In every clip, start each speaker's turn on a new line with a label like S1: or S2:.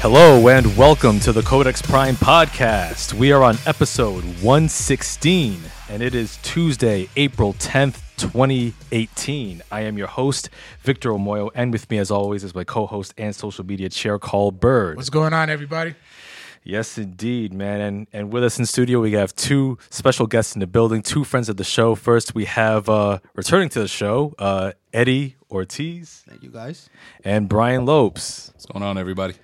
S1: Hello and welcome to the Codex Prime podcast. We are on episode 116 and it is Tuesday, April 10th, 2018. I am your host, Victor Omoyo, and with me as always is my co-host and social media chair, Carl Bird.
S2: What's going on, everybody?
S1: Yes, indeed, man. And and with us in studio, we have two special guests in the building, two friends of the show. First, we have uh, returning to the show, uh, Eddie Ortiz
S3: You guys?
S1: and Brian Lopes.
S4: What's going on, everybody?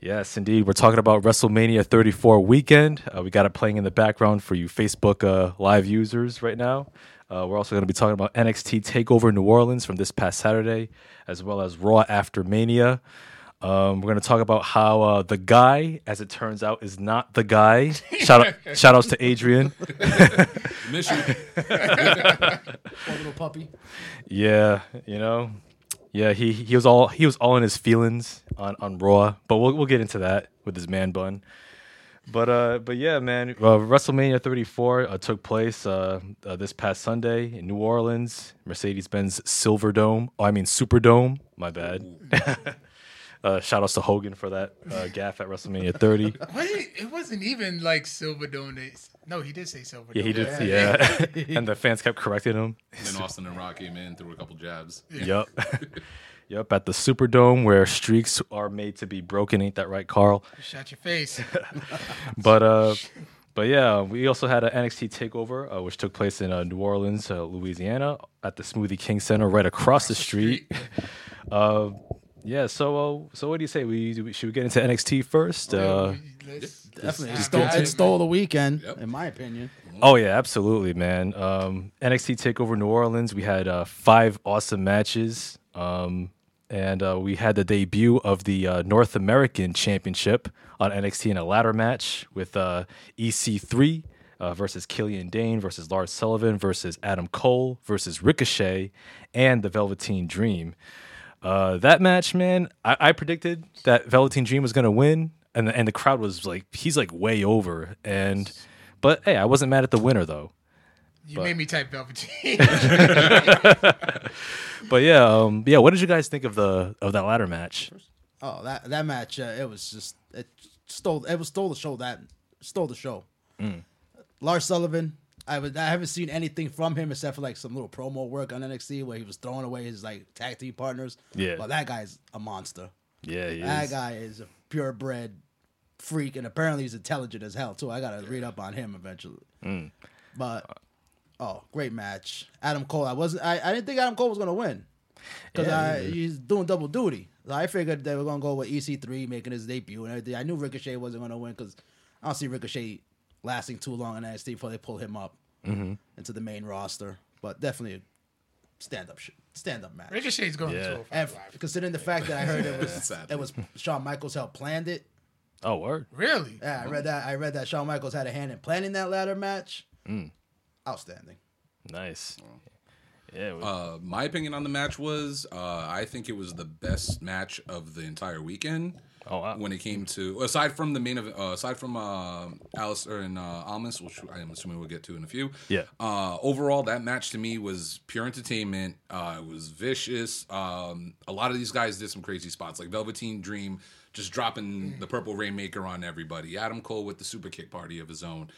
S1: Yes, indeed. We're talking about WrestleMania 34 weekend. Uh, we got it playing in the background for you Facebook uh, live users right now. Uh, we're also going to be talking about NXT Takeover New Orleans from this past Saturday, as well as Raw After Mania. Um, we're going to talk about how uh, the guy, as it turns out, is not the guy. Shout out, shout outs to Adrian.
S4: Mission.
S3: Poor little puppy.
S1: Yeah, you know, yeah. He he was all he was all in his feelings on on Raw, but we'll we'll get into that with his man bun. But uh, but yeah, man. Uh, WrestleMania 34 uh, took place uh, uh, this past Sunday in New Orleans, Mercedes-Benz Silver Dome. Oh, I mean Superdome. My bad. uh, shout outs to Hogan for that uh, gaff at WrestleMania 30.
S2: What it, it wasn't even like Silverdome. days. No, he did say Silverdome.
S1: Yeah, he did. Yeah, and the fans kept correcting him.
S4: then Austin and Rock came in, threw a couple jabs.
S1: Yep. yep. At the Superdome where streaks are made to be broken. Ain't that right, Carl?
S2: Shut your face.
S1: But uh but yeah, we also had an NXT takeover, uh, which took place in uh, New Orleans, uh, Louisiana, at the Smoothie King Center, right across the street. uh, yeah, so uh, so what do you say? We, we should we get into NXT first? Uh,
S2: Let's-
S3: Definitely. It
S2: Just
S3: stole,
S2: don't-
S3: it stole the weekend,
S4: Yep.
S3: in my opinion.
S1: Oh yeah, absolutely, man. Um, NXT Takeover New Orleans. We had uh, five awesome matches, um, and uh, we had the debut of the uh, North American Championship on NXT in a ladder match with uh, EC3 uh, versus Killian Dane versus Lars Sullivan versus Adam Cole versus Ricochet and the Velveteen Dream. Uh, that match, man, I, I predicted that Velveteen Dream was gonna win, and the, and the crowd was like, he's like way over, and but hey, I wasn't mad at the winner though.
S2: You made me type Velveteen.
S1: But yeah, um, yeah, what did you guys think of the of that ladder match?
S3: Oh, that that match, uh, it was just it stole it was stole the show that stole the show. Lars Sullivan, I was I haven't seen anything from him except for like some little promo work on NXT where he was throwing away his like tag team partners.
S1: Yeah.
S3: but that guy's a monster.
S1: Yeah, he
S3: That guy is a purebred freak, and apparently he's intelligent as hell too. I gotta read up on him eventually. But oh, great match, Adam Cole. I wasn't. I, I didn't think Adam Cole was gonna win because
S1: Yeah,
S3: he's doing double duty. So I figured they were gonna go with EC3 making his debut and everything. I knew Ricochet wasn't gonna win because I don't see Ricochet lasting too long in NXT before they pull him up into the main roster. But definitely stand up, stand up match.
S2: Ricochet's going
S1: Yeah.
S2: to 205
S3: And
S2: Live.
S3: considering the fact that I heard it was
S4: Sad.
S3: it was Shawn Michaels help planned it.
S1: Oh, word.
S2: Really?
S3: Yeah, I read that. I read that Shawn Michaels had a hand in planning that ladder match. Outstanding.
S1: Nice. Yeah. we-
S4: Uh, my opinion on the match was uh, I think it was the best match of the entire weekend.
S1: Oh, wow.
S4: When it came to aside from the main event, uh, aside from uh, Alistair and uh, Almas, which I am assuming we'll get to in a few.
S1: Yeah.
S4: Uh, overall, that match to me was pure entertainment. Uh, it was vicious. Um, a lot of these guys did some crazy spots, like Velveteen Dream just
S2: Mm.
S4: dropping the purple rainmaker on everybody. Adam Cole with the super kick party of his own.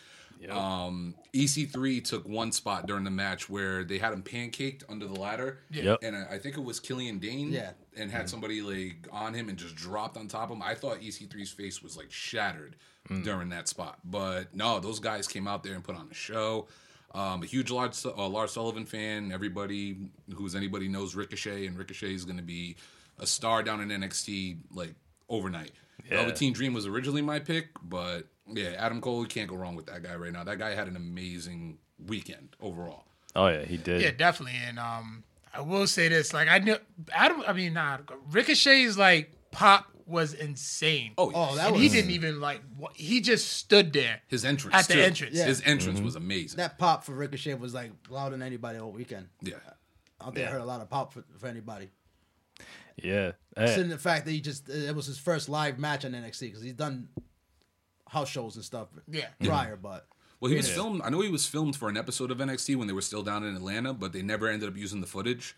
S4: Um, EC3 took one spot during the match where they had him pancaked under the ladder.
S1: Yep.
S4: And I I think it was Killian Dane.
S3: Yeah.
S4: And had somebody like on him and just dropped on top of him. I thought EC3's face was like shattered during that spot. But no, those guys came out there and put on a show. Um, a huge large uh, Lars Sullivan fan. Everybody who's anybody knows Ricochet, and Ricochet is going to be a star down in NXT like overnight. Velveteen Dream was originally my pick, but yeah, Adam Cole you can't go wrong with that guy right now. That guy had an amazing weekend overall.
S1: oh yeah, he did.
S2: Yeah, definitely. And um, I will say this: like I knew Adam. I mean, nah, Ricochet's like pop was insane.
S4: Oh, yeah.
S3: Oh, that
S2: and
S3: was
S2: he didn't even like. wa- He just stood there.
S4: his entrance
S2: At the
S4: too.
S2: entrance.
S3: Yeah.
S4: His entrance was amazing.
S3: that pop for Ricochet was like louder than anybody all weekend.
S4: yeah.
S3: I don't think I heard a lot of pop for, for anybody.
S1: Yeah.
S3: Considering the fact that he just it was his first live match on NXT because he's done house shows and stuff
S2: Yeah.
S3: prior, but
S4: Well, he was filmed. I know he was filmed for an episode of NXT when they were still down in Atlanta, but they never ended up using the footage.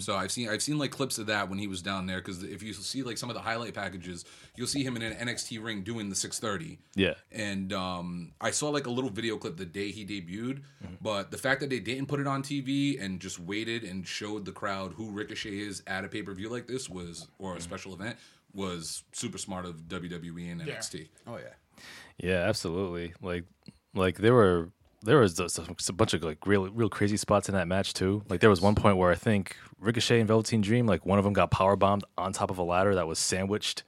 S4: So I've seen I've seen like clips of that when he was down there because if you see like some of the highlight packages, you'll see him in an NXT ring doing the 630.
S1: Yeah.
S4: And um, I saw like a little video clip the day he debuted, but the fact that they didn't put it on TV and just waited and showed the crowd who Ricochet is at a pay per view like this was or a special event was super smart of WWE and NXT.
S3: Oh yeah.
S1: Yeah, absolutely. Like, like there were there was a, a bunch of like real real crazy spots in that match too. Like there was one point where I think Ricochet and Velveteen Dream, like one of them got power bombed on top of a ladder that was sandwiched.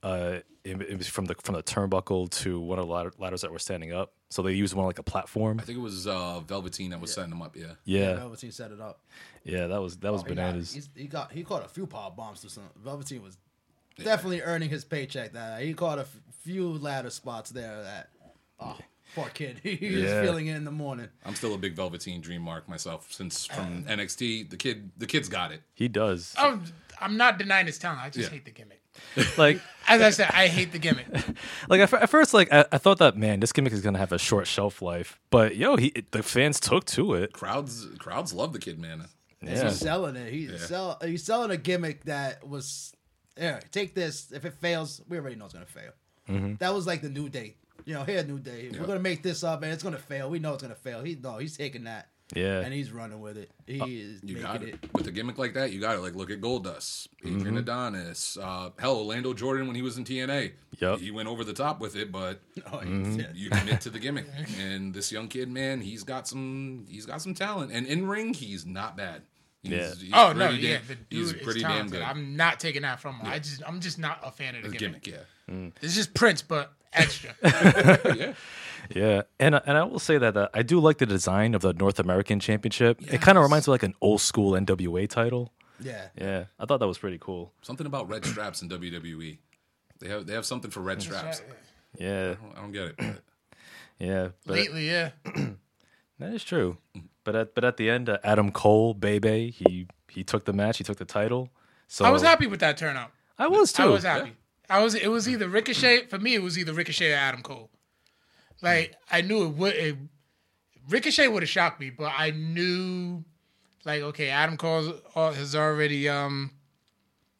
S1: Uh, it, it was from the from the turnbuckle to one of the ladder, ladders that were standing up. So they used one like a platform.
S4: I think it was uh, Velveteen that was setting them up. Yeah.
S1: Yeah,
S3: Velveteen set it up.
S1: yeah, that was that was
S3: He got,
S1: bananas.
S3: Oh, he's- he got he caught a few power bombs to some. Velveteen was definitely earning his paycheck. That he caught a f- few ladder spots there. That oh poor kid, he was
S1: Yeah.
S3: feeling it in the morning.
S4: I'm still a big Velveteen Dream mark myself since from NXT. The kid, the kid's got it.
S1: He does
S2: I'm, I'm not denying his talent. I just
S4: Yeah.
S2: hate the gimmick.
S1: like
S2: As I said, I hate the gimmick.
S1: like at, fir- at first like I, I thought that man this gimmick is gonna have a short shelf life, but yo he the fans took to it.
S4: Crowds, crowds love the kid, man.
S1: Yeah,
S3: He's selling it. He's sell. He's selling a gimmick that was. Here, take this. If it fails, we already know it's gonna fail.
S1: Mm-hmm.
S3: That was like the new day. You know, here, new day. We're gonna make this up, and it's gonna fail. We know it's gonna fail. He no, he's taking that.
S1: Yeah. Uh,
S3: and he's running with it. He is
S4: You
S3: making
S4: got
S3: it.
S4: it. With a gimmick like that, you got it. Like look at Goldust, Adrian Adonis, uh, hell, Orlando Jordan when he was in TNA.
S1: Yep.
S4: he went over the top with it, but
S3: Oh, yeah.
S1: Mm-hmm.
S4: you commit to the gimmick. And this young kid, man, he's got some, he's got some talent. And in ring, he's not bad. He's,
S1: Yeah.
S4: he's
S2: Oh no,
S4: pretty
S2: yeah,
S4: damn-
S2: the dude is talented. I'm not taking that from him. I just, I'm just not a fan of the
S4: The
S2: gimmick.
S4: gimmick, yeah.
S2: It's just Prince, but extra.
S1: Yeah, and and I will say that uh, I do like the design of the North American Championship. It kind of reminds me of like an old school NWA title.
S3: yeah.
S1: Yeah, I thought that was pretty cool.
S4: Something about red straps in WWE. They have they have something for red straps.
S1: Yeah,
S4: I don't get it. but-
S1: yeah, but
S2: Lately, yeah.
S1: that is true. But at but at the end, uh, Adam Cole, Bebe, he he took the match, he took the title. So
S2: I was happy with that turnout.
S1: I was too.
S2: I was happy. I was. It was either Ricochet for me. It was either Ricochet or Adam Cole. Like I knew it would. It, Ricochet would have shocked me, but I knew, like, okay, Adam Cole has already. Um,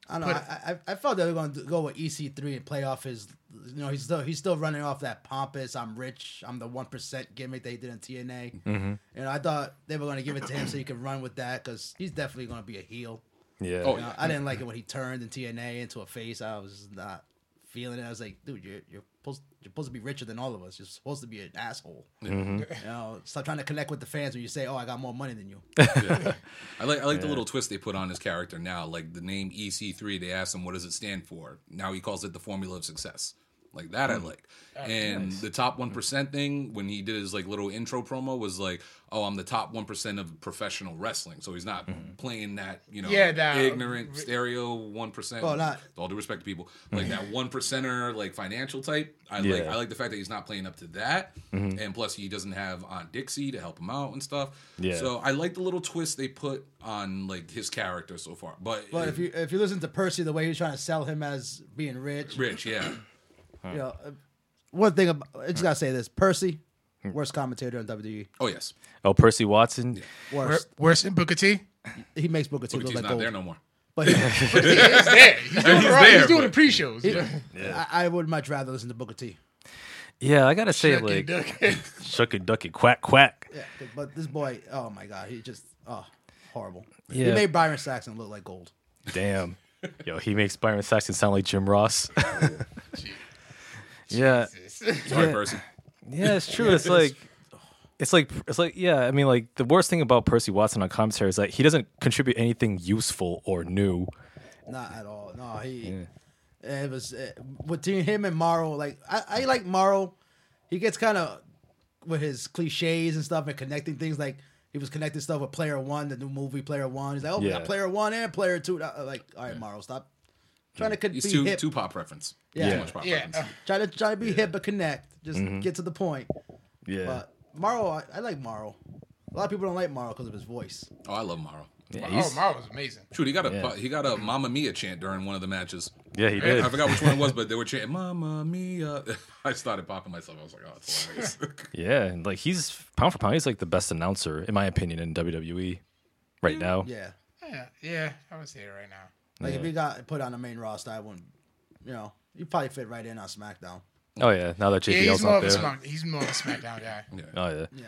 S3: I don't know. I, I, I felt they were going to go with EC3 and play off his. You know, he's still he's still running off that pompous "I'm rich, I'm the one percent" gimmick they did in TNA. Mm-hmm. And I thought they were going to give it to him so he could run with that because he's definitely going to be a heel.
S1: Yeah.
S4: Oh,
S3: You know,
S4: yeah.
S3: I didn't like it when he turned in TNA into a face. I was not feeling it. I was like, dude, you're you're supposed you're supposed to be richer than all of us. You're supposed to be an asshole. You know, stop trying to connect with the fans when you say, "Oh, I got more money than you."
S4: I like I like the little twist they put on his character now. Like the name EC3, they asked him what does it stand for. Now he calls it the formula of success. Like that
S1: Hmm.
S4: I like. And the top 1% thing when he did his like little intro promo was like, "Oh, I'm the top 1% of professional wrestling." So he's not
S1: Hmm.
S4: playing that, you know,
S2: Yeah, that-
S4: ignorant stereo 1%.
S3: Well, not-
S4: with all due respect to people, like that 1%er like financial type. I like
S1: Hmm. Yeah. Hmm.
S4: I like the fact that he's not playing up to that. And plus he doesn't have Aunt Dixie to help him out and stuff.
S1: Yeah.
S4: So I like the little twist they put on like his character so far. But,
S3: But if you if you listen to Percy, the way he's trying to sell him as being rich,
S4: Rich, yeah.
S3: you know, uh, one thing about, I just gotta say this: Percy,
S4: Hmm.
S3: worst commentator on WWE.
S4: Oh yes.
S1: Oh, Percy Watson.
S3: Worst.
S2: worse than Booker T.
S3: He makes Booker T
S4: Booker
S3: look
S4: T's
S3: like
S4: not
S3: gold.
S4: there no more.
S3: But he-
S2: But he is there. He's doing,
S4: He's
S2: all right.
S4: there,
S2: He's doing the
S4: but-
S2: pre-shows. Yeah.
S3: I, I would much rather listen to Booker T.
S1: Yeah, I gotta say like shuck and duck and quack quack.
S3: Yeah, but this boy, oh my god, he just oh horrible. He
S1: Yeah.
S3: made Byron Saxon look like gold.
S1: Damn. Yo, he makes Byron Saxton sound like Jim Ross.
S2: Oh,
S1: yeah,
S4: Sorry,
S1: Yeah.
S4: Percy.
S1: Yeah, it's true. it's like it's like it's like yeah, I mean like the worst thing about Percy Watson on commentary is that he doesn't contribute anything useful or new.
S3: Not at all. No, he. It was uh, between him and Morrow. Like I, I like Morrow. He gets kind of with his cliches and stuff and connecting things. Like he was connecting stuff with Player One, the new movie Player One. He's like, oh, we
S1: Yeah.
S3: got Player One and Player Two. Uh, Like, all right, Morrow, stop trying to con- be
S4: He's too
S3: hip.
S4: too pop reference.
S3: Yeah.
S4: Too much pop
S2: Yeah.
S4: reference.
S3: Try to try to be hip but connect. Just get to the point.
S1: Yeah.
S3: But Morrow, I, I like Morrow. A lot of people don't like Morrow because of his voice.
S4: Oh, I love Morrow.
S1: yeah,
S2: Oh,
S1: he's-
S2: Mara was amazing.
S4: Shoot, he got a
S1: Yeah.
S4: pu- he got a Mamma Mia chant during one of the matches.
S1: yeah, he did.
S4: I forgot which one it was, but they were chanting Mamma Mia. I started popping myself. I was like, oh, it's hilarious.
S1: Yeah, and like he's pound for pound, he's like the best announcer in my opinion in WWE E right now.
S3: Yeah.
S2: Yeah, yeah, I would say it right now.
S5: Like if he got put on the main roster, I wouldn't. You know, you probably fit right in on SmackDown.
S1: Oh yeah, now that
S2: Yeah,
S1: JBL's
S2: he's more
S1: not
S2: of a
S1: there.
S2: smack, he's more of a SmackDown guy.
S1: Oh yeah.
S5: Yeah.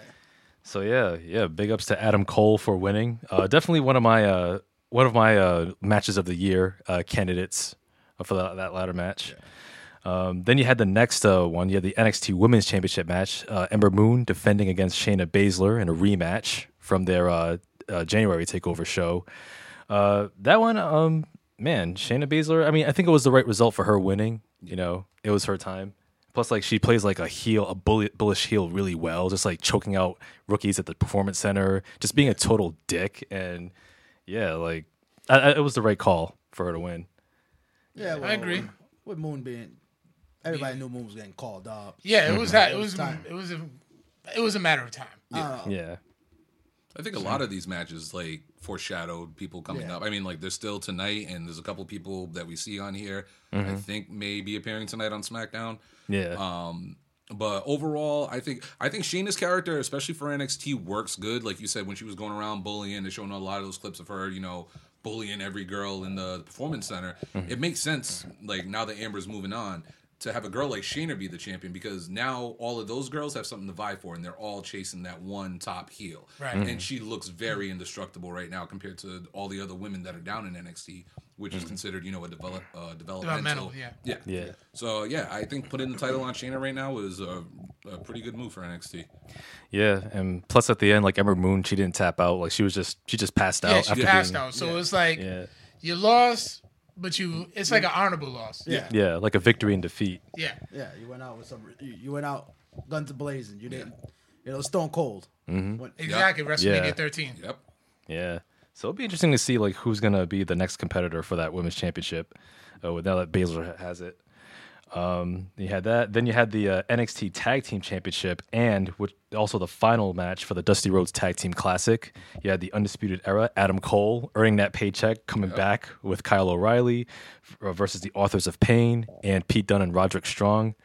S1: So yeah, yeah. Big ups to Adam Cole for winning. Uh, definitely one of my uh, one of my uh, matches of the year uh, candidates uh, for that, that latter match. Um, then you had the next uh, one. You had the NXT Women's Championship match. Uh, Ember Moon defending against Shayna Baszler in a rematch from their uh, uh, January Takeover show. Uh, that one, um, man, Shayna Baszler. I mean, I think it was the right result for her winning. You know, it was her time. Plus, like she plays like a heel, a bully, bullish heel, really well. Just like choking out rookies at the performance center, just being a total dick. And yeah, like I, I, it was the right call for her to win.
S5: Yeah, well,
S2: agree.
S5: With Moon being, everybody knew Moon was getting called up.
S2: Yeah, it was that. It was.
S5: Time.
S2: It was a. It was a matter of time.
S1: Yeah,
S4: I think a lot of these matches like foreshadowed people coming
S5: Yeah.
S4: up. I mean, like there's still tonight, and there's a couple people that we see on here.
S3: Mm-hmm.
S4: I think may be appearing tonight on SmackDown.
S1: yeah.
S2: Oh,
S4: But overall, I think I think Sheena's character, especially for NXT, works good. Like you said, when she was going around bullying, they're showing a lot of those clips of her, you know, bullying every girl in the performance center. It makes sense, like now that Amber's moving on, to have a girl like Sheena be the champion because now all of those girls have something to vie for, and they're all chasing that one top heel.
S2: Right.
S4: And she looks very indestructible right now compared to all the other women that are down in NXT, which is considered, you know, a develop uh, developmental.
S2: Developmental, yeah.
S4: Yeah.
S1: Yeah.
S4: So yeah, I think putting the title on Shayna right now is a, a pretty good move for NXT.
S1: Yeah, and plus at the end, like Ember Moon, she didn't tap out. Like she was just she just passed
S2: Yeah,
S1: out
S2: she
S1: after
S2: passed
S1: being
S2: out, so it's like
S1: yeah
S2: you lost, but you. It's like an honorable loss.
S5: Yeah.
S1: yeah like a victory and defeat.
S2: yeah.
S5: Yeah, you went out with some. You, you went out guns blazing. You didn't. You know, Stone Cold. When-
S2: Exactly. WrestleMania
S1: Yeah.
S2: 13.
S4: Yep.
S1: Yeah, so it'll be interesting to see like who's gonna be the next competitor for that women's championship. Uh, with now that Baszler has it, um, you had that. Then you had the uh, NXT Tag Team Championship and which, also the final match for the Dusty Rhodes Tag Team Classic. You had the Undisputed Era, Adam Cole earning that paycheck, coming back with Kyle O'Reilly uh, versus the Authors of Pain and Pete Dunne and Roderick Strong.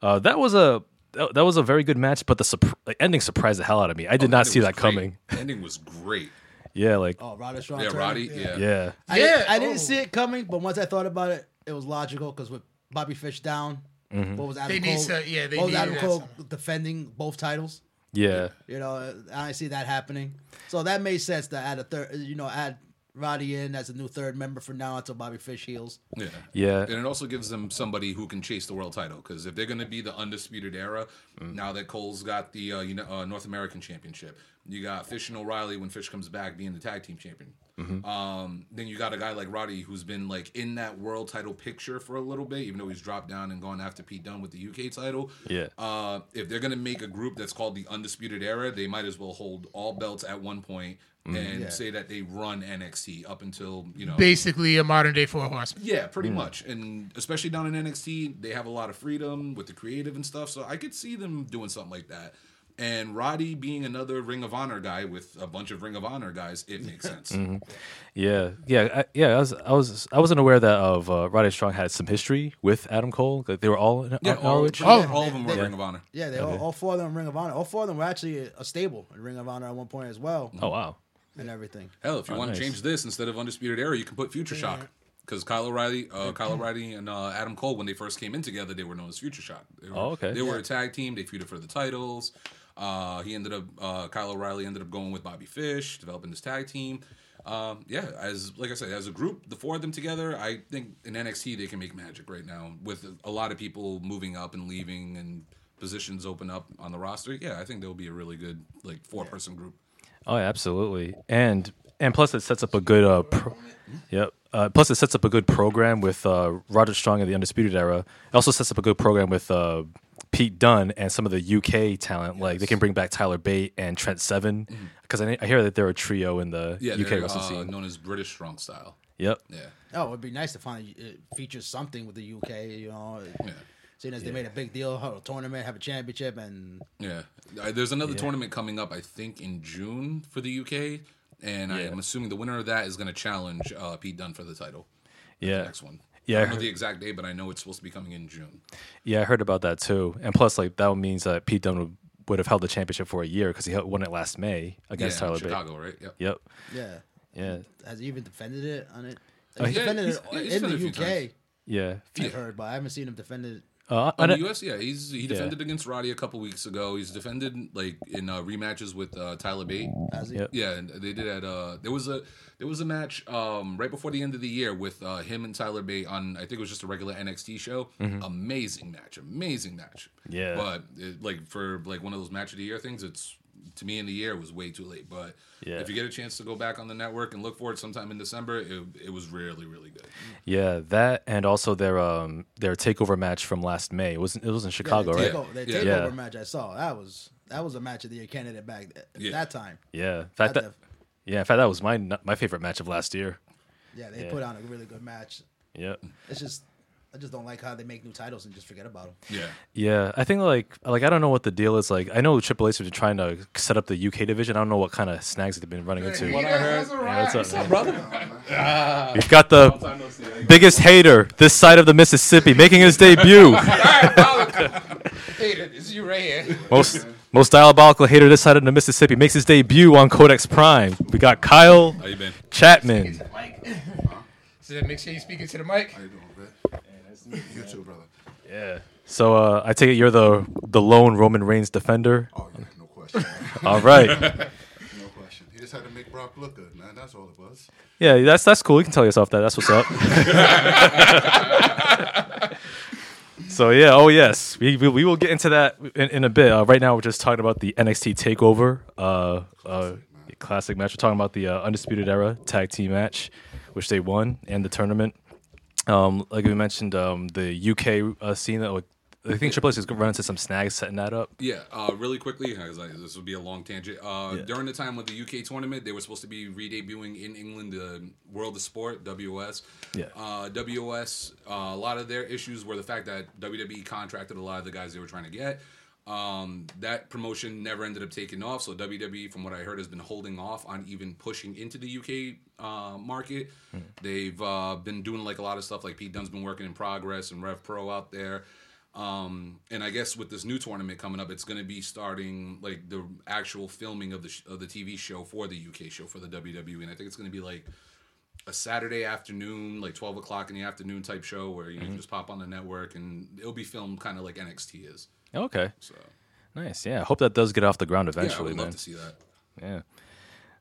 S1: Uh, that was a that, that was a very good match, but the surp- like, ending surprised the hell out of me. I did not
S4: Ending
S1: see
S4: Oh, was
S1: that
S4: great.
S1: coming.
S4: Ending was great.
S1: Yeah, like
S5: Oh, Roddy Strong.
S4: Yeah,
S5: turned-
S4: Roddy. Yeah.
S1: yeah.
S5: I, didn't-
S2: Yeah,
S5: I didn't
S2: oh.
S5: see it coming, but once I thought about it, it was logical because with Bobby Fish down, what was Adam
S2: They need
S5: Cole?
S2: to- yeah, they
S5: what was
S2: need
S5: Adam
S2: that
S5: Cole
S2: something.
S5: defending both titles?
S1: Yeah,
S5: You know, I didn't see that happening. So that made sense to add a third. You know, add Roddy in as a new third member for now until Bobby Fish heals.
S4: Yeah.
S1: yeah,
S4: And it also gives them somebody who can chase the world title because if they're going to be the undisputed era,
S1: Mm-hmm.
S4: now that Cole's got the uh, you know, uh, North American Championship, you got Fish and O'Reilly when Fish comes back being the tag team champion.
S1: Mm-hmm.
S4: Um, then you got a guy like Roddy who's been like in that world title picture for a little bit, even though he's dropped down and gone after Pete Dunne with the UK title.
S1: Yeah.
S4: Uh, if they're gonna make a group that's called the Undisputed Era, they might as well hold all belts at one point
S1: Mm-hmm.
S4: and say that they run NXT up until you know
S2: Basically, a modern day four horseman.
S4: yeah, pretty much. And especially down in NXT, they have a lot of freedom with the creative and stuff. So I could see them doing something like that. And Roddy being another Ring of Honor guy with a bunch of Ring of Honor guys, it makes sense.
S1: yeah, yeah, I, yeah. I was, I was, I wasn't aware that of uh, Roddy Strong had some history with Adam Cole. That they were all in uh,
S4: Yeah,
S1: on
S4: all,
S1: Norwich.
S4: all, all of them were Ring of Honor.
S5: Yeah, they all, all four of them Ring of Honor. All four of them were actually a stable in Ring of Honor at one point as well,
S1: Oh wow.
S5: and everything.
S4: Hell, if you want
S1: Oh, nice.
S4: to change this instead of Undisputed Era, you can put Future Shock. Because Kyle O'Reilly, uh, Kyle O'Reilly and uh, Adam Cole, when they first came in together, they were known as Future Shock. They were,
S1: Oh, okay.
S4: They were a tag team. They feuded for the titles. Uh, he ended up, uh, Kyle O'Reilly ended up going with Bobby Fish, developing this tag team. Um, yeah, as like I said, as a group, the four of them together, I think in NXT they can make magic right now with a lot of people moving up and leaving and positions open up on the roster. Yeah, I think they'll be a really good like four person group.
S1: Oh, yeah, absolutely. And and plus, it sets up a good uh, pro- yep. Uh, plus, it sets up a good program with uh, Roger Strong and the Undisputed Era. It also sets up a good program with uh, Pete Dunne and some of the UK talent. Like they can bring back Tyler Bate and Trent Seven because I, I hear that they're a trio in the
S4: Mm-hmm. Yeah,
S1: UK
S4: they're,
S1: wrestling
S4: uh,
S1: scene.
S4: known as British Strong Style.
S1: Yep.
S4: Yeah.
S5: Oh, it'd be nice to finally uh, feature something with the UK. You know,
S4: Yeah.
S5: seeing as they made a big deal, have a tournament, have a championship, and
S4: Yeah. Uh, There's another tournament coming up, I think, in June for the UK. And I am assuming the winner of that is going to challenge uh, Pete Dunne for the title.
S1: Yeah.
S4: The next one.
S1: Yeah,
S4: I
S1: I
S4: don't know
S1: heard-
S4: the exact day, but I know it's supposed to be coming in June.
S1: Yeah, I heard about that too. And plus, like that means that Pete Dunne would, would have held the championship for a year because he held- won it last May
S4: Yeah,
S1: against Tyler Bate.
S4: Chicago, right? Yep.
S1: Yep.
S5: yeah,
S1: Yeah,
S5: Has he even defended it on it?
S1: Oh,
S5: He
S1: yeah,
S5: defended
S4: he's-
S5: it
S4: yeah, he's
S5: in
S4: defended a few
S5: the UK.
S1: yeah.
S4: Yeah.
S5: I heard, but I haven't seen him defend it.
S1: Uh,
S5: oh,
S4: On
S1: and
S4: the
S1: I-
S4: US, yeah, he's he defended against Roddy a couple weeks ago. He's defended like in uh, rematches with uh, Tyler Bate.
S5: Has he?
S1: Yep.
S4: Yeah, and they did at uh there was a there was a match um right before the end of the year with uh him and Tyler Bate on I think it was just a regular NXT show. Amazing match, amazing match.
S1: Mm-hmm. Yeah.
S4: But it, like for like one of those match of the year things, it's to me in the year it was way too late. But
S1: Yeah.
S4: if you get a chance to go back on the network and look for it sometime in December, it, it was really really good.
S1: yeah, that and also their um their takeover match from last May. It wasn't it was in
S5: Yeah,
S1: Chicago,
S5: the
S1: right?
S5: takeover, the
S4: Yeah.
S5: takeover
S1: Yeah.
S5: match I saw that was that was a match of the year candidate back at
S4: Yeah.
S5: that time.
S1: Yeah, in fact, that,
S5: def-
S1: yeah, in fact, that was my my favorite match of last year.
S5: Yeah, they
S1: Yeah.
S5: put on a really good match.
S1: Yeah,
S5: It's just I just don't like how they make new titles and just forget about them.
S4: Yeah.
S1: yeah. I think like like I don't know what the deal is. Like I know Triple H has been trying to set up the UK division. I don't know what kind of snags they've been running into.
S4: What I heard-
S1: Yeah, what's up, man?
S4: Brother,
S1: We've got the biggest hater this side of the Mississippi making his debut.
S2: Hey, this is you right here.
S1: Most most diabolical hater this side of the Mississippi makes his debut on Codex Prime. We got Kyle
S4: how you been?
S1: Chapman.
S2: Mike. So then make sure you speak into the mic.
S6: How you doing, man? You too, brother.
S1: Yeah. So uh, I take it you're the the lone Roman Reigns defender.
S6: Oh yeah, no question.
S1: All right.
S6: no question. He just had to make Brock look good, man. That's all it was.
S1: Yeah, that's that's cool. You can tell yourself that. That's what's up. so yeah, oh yes, we, we, we will get into that in, in a bit. Uh, right now, we're just talking about the NXT Takeover, uh, uh, classic match. We're talking about the uh, Undisputed Era tag team match, which they won, and the tournament. Um, like we mentioned, um, the UK uh, scene. That, would- I think Triple H is going to run into some snags setting that up.
S4: Yeah, uh, really quickly, because this will be a long tangent. Uh, During the time of the UK tournament, they were supposed to be re-debuting in England the World of Sport (WOS).
S1: Yeah.
S4: Uh, WOS. Uh, a lot of their issues were the fact that WWE contracted a lot of the guys they were trying to get. Um, that promotion never ended up taking off, so WWE, from what I heard, has been holding off on even pushing into the UK uh, market. They've uh, been doing like a lot of stuff, like Pete Dunne's been working in progress and Rev Pro out there. Um, and I guess with this new tournament coming up, it's going to be starting like the actual filming of the sh- of the TV show for the UK show for the WWE, and I think it's going to be like a Saturday afternoon, like twelve o'clock in the afternoon type show where you, know,
S1: Mm-hmm.
S4: you just pop on the network and it'll be filmed kind of like NXT is.
S1: Okay,
S4: So
S1: nice. Yeah, I hope that does get off the ground
S4: yeah, I
S1: eventually,
S4: would love
S1: man.
S4: to see that.
S1: Yeah.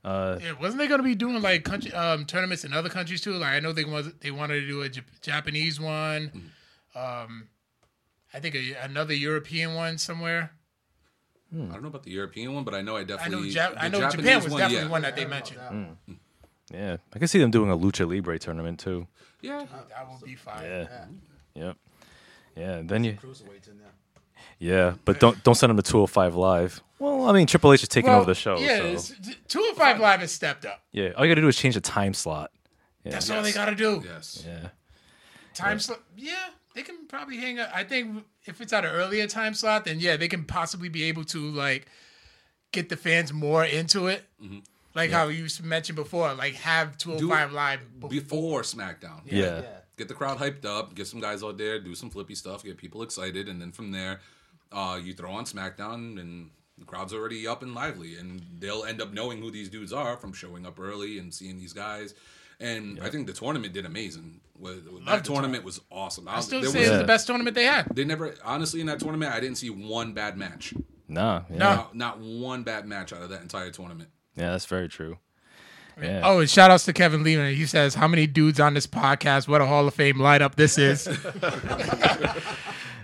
S2: Yeah, wasn't they gonna be doing like country um, tournaments in other countries too? Like I know they was they wanted to do a Jap- Japanese one. Um,
S4: Mm-hmm.
S2: I think a, another European one somewhere.
S1: Hmm.
S4: I don't know about the European one, but I know I
S2: I know
S4: definitely
S2: Jap-
S4: the
S2: I know Japan
S4: Japanese
S2: was definitely
S4: yeah.
S2: one that they mentioned.
S1: Yeah, I can see them doing a lucha libre tournament too.
S4: Yeah,
S2: That would be fine.
S1: Yeah. Yep. Yeah. and Then you.
S5: Cruiserweights in there.
S1: Yeah, but don't don't send them to 205 live. Well, I mean Triple H is taking over the show.
S2: Yeah,
S1: So.
S2: it's- two and five live has stepped up.
S1: Yeah. All you gotta do is change the time slot.
S2: That's all they gotta do.
S4: yes.
S1: Yeah.
S2: Time slot. Yeah, they can probably hang up. I think if it's at an earlier time slot, then yeah, they can possibly be able to like get the fans more into it. Like how you mentioned before, like have 205 live. Before.
S4: Before SmackDown,
S1: Yeah.
S4: get the crowd hyped up, get some guys out there, do some flippy stuff, get people excited, and then from there, uh, you throw on SmackDown, and the crowd's already up and lively, and they'll end up knowing who these dudes are from showing up early and seeing these guys. And I think the tournament did amazing. With, with that tournament was awesome. I,
S2: I still
S4: there
S2: say
S4: was-
S2: it's the best tournament they had.
S4: They never, honestly, in that tournament, I didn't see one bad match.
S1: Nah. Yeah.
S2: No.
S4: Not, not one bad match out of that entire tournament.
S1: Yeah, that's very true. Yeah.
S2: Oh, and shout outs to Kevin Lehman. He says, How many dudes on this podcast? What a Hall of Fame lineup this is.
S1: Yeah.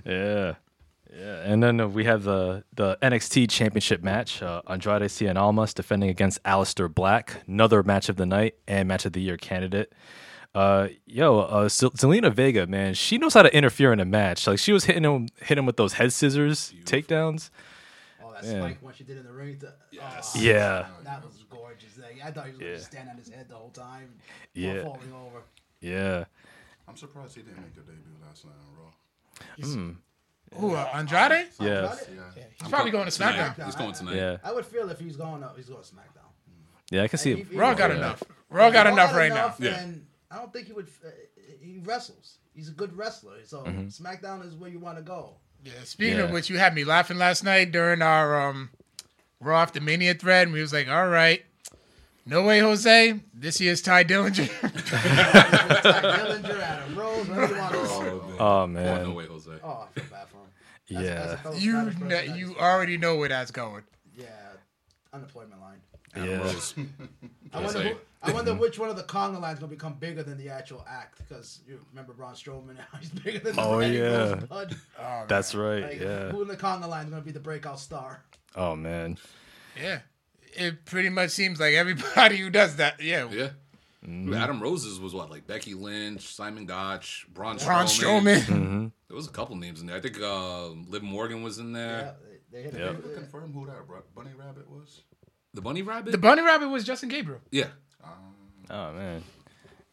S1: Yeah. And then uh, we have the the NXT Championship match. Uh, Andrade Cien Almas defending against Alistair Black. Another match of the night and match of the year candidate. Uh, yo, uh, Zel- Zelina Vega, man, she knows how to interfere in a match. Like she was hitting him, hitting him with those head scissors takedowns.
S5: Oh, that spike when she did in the ring. To, yes.
S1: Yeah,
S5: That was gorgeous. Like, I thought he was
S1: Yeah.
S5: going to stand on his head the whole time.
S1: Yeah.
S5: Yeah. Falling over.
S1: yeah,
S6: I'm surprised he didn't make a debut last night on Raw.
S2: Who, uh, Andrade?
S1: yeah,
S6: Yeah.
S2: He's probably going to SmackDown.
S4: He's going tonight.
S1: yeah,
S5: I would feel if he's going up, he's going to SmackDown.
S1: yeah. I can see it.
S5: He- he-
S2: Raw got enough. Raw got
S5: Raw
S2: enough right now.
S4: Yeah.
S5: And I don't think he would. Uh, he wrestles. He's a good wrestler. So
S1: Mm-hmm.
S5: SmackDown is where you want to go.
S2: Yeah, speaking
S1: Yeah.
S2: of which, you had me laughing last night during our um, Raw after Mania thread, and we was like, "All right, No way, Jose. This year's Ty Dillinger.
S3: Dillinger, Adam Rose, whatever you want to say.
S4: Oh,
S1: Oh man,
S4: no way, Jose.
S3: Oh, I feel bad for him. That's- that's a
S1: yeah,
S3: fellow
S2: you
S3: Spanish person,
S2: kn-
S3: that's-
S2: you already know where that's going.
S3: yeah, unemployment line.
S1: yeah.
S3: I wonder,
S4: Jose.
S3: who, I wonder which one of the conga lines gonna become bigger than the actual act because you remember Braun Strowman, how he's bigger than the
S1: Oh,
S3: Eddie Rose
S1: yeah.
S3: Bud.
S1: That's right.
S3: Like,
S1: Yeah.
S3: Who in the conga line is gonna be the breakout star?
S1: Oh man.
S2: Yeah. It pretty much seems like everybody who does that, yeah.
S4: Yeah.
S2: Mm-hmm.
S4: Adam Rose's was what, like Becky Lynch, Simon Gotch, Braun Strowman.
S2: Braun Strowman.
S4: There was a couple names in there. I think uh, Liv Morgan was in there.
S3: Yeah, they, they hit
S1: Yeah.
S3: a
S6: Can you
S3: big- uh,
S6: confirm who that ra- bunny rabbit was?
S4: The Bunny Rabbit?
S2: The bunny rabbit was Justin Gabriel.
S4: yeah.
S1: Oh man.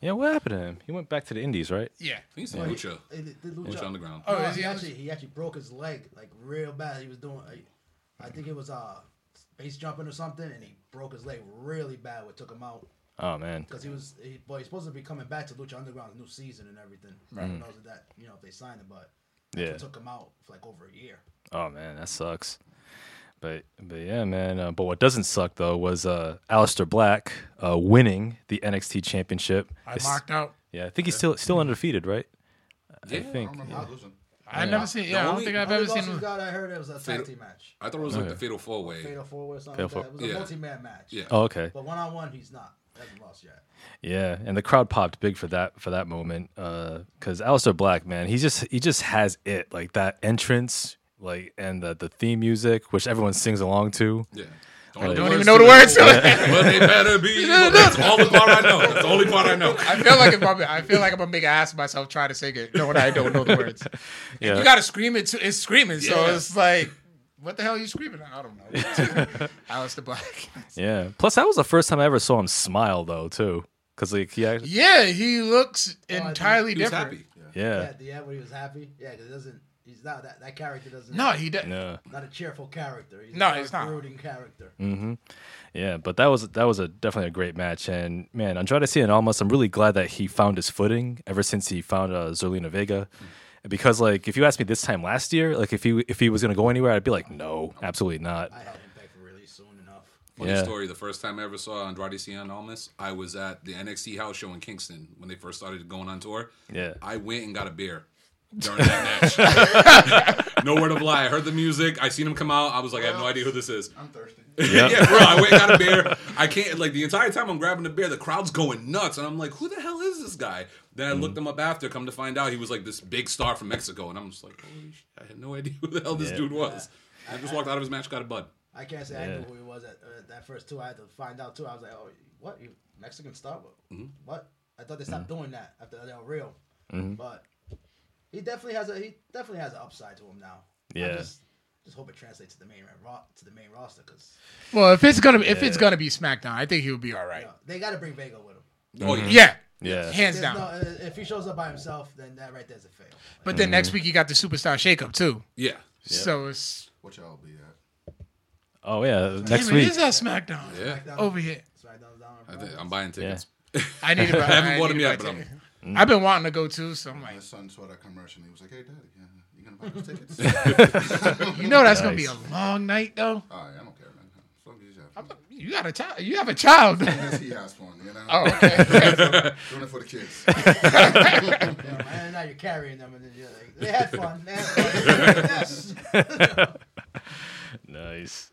S1: Yeah, what happened to him? He went back to the Indies, right?
S2: Yeah.
S4: I think it's Lucha.
S3: they did the
S4: Lucha
S3: Lucha.
S4: Underground.
S2: Oh,
S3: No,
S2: is
S3: he,
S2: he on-
S3: actually he actually broke his leg like real bad. He was doing, I, I think it was uh base jumping or something, and he broke his leg really bad. What took him out
S1: Oh man.
S3: because he was, he, well, he's supposed to be coming back to Lucha Underground's new season and everything. Right. Who knows if that you know if they signed him, but that's
S1: Yeah.
S3: what took him out for like over a year.
S1: Oh man, that sucks. But but yeah, man. Uh, but what doesn't suck though was uh, Alistair Black uh, winning the NXT Championship.
S2: I
S1: It's-
S2: marked out.
S1: yeah, I think he's still still undefeted, right?
S4: Yeah,
S1: I
S4: I
S1: think.
S6: I don't remember losing.
S2: I've never seen. Yeah, I don't
S4: only-
S2: think I've
S3: Only
S2: ever
S3: loss
S2: seen.
S3: he's
S2: one.
S3: got, I heard it was a tag
S4: Fatal-
S3: team match,
S4: I thought it was like
S2: Oh,
S1: Okay.
S4: the Fatal Four Way.
S3: fatal four or something.
S1: Fatal
S3: like that. It was a
S4: Yeah.
S3: multi-man match.
S4: Yeah.
S1: Oh, okay.
S3: But one on one, he's not. Hasn't lost yet.
S1: Yeah, and the crowd popped big for that for that moment. Because Alistair Black, man, he just he just has it like that entrance, like and the the theme music, which everyone sings along to.
S4: Yeah.
S2: Don't even know the words to it.
S4: Well, they better be. That's all the part I know. That's the only part I know.
S2: I feel like if I'm, I feel like I'm a big ass of myself trying to sing it, knowing I don't know the words.
S1: Yeah,
S2: You gotta scream it. To, it's screaming, so
S4: Yeah.
S2: it's like, what the hell are you screaming? at? I don't know. Alice the Black.
S1: yeah. Plus, that was the first time I ever saw him smile though, too. Because like he, act-
S2: Yeah, he looks
S3: think
S2: entirely
S4: He was
S2: different.
S4: happy.
S1: yeah,
S3: Yeah, at the end when he was happy. Yeah, because it doesn't. He's not that. That character doesn't.
S2: No, he doesn't.
S1: yeah,
S3: Not a cheerful character. He's
S2: No,
S3: a
S2: he's not.
S3: brooding character.
S1: yeah. But that was that was a definitely a great match, and man, Andrade Cien Almas, I'm really glad that he found his footing ever since he found uh, Zerlina Vega. Because like if you asked me this time last year, like if he if he was gonna go anywhere, I'd be like, no, absolutely not.
S3: I had him back for release soon enough.
S4: Funny
S1: Yeah.
S4: story. The first time I ever saw Andrade Cien Almas, I was at the NXT house show in Kingston when they first started going on tour.
S1: Yeah.
S4: I went and got a beer during that match. no word of lie. I heard the music. I seen him come out. I was like, I have no idea who this is.
S6: I'm thirsty.
S4: yeah, bro. I went and got a beer. I can't like the entire time I'm grabbing the beer, the crowd's going nuts, and I'm like, who the hell is this guy? Then I
S1: Mm.
S4: looked him up after. Come to find out, he was like this big star from Mexico, and I'm just like, holy shit, I had no idea who the hell this dude was. I just walked out of his match, got a bud.
S3: I can't say I knew who he was at uh, that first two. I had to find out too. I was like, oh, what? You Mexican star? What? what? I thought they stopped doing that after El Rio. But he definitely has a he definitely has an upside to him now. I
S1: Yeah.
S3: Just, just hope it translates to the main ro- to the main roster because
S2: Well, if it's gonna if it's gonna be SmackDown, I think he'll be all right.
S3: they got to bring Vega with
S1: Mm-hmm.
S3: him.
S4: Oh yeah.
S2: Yeah,
S1: Yeah.
S2: hands
S3: There's
S2: down.
S3: no- uh, if he shows up by himself, then that right there's a fail.
S2: But then next week you got the superstar shakeup too.
S4: Mm-hmm. yeah.
S2: So it's
S6: What y'all be at?
S1: Oh yeah, next
S2: Damn, it
S1: week.
S2: is that SmackDown
S4: Yeah.
S2: over here.
S3: SmackDown's down.
S4: I think I'm buying tickets.
S2: I need to. I
S4: haven't bought 'em
S2: need to
S4: yet,
S2: buy
S4: but I'm- Mm.
S2: tickets. I've been wanting to go too. So I'm
S6: My
S2: like,
S6: son saw that commercial and he was like, hey, daddy, uh, you going to buy those tickets?
S2: you know, that's gonna be
S1: Nice.
S2: a long night though.
S6: All right, I don't care, man. As long as you have fun.
S2: You got a child. You have a child.
S6: Yes, he has fun, you know?
S2: oh, okay.
S6: Doing it for the kids.
S3: Yeah, man, now you're carrying them, and then you're like, they had fun. They had fun. yes.
S1: Nice.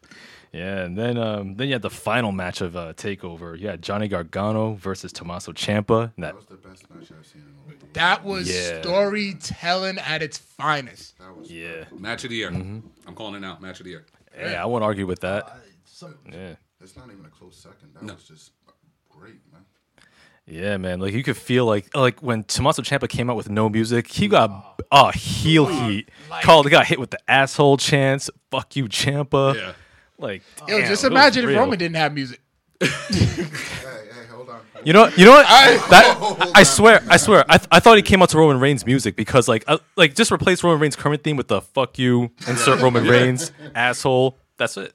S1: Yeah, and then um, then you had the final match of uh, Takeover. You had Johnny Gargano versus Tommaso Ciampa. And that
S6: That was the best match I've seen in a while.
S2: That was
S1: Yeah.
S2: storytelling at its finest.
S6: That was
S1: yeah,
S4: Match of the year. I'm calling it now. Match of the year.
S1: yeah, I won't argue with
S3: Uh,
S1: that.
S3: some,
S1: Yeah,
S6: It's not even a close second. That was just great, man.
S1: yeah, man. Like you could feel like like when Tommaso Ciampa came out with no music, he got oh heel heat.
S2: like-
S1: Called got hit with the asshole chance. Fuck you, Ciampa.
S4: Yeah.
S1: Like
S2: Yo,
S1: damn,
S2: just
S1: it was
S2: imagine if
S1: real.
S2: Roman didn't have music.
S6: Hey, hey, hold on.
S1: You know, you know what? that, I swear, I swear, I, th- I thought he came out to Roman Reigns music because like, I, like just replace Roman Reigns' current theme with the "fuck you," insert Roman Reigns asshole. That's it.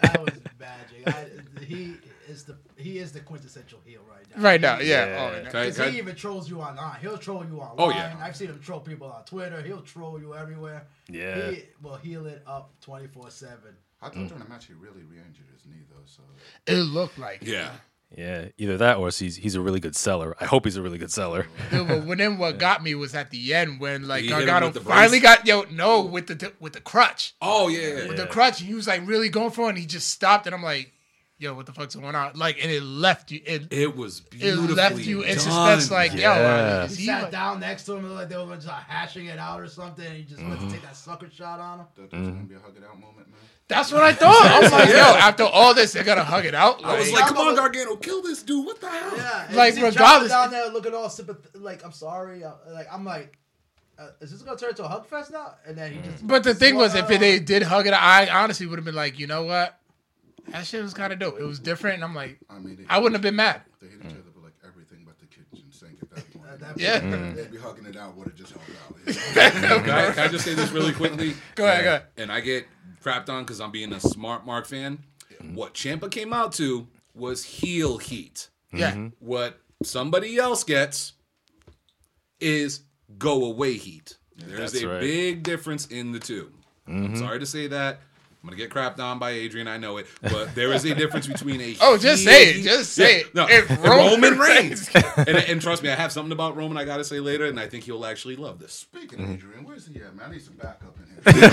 S3: that was magic. I, he is the he is the quintessential heel right now.
S2: Right now, yeah.
S1: Yeah.
S2: Oh, no.
S4: Can I-
S3: 'Cause
S4: can I-
S3: he even trolls you online. He'll troll you online.
S4: Oh, yeah.
S3: I've seen him troll people on Twitter. He'll troll you everywhere.
S1: Yeah.
S3: He will heal it up twenty four seven.
S1: Mm.
S6: I thought during the match he really re-injured his knee though, so
S2: It looked like it.
S4: yeah.
S1: Yeah, either that or he's he's a really good seller. I hope he's a really good seller.
S2: Dude, but when then what got me was at the end when like
S4: He hit him
S2: Gargano
S4: with the
S2: finally
S4: brace.
S2: got yo no with the with the crutch.
S4: Oh yeah, yeah.
S2: With the crutch, he was like really going for it and he just stopped and I'm like, yo, what the fuck's going on? Like and it left you it
S4: It was
S2: it
S4: beautifully
S2: left you in
S4: done.
S2: suspense like
S1: Yeah.
S2: yo is
S3: He
S2: he
S3: sat
S2: like-
S3: down next to him and looked like they were just like, hashing it out or something. And he just went
S4: Mm-hmm.
S3: to take that sucker shot on him.
S6: Thought that was
S1: Mm-hmm.
S6: gonna be a hug it out moment, man.
S2: that's what I thought. I'm like, yo, after all this they're gonna hug it out.
S4: I was
S2: Like,
S4: like, come on, Gargano, kill this dude. What the hell?
S3: Yeah, and
S2: Like,
S3: you see Johnson
S2: regardless-
S3: down there looking all sympath- like I'm sorry, uh, like I'm like, uh, is this gonna turn into a hug fest now? And then he just.
S2: But the thing was, if
S3: Well,
S2: they did hug it, I honestly would have been like, you know what? That shit was kind of dope. It was different, and I'm like,
S6: I mean, they,
S2: I wouldn't have been mad.
S6: They hit
S1: Mm.
S6: each other with like everything but the kitchen sink at that point.
S3: that-
S2: Yeah.
S6: They'd be hugging it out, would have just hung out.
S4: Can I, can I just say this really quickly?
S2: Go ahead, go ahead.
S4: And I get crapped on because I'm being a smart Mark fan. What Champa came out to was heel heat.
S2: Yeah.
S4: What somebody else gets is go away heat. There's
S1: That's
S4: a
S1: right.
S4: big difference in the 2 i I'm sorry to say that. I'm gonna get crapped on by Adrian. I know it, but there is a difference between a
S2: Oh, just
S4: heel
S2: say it.
S4: heat-
S2: Just say
S4: Yeah,
S2: it.
S4: No,
S2: If
S4: and
S2: Roman
S4: Roman Reigns. and, and trust me, I have something about Roman I gotta say later, and I think he'll actually love this.
S6: Speaking
S1: Mm-hmm.
S6: of Adrian, where's he at, man? I need some backup in here.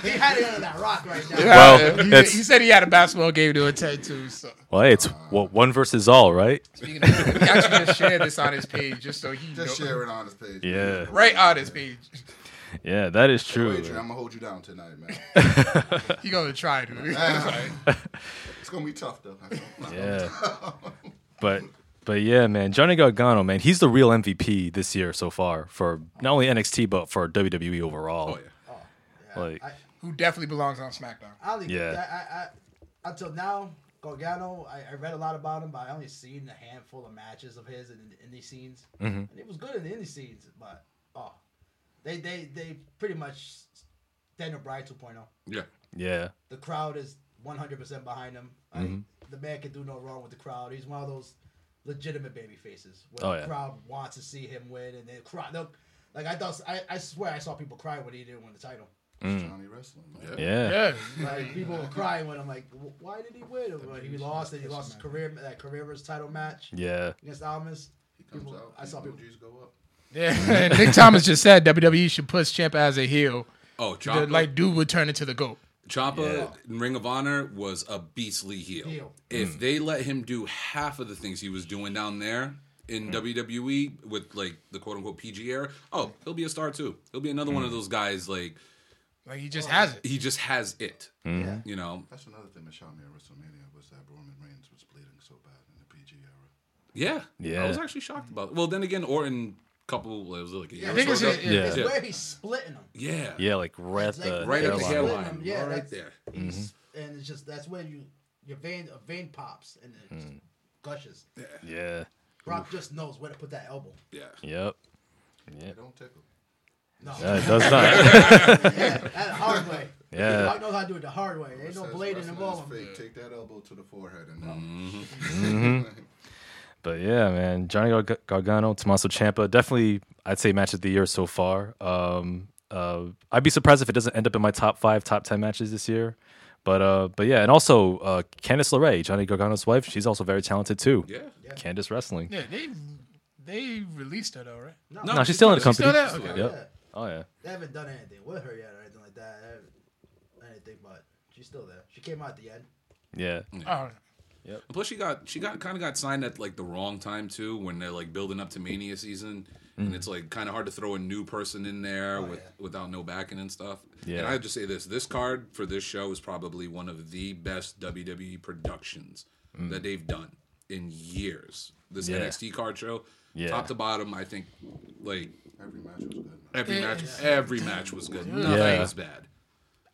S3: He had it under that rock right now.
S1: Well,
S2: Uh, he,
S1: it's-
S2: he said he had a basketball game to attend to. So
S1: Well, hey, it's what one versus all, right?
S2: speaking of, he actually just shared this on his page just so he
S6: Just
S2: know,
S6: share it on his page.
S1: Yeah.
S2: right on his page.
S1: Yeah, that is true.
S6: Adrian, I'm gonna hold you down tonight, man.
S2: He gonna try to.
S6: It's gonna be tough though.
S1: Yeah. but but yeah, man, Johnny Gargano, man, he's the real MVP this year so far for not only NXT but for WWE overall.
S4: Oh yeah.
S1: Like
S2: Who definitely belongs on SmackDown?
S3: I don't think
S1: Yeah.
S3: that- I, I, until now, Gargano, I, I read a lot about him, but I only seen a handful of matches of his in the indie scenes,
S1: Mm-hmm.
S3: and it was good in the indie scenes. But oh, they they they pretty much Daniel Bryan 2.0.
S4: Yeah.
S1: yeah.
S3: The crowd is 100 percent behind him. Like,
S1: Mm-hmm.
S3: the man can do no wrong with the crowd. He's one of those legitimate baby faces where
S1: Oh,
S3: the
S1: yeah.
S3: crowd wants to see him win, and they cry. they'll- Like I thought, I, I swear I saw people cry when he didn't win the title.
S6: Johnny wrestling. Man.
S1: Mm. Yeah.
S2: Yeah,
S3: Like people were crying when I'm like, "Wh- why did he win? I'm like, he lost and he lost his career that career's title match
S1: Yeah.
S3: against Almas.
S6: He comes
S3: People-
S6: out.
S3: I saw people.
S6: emojis go up.
S2: yeah. Nick Thomas just said WWE should push Champa as a heel.
S4: Oh,
S2: The,
S4: Ciampa,
S2: like, dude would turn into the goat.
S4: Ciampa
S1: Yeah.
S4: in Ring of Honor was a beastly heel.
S3: Heel.
S1: Mm.
S4: If they let him do half of the things he was doing down there in WWE with like the quote unquote PG era, oh, he'll be a star too. He'll be another
S1: Mm.
S4: one of those guys. Like
S2: Like he
S1: Oh,
S2: just has it.
S4: he just has it.
S1: Mm-hmm.
S3: Yeah.
S4: You know,
S6: That's another thing that shot me at WrestleMania was that Roman Reigns was bleeding so bad in the PG era.
S4: yeah,
S1: Yeah.
S4: I was actually shocked about. Well, then again, Orton couple it was like a year
S2: I
S4: or
S2: think
S4: so
S2: it's
S4: ago.
S2: it-
S1: Yeah.
S3: It's where he's splitting them.
S4: yeah,
S1: Yeah, like right at
S3: It's like
S1: the Mm-hmm.
S4: right at the
S1: hairline.
S4: hairline,
S3: Splitting 'em, yeah,
S4: right
S3: that's-
S4: there.
S3: He's and it's just that's where you your vein a vein pops and it
S1: Mm.
S3: just gushes.
S1: Yeah.
S3: Brock just knows where to put that elbow.
S4: Yeah.
S1: Yep.
S6: They don't tickle.
S3: No,
S1: That does not.
S3: yeah, that hard way.
S1: Yeah.
S3: Brock knows how to do it the hard way. Ain't no
S6: Says
S3: blade in the
S6: wrestling is
S3: ball.
S6: fake. Take that elbow to the forehead and
S1: but yeah, man, Johnny Gar- Gargano, Tommaso Ciampa, definitely I'd say match of the year so far. Um, uh, I'd be surprised if it doesn't end up in my top five, top ten matches this year. But uh, but yeah, and also uh, Candice LeRae, Johnny Gargano's wife, she's also very talented too.
S4: Yeah.
S1: Candice Wrestling.
S2: Yeah, they they released her though, right?
S1: No, she's still in the
S4: fine.
S1: company.
S2: She's still there? Okay.
S1: Yep.
S3: Yeah.
S1: Oh yeah.
S3: They haven't done anything with her yet or anything like that. I haven't- Anything, but she's still there. She came out at the end.
S1: Yeah.
S2: Oh,
S4: And Plus, she got she got kind of got signed at like the wrong time too, when they're like building up to Mania season, and it's like kind of hard to throw a new person in there with
S3: yeah.
S4: without no backing and stuff. And
S1: Yeah.
S4: I have to say this: this card for this show is probably one of the best WWE productions that they've done in years. This
S1: Mm. Yeah.
S4: NXT card show,
S1: Yeah.
S4: top to bottom, I think like
S6: every match was good. Man.
S4: every
S2: Yeah.
S4: match, every match was good. Nothing
S1: Yeah.
S4: was bad.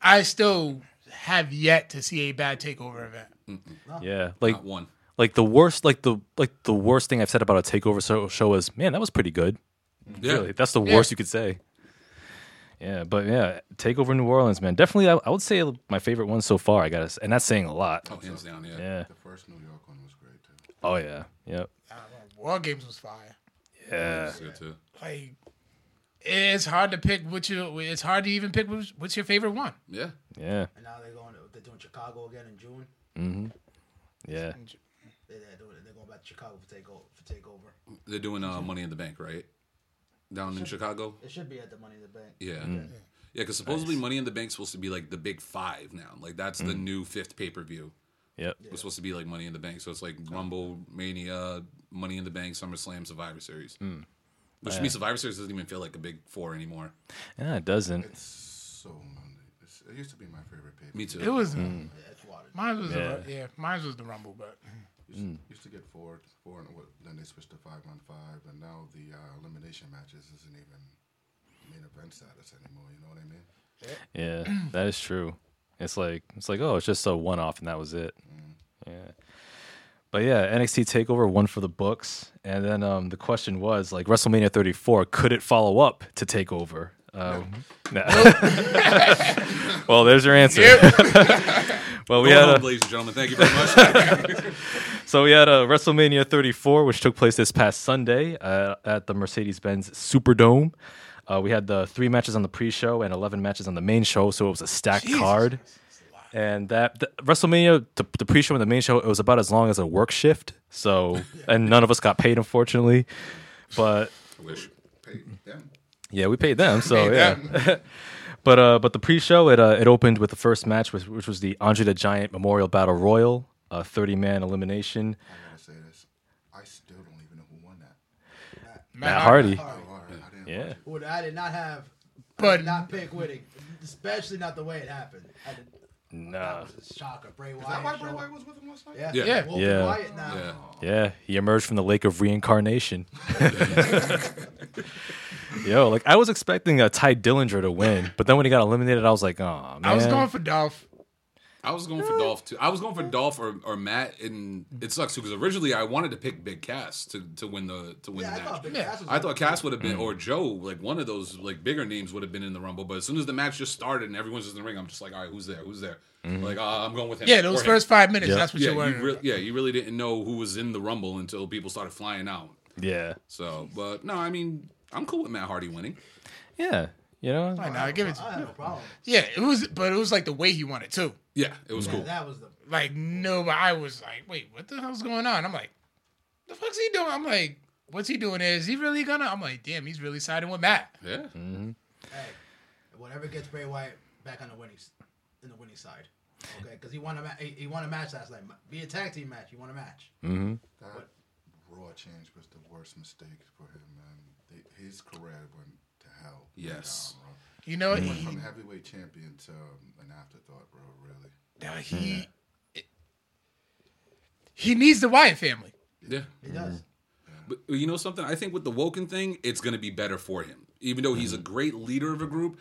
S2: I still have yet to see a bad takeover event.
S1: Yeah. Like
S4: Not one.
S1: like the worst like the like the worst thing I've said about a takeover so- show is man that was pretty good.
S4: Yeah.
S1: Really, that's the worst you could say. Yeah, but yeah, takeover New Orleans, man. Definitely, I, I would say my favorite one so far. I got to, and that's saying a lot.
S4: Oh, hands down. Yeah.
S1: Yeah.
S6: The first New York one was great too.
S1: Oh yeah. Yep.
S2: Uh, War Games was fire.
S1: Yeah.
S4: It's good, too.
S2: Like it's hard to pick what you. It's hard to even pick what's, what's your favorite one.
S4: Yeah.
S1: Yeah.
S3: And now they're going. To, they're doing Chicago again in June.
S1: Yeah.
S5: They, they're doing it. They're going back to Chicago for takeover. For takeover.
S4: They're doing uh, Money in the Bank, right? Down in Chicago.
S5: It should be at the Money in the Bank.
S4: Yeah.
S5: Mm-hmm.
S4: Yeah, because supposedly Money in the Bank's supposed to be like the big five now. Like that's the new fifth pay per view.
S1: Yep.
S4: It's supposed to be like Money in the Bank. So it's like Rumble, Mania, Money in the Bank, SummerSlam, Survivor Series. Which to me, Survivor Series doesn't even feel like a big four anymore.
S1: Yeah, it doesn't.
S6: It's so Monday. It's, it used to be my favorite paper.
S4: Me too.
S2: It was
S1: Mm.
S5: Yeah, it's watered.
S2: mine was yeah.
S1: Yeah.
S2: yeah mine was the rumble, but
S6: Used, used to get four, four, and what, then they switched to five on five, and now the uh, elimination matches isn't even main event status anymore. You know what I mean?
S1: Yeah, that is true. It's like it's like oh, it's just a one off, and that was it. Yeah. But yeah, NXT Takeover one for the books, and then um, the question was like WrestleMania 34 could it follow up to Takeover? Um, no. well, there's your answer. well, we
S4: Go
S1: had
S4: home,
S1: a,
S4: ladies and gentlemen. Thank you very much.
S1: so we had a WrestleMania 34, which took place this past Sunday uh, at the Mercedes-Benz Superdome. Uh, we had the three matches on the pre-show and 11 matches on the main show, so it was a stacked card. And that the, WrestleMania, the, the pre-show and the main show, it was about as long as a work shift. So, and none of us got paid, unfortunately. But
S4: I wish.
S6: Pay them.
S1: yeah, we paid them. So yeah. but uh, but the pre-show it uh, it opened with the first match, which, which was the Andre the Giant Memorial Battle Royal, a 30-man elimination.
S6: I gotta say this. I still don't even know who won that.
S1: Matt Hardy.
S6: Oh, all right, I didn't
S1: Yeah.
S5: Would I did not have. I
S2: But-
S5: did not pick winning, especially not the way it happened. I did,
S1: Nah.
S5: that was a shocker. Bray Wyatt.
S6: Is that why Bray
S5: showed-
S6: Wyatt was with him last night?
S5: Yeah.
S4: Yeah.
S2: Yeah.
S5: Well,
S1: Yeah.
S5: Wyatt now.
S4: Yeah.
S1: Yeah, he emerged from the lake of reincarnation. Yo, like I was expecting a Ty Dillinger to win, but then when he got eliminated, I was like, oh man.
S2: I was going for Dolph.
S4: I was going for Dolph too. I was going for Dolph or, or Matt, and it sucks too because originally I wanted to pick Big Cass to, to win the to win
S5: Yeah, I
S4: the match.
S5: thought Big Cass was
S4: I thought Cass would have been or Joe, like one of those like bigger names would have been in the Rumble. But as soon as the match just started and everyone's just in the ring, I'm just like, all right, who's there? Who's there? Like uh, I'm going with him.
S2: Yeah, those
S4: Or him.
S2: first five minutes,
S1: Yeah.
S2: that's what
S4: Yeah,
S2: you're worried
S4: you really, yeah, you really didn't know who was in the Rumble until people started flying out.
S1: Yeah,
S4: So, but no, I mean, I'm cool with Matt Hardy winning.
S1: yeah, you know.
S2: about. Nah, give it to-
S5: I have no problem.
S2: yeah, it was, but it was like the way he won it too.
S4: Yeah, it was cool.
S5: That was the.
S2: Like no, but I was like, wait, what the hell's going on? I'm like, the fuck's he doing? I'm like, what's he doing? Is he really gonna? I'm like, damn, he's really siding with Matt.
S4: yeah,
S5: Hey, whatever gets Bray Wyatt back on the winning, s- in the winning side. Okay, because he won a ma- he, he won a match last night. Be a tag team match. He won a match.
S6: That Raw change was the worst mistake for him, man. They- His career went to hell.
S4: Yes.
S6: Down, bro.
S2: You know,
S6: Went
S2: he,
S6: from heavyweight champion to um, an afterthought, bro. Really.
S2: now he he needs the Wyatt family.
S4: yeah.
S5: He does.
S4: But you know something? I think with the Woken thing, it's going to be better for him. Even though he's a great leader of a group,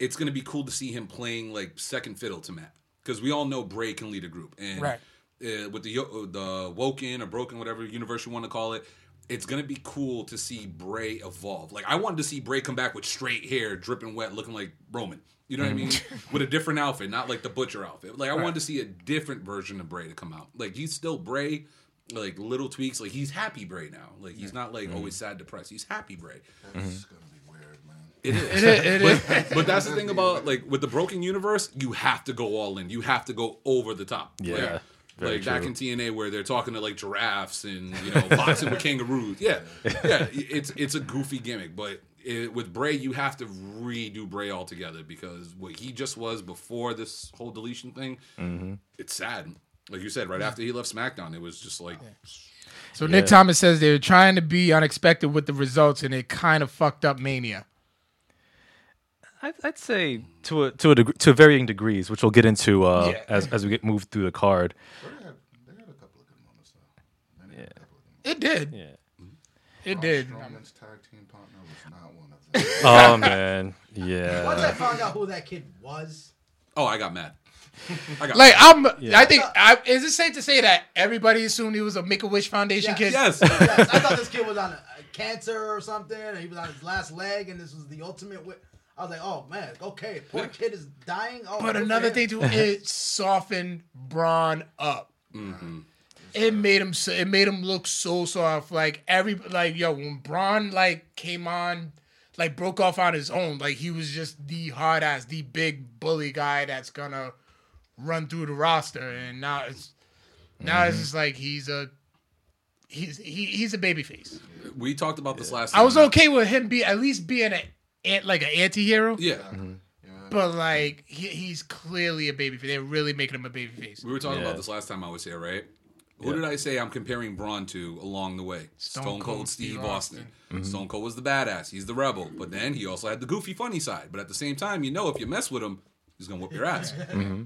S4: it's going to be cool to see him playing like second fiddle to Matt because we all know Bray can lead a group, and
S2: Right.
S4: uh, with the yo- the Woken or Broken, whatever universe you want to call it. It's gonna be cool to see Bray evolve. Like I wanted to see Bray come back with straight hair, dripping wet, looking like Roman. You know what I mean? with a different outfit, not like the butcher outfit. Like I wanted to see a different version of Bray to come out. Like he's still Bray, like little tweaks. Like he's happy Bray now. Like he's not like always sad, depressed. He's happy Bray.
S6: That's
S1: Mm-hmm.
S6: gonna be weird, man.
S4: It is. but, but that's the thing about like with the broken universe, you have to go all in. You have to go over the top. Like-
S1: Yeah, very
S4: Like, back
S1: true.
S4: in TNA where they're talking to like giraffes and you know boxing with kangaroos. Yeah, yeah. It's it's a goofy gimmick, but it, with Bray you have to redo Bray altogether because what he just was before this whole deletion thing,
S1: Mm-hmm.
S4: it's sad. Like you said, right after he left SmackDown, it was just like
S2: So Nick Thomas says they were trying to be unexpected with the results, and it kind of fucked up Mania.
S1: I'd, I'd say to a to a deg- to varying degrees, which we'll get into uh,
S2: Yeah.
S1: as as we get moved through the card.
S6: They had, they had a couple of good moments though. They had a couple of good moments.
S2: It did.
S1: Yeah.
S2: It did.
S6: Strowman's tag team partner was not one of them.
S1: Oh man. Yeah.
S5: Once I found out who that kid was,
S4: oh, I got mad. I got
S2: Like I'm, I think I, is it safe to say that everybody assumed he was a Make a Wish Foundation
S5: Yes.
S2: kid?
S4: yes.
S5: yes, I thought this kid was on a, a cancer or something, and he was on his last leg, and this was the ultimate. Wi- I was like, oh man, okay, poor kid is dying. Oh,
S2: But
S5: good for
S2: another
S5: him.
S2: thing too, it softened Braun up. It made him. So, it made him look so soft. Like every like yo, when Braun like came on, like broke off on his own. Like he was just the hard ass, the big bully guy that's gonna run through the roster. And now it's Now it's just like he's a he's he, he's a baby face.
S4: We talked about this last.
S2: I was
S4: time.
S2: okay with him be at least being a an- like an anti-hero,
S4: Yeah,
S2: but like he, he's clearly a baby face. They're really making him a baby face.
S4: we were talking
S1: Yeah.
S4: about this last time I was here, right? Who did I say I'm comparing Braun to along the way? Stone, Cold, Steve Austin.
S1: Mm-hmm.
S4: Stone Cold was the badass. He's the rebel, but then he also had the goofy, funny side. But at the same time, you know, if you mess with him, he's gonna whoop your ass.
S1: Mm-hmm.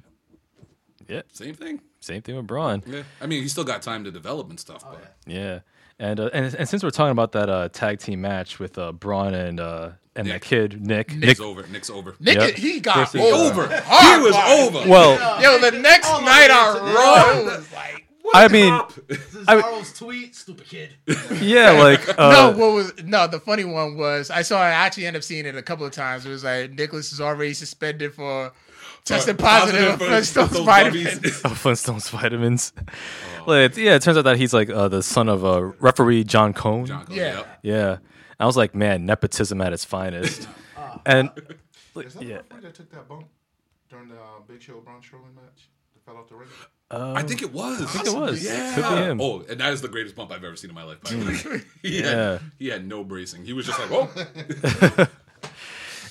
S1: Yeah,
S4: Same thing.
S1: same thing with Braun.
S4: Yeah. I mean, he's still got time to develop and stuff, but
S1: Yeah, and uh, and and since we're talking about that uh, tag team match with uh, Braun and uh, and that
S4: Nick.
S1: kid Nick,
S4: Nick's over. Nick's over.
S2: Nick,
S1: Yep.
S2: he got
S1: Versus, uh,
S2: over.
S4: over. He was over.
S1: Well,
S2: Yo, the next night on Raw it was like,
S1: I mean,
S5: Cesaro's tweet, stupid kid.
S1: yeah, like
S2: no,
S1: uh,
S2: what was no? The funny one was I saw. I actually ended up seeing it a couple of times. It was like Nicholas is already suspended for testing positive, for Stone's vitamin.
S1: oh, Flintstones vitamins.
S4: Oh.
S1: like, yeah, it turns out that he's like uh, the son of uh, referee John Cone.
S2: Yeah.
S4: yeah.
S1: Yeah, I was like, man, nepotism at its finest. and
S6: Is that
S1: yeah.
S6: the referee that took that bump during the uh, Big Show Braun Strowman match? That fell off the ring.
S4: I think it was. I
S1: think it was.
S4: Yeah.
S1: Could be him.
S4: Oh, and that is the greatest bump I've ever seen in my life. By the
S2: Mm.
S4: way. he, had,
S1: Yeah.
S4: he had no bracing. He was just like, oh, "Whoa!"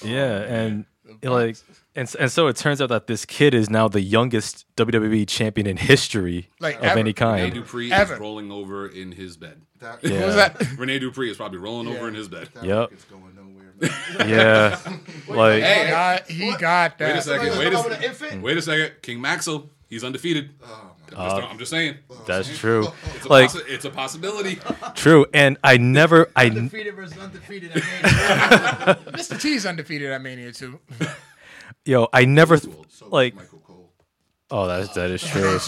S1: Yeah, and it, like, and s- and so it turns out that this kid is now the youngest WWE champion in history
S2: Like,
S1: of
S2: ever.
S1: any
S4: Rene
S1: kind.
S4: Dupree
S2: Ever.
S4: is rolling over in his bed.
S6: That,
S1: Yeah.
S2: What was that?
S4: Rene Dupree is probably rolling over in his bed.
S6: that
S1: Yep.
S6: it's going nowhere. man.
S1: Yeah, like
S2: He got, he got
S4: Wait a
S2: that.
S4: second.
S5: Somebody
S4: Wait
S5: was
S4: a,
S5: over the
S4: second.
S5: infant?
S4: wait a second. King Maxwell, he's undefeated.
S2: Oh,
S4: I'm, just, I'm just saying.
S1: that's true.
S4: It's a,
S1: Like Uh.
S4: possi- it's a possibility.
S1: true, and I never, I
S5: Undefeated versus undefeated. at Mania.
S2: Mr. T's undefeated at Mania too.
S1: yo, I never th-
S6: So
S1: like.
S6: Michael Cole.
S1: Oh, that is that is true.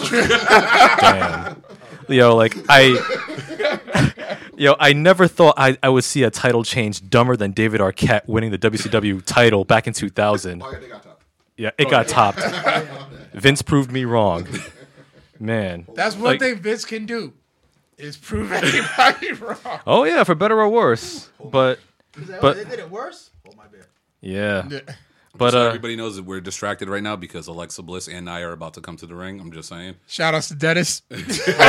S1: Damn, yo, like I, yo, I never thought I, I would see a title change dumber than David Arquette winning the WCW title back in 2000.
S6: Oh yeah, they got top.
S1: Yeah, it got topped. Vince proved me wrong. Man,
S2: That's one
S1: Like-
S2: thing Vince can do is prove anybody wrong.
S1: Oh yeah, for better or worse. But
S5: He's like, oh,
S1: But-
S5: they did it worse. Oh my beer.
S1: yeah, but uh,
S4: Everybody knows that we're distracted right now because Alexa Bliss and Nia are about to come to the ring. I'm just saying.
S2: Shout outs to Dennis.
S1: oh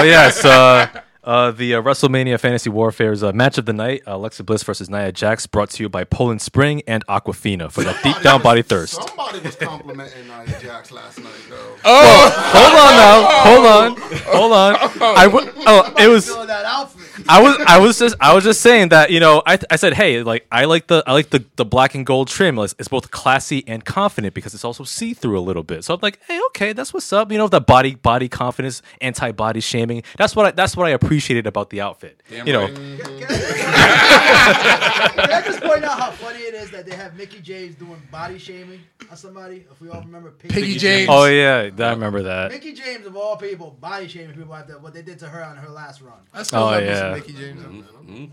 S1: yes, uh, uh, the uh, WrestleMania Fantasy Warfare's uh, match of the night: uh, Alexa Bliss versus Nia Jax, brought to you by Poland Spring and Aquafina for that deep down body thirst.
S6: Somebody was complimenting Nia Jax last night though.
S1: Oh. Hold on now, hold on, hold on. I w- oh, it was.
S5: Feeling that outfit.
S1: I was I was just I was just saying that you know I, th- I said hey like I like the I like the, the black and gold trim it's, it's both classy and confident because it's also see through a little bit so I'm like hey okay that's what's up you know the body body confidence anti body shaming that's what I, that's what I appreciated about the outfit
S4: Damn
S1: you know
S4: right.
S5: Can I can I just point out how funny it is that they have Mickey James doing body shaming on somebody? If we all remember Piggy,
S2: Piggy James.
S1: oh yeah th- I remember that
S5: Mickey James, of all people, body shaming people after what they did to her on her last run.
S2: I still love me some
S1: yeah.
S2: Mickey James.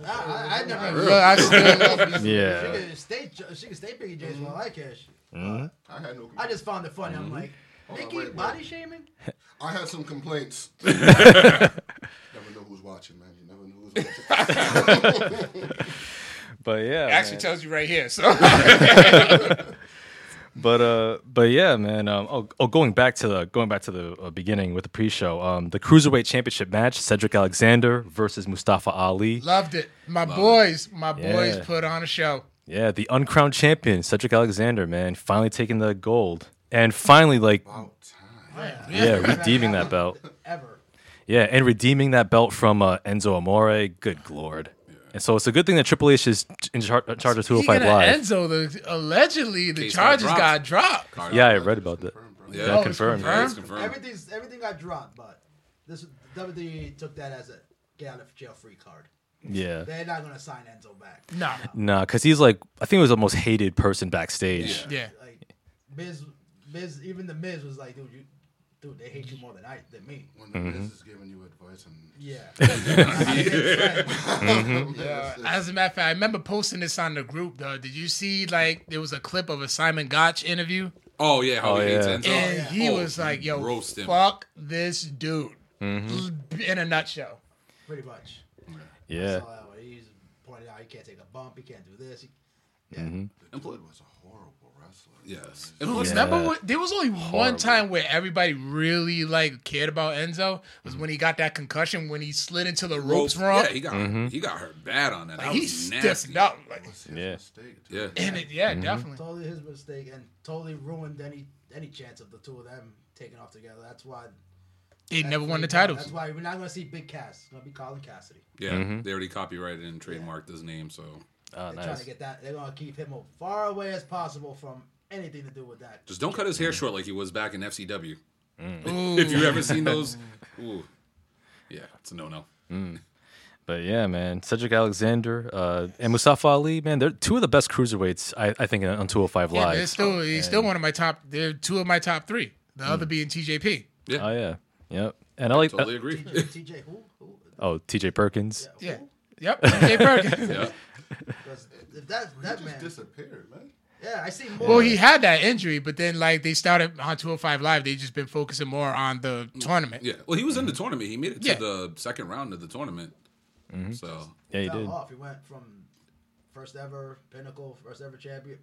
S5: I, I, I never.
S2: Look, I still love me some-
S5: She
S1: yeah
S5: could stay. She could stay Piggy James for all I care.
S6: I had no.
S5: I just found it funny.
S1: Mm-hmm.
S5: I'm like,
S6: on,
S5: Mickey
S6: wait, wait.
S5: body shaming?
S6: I had some complaints. never know who's watching, man. You never know who's watching.
S1: but yeah
S2: Actually
S1: man.
S2: tells you right here. So
S1: but uh but yeah man um oh, oh going back to the going back to the uh, beginning with the pre-show um the cruiserweight championship match Cedric Alexander versus Mustafa Ali
S2: loved it. My boys, my
S1: Yeah.
S2: boys put on a show.
S1: Yeah, the uncrowned champion, Cedric Alexander, man, finally taking the gold. And finally, like,
S6: About time.
S1: yeah, redeeming that belt.
S5: Ever.
S1: Yeah, and redeeming that belt from uh, Enzo Amore. Good lord. And so it's a good thing that Triple H is in char- uh, charge of
S2: Speaking
S1: 205
S2: of
S1: Live.
S2: Enzo, the, allegedly the
S4: Case got
S2: charges
S4: dropped.
S2: got dropped.
S1: yeah, I read about that.
S4: Yeah.
S1: Yeah,
S4: Oh, it's
S1: confirmed.
S2: confirmed?
S4: It's confirmed.
S5: Everything's everything got dropped, but this WWE took that as a get out of jail free card.
S1: Yeah.
S5: They're not gonna sign Enzo back.
S2: No.
S1: Nah, because he's like, I think he was the most hated person backstage.
S4: Yeah.
S2: Yeah.
S5: Like Miz, Miz, even the Miz was like, dude, you, dude, they hate you more than I than me.
S6: When the business is giving you advice and
S5: Yeah. yeah.
S2: As a matter of fact, I remember posting this on the group though. Did you see like there was a clip of a Simon Gotch interview?
S4: Oh yeah, how
S1: Oh,
S4: he hates
S1: yeah.
S4: Enzo.
S2: And he
S4: Oh,
S2: was like, yo,
S4: roast him. Mm-hmm.
S2: fuck this dude. In a nutshell.
S5: Pretty much.
S1: Yeah.
S5: So, uh, he's pointed out he can't take a bump. He can't do this. He,
S6: the dude was a horrible wrestler. wrestler.
S4: Yes.
S2: Remember, when- there was only one time where everybody really like cared about Enzo was when he got that concussion when he slid into the ropes wrong.
S4: Yeah, he got he got hurt bad on that. that
S2: he
S4: was
S2: stiffened
S4: nasty.
S2: up. Like,
S6: It was his
S1: Yeah.
S6: mistake. too.
S4: Yeah.
S2: and it,
S4: Mm-hmm.
S2: yeah, definitely.
S5: Totally his mistake and totally ruined any any chance of the two of them taking off together. That's why
S2: He never won the
S5: That's
S2: titles.
S5: why we're not gonna see Big Cass. It's gonna be Colin Cassidy.
S4: Yeah. They already copyrighted and trademarked his name, so
S1: Oh,
S5: They're trying to
S1: nice.
S5: get that. They're gonna keep him as far away as possible from anything to do with that.
S4: just don't cut his hair short like he was back in FCW.
S2: Ooh.
S4: If you ever seen those, ooh, yeah, it's a no no.
S1: But yeah, man, Cedric Alexander uh, and Mustafa Ali, man, they're two of the best cruiserweights I, I think on 205
S2: Yeah,
S1: Live.
S2: they're still, he's
S4: Oh,
S2: still one of my top. They're two of my top three. The
S4: Mm.
S2: other being TJP.
S1: Oh yeah, yep. And I like
S4: Totally agree.
S3: Uh,
S5: TJ, TJ who? who?
S1: oh T.J. Perkins.
S2: Yeah. Yep. TJ Perkins.
S4: yeah.
S5: 'Cause If that
S6: He
S5: that
S6: just
S5: man,
S6: disappeared, man.
S5: yeah, I see more.
S2: Well, he had that injury, but then like they started on 205 Live, they just been focusing more on the tournament.
S4: Yeah. Well, he was in the tournament. He made it to
S2: Yeah.
S4: the second round of the tournament. So
S1: Yeah, he
S5: fell
S1: did.
S5: off. He went from first ever pinnacle, first ever champion.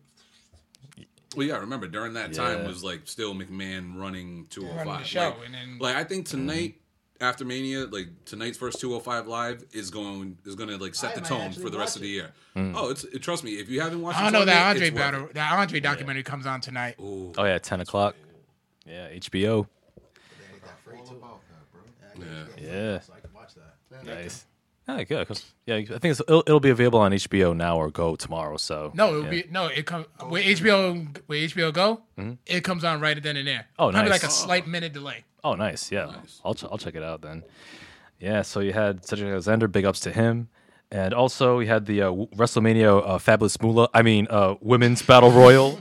S4: Well, yeah, I remember during that time
S1: Yeah.
S4: was like still McMahon running 205.
S2: Running the show,
S4: like,
S2: and then-
S4: like, I think
S2: Mm-hmm.
S4: tonight after Mania, like tonight's first 205 live is going is going to like set
S5: I
S4: the
S5: might
S4: tone
S5: actually
S4: for the rest
S5: watch
S4: of the
S5: it.
S4: year. Oh, it's it, trust me, if you haven't watched,
S2: Mm. I
S4: the
S2: don't know that
S4: tournament,
S2: Andre
S4: it's worth
S2: battle,
S4: it.
S2: that Andre documentary comes on tonight.
S1: Oh yeah, 10 o'clock. Yeah, HBO.
S5: They got free
S6: All
S5: too.
S6: about that, bro.
S5: I can-
S4: Yeah.
S1: Yeah.
S5: So I can watch that.
S1: Nice. Yeah, good. 'cause- Yeah, I think it's, it'll, it'll be available on HBO now or Go tomorrow. So
S2: No, it would
S1: yeah. Mm-hmm.
S2: be no. It comes with HBO. With HBO Go, it comes on right then and there.
S1: Oh,
S2: Probably
S1: nice.
S2: like a slight minute delay.
S1: Oh, nice. Yeah, I'll ch- I'll check it out then. Yeah. So you had Cedric Alexander. Big ups to him. And also we had the uh, w- WrestleMania uh, Fabulous Moolah. I mean, uh, Women's Battle Royal.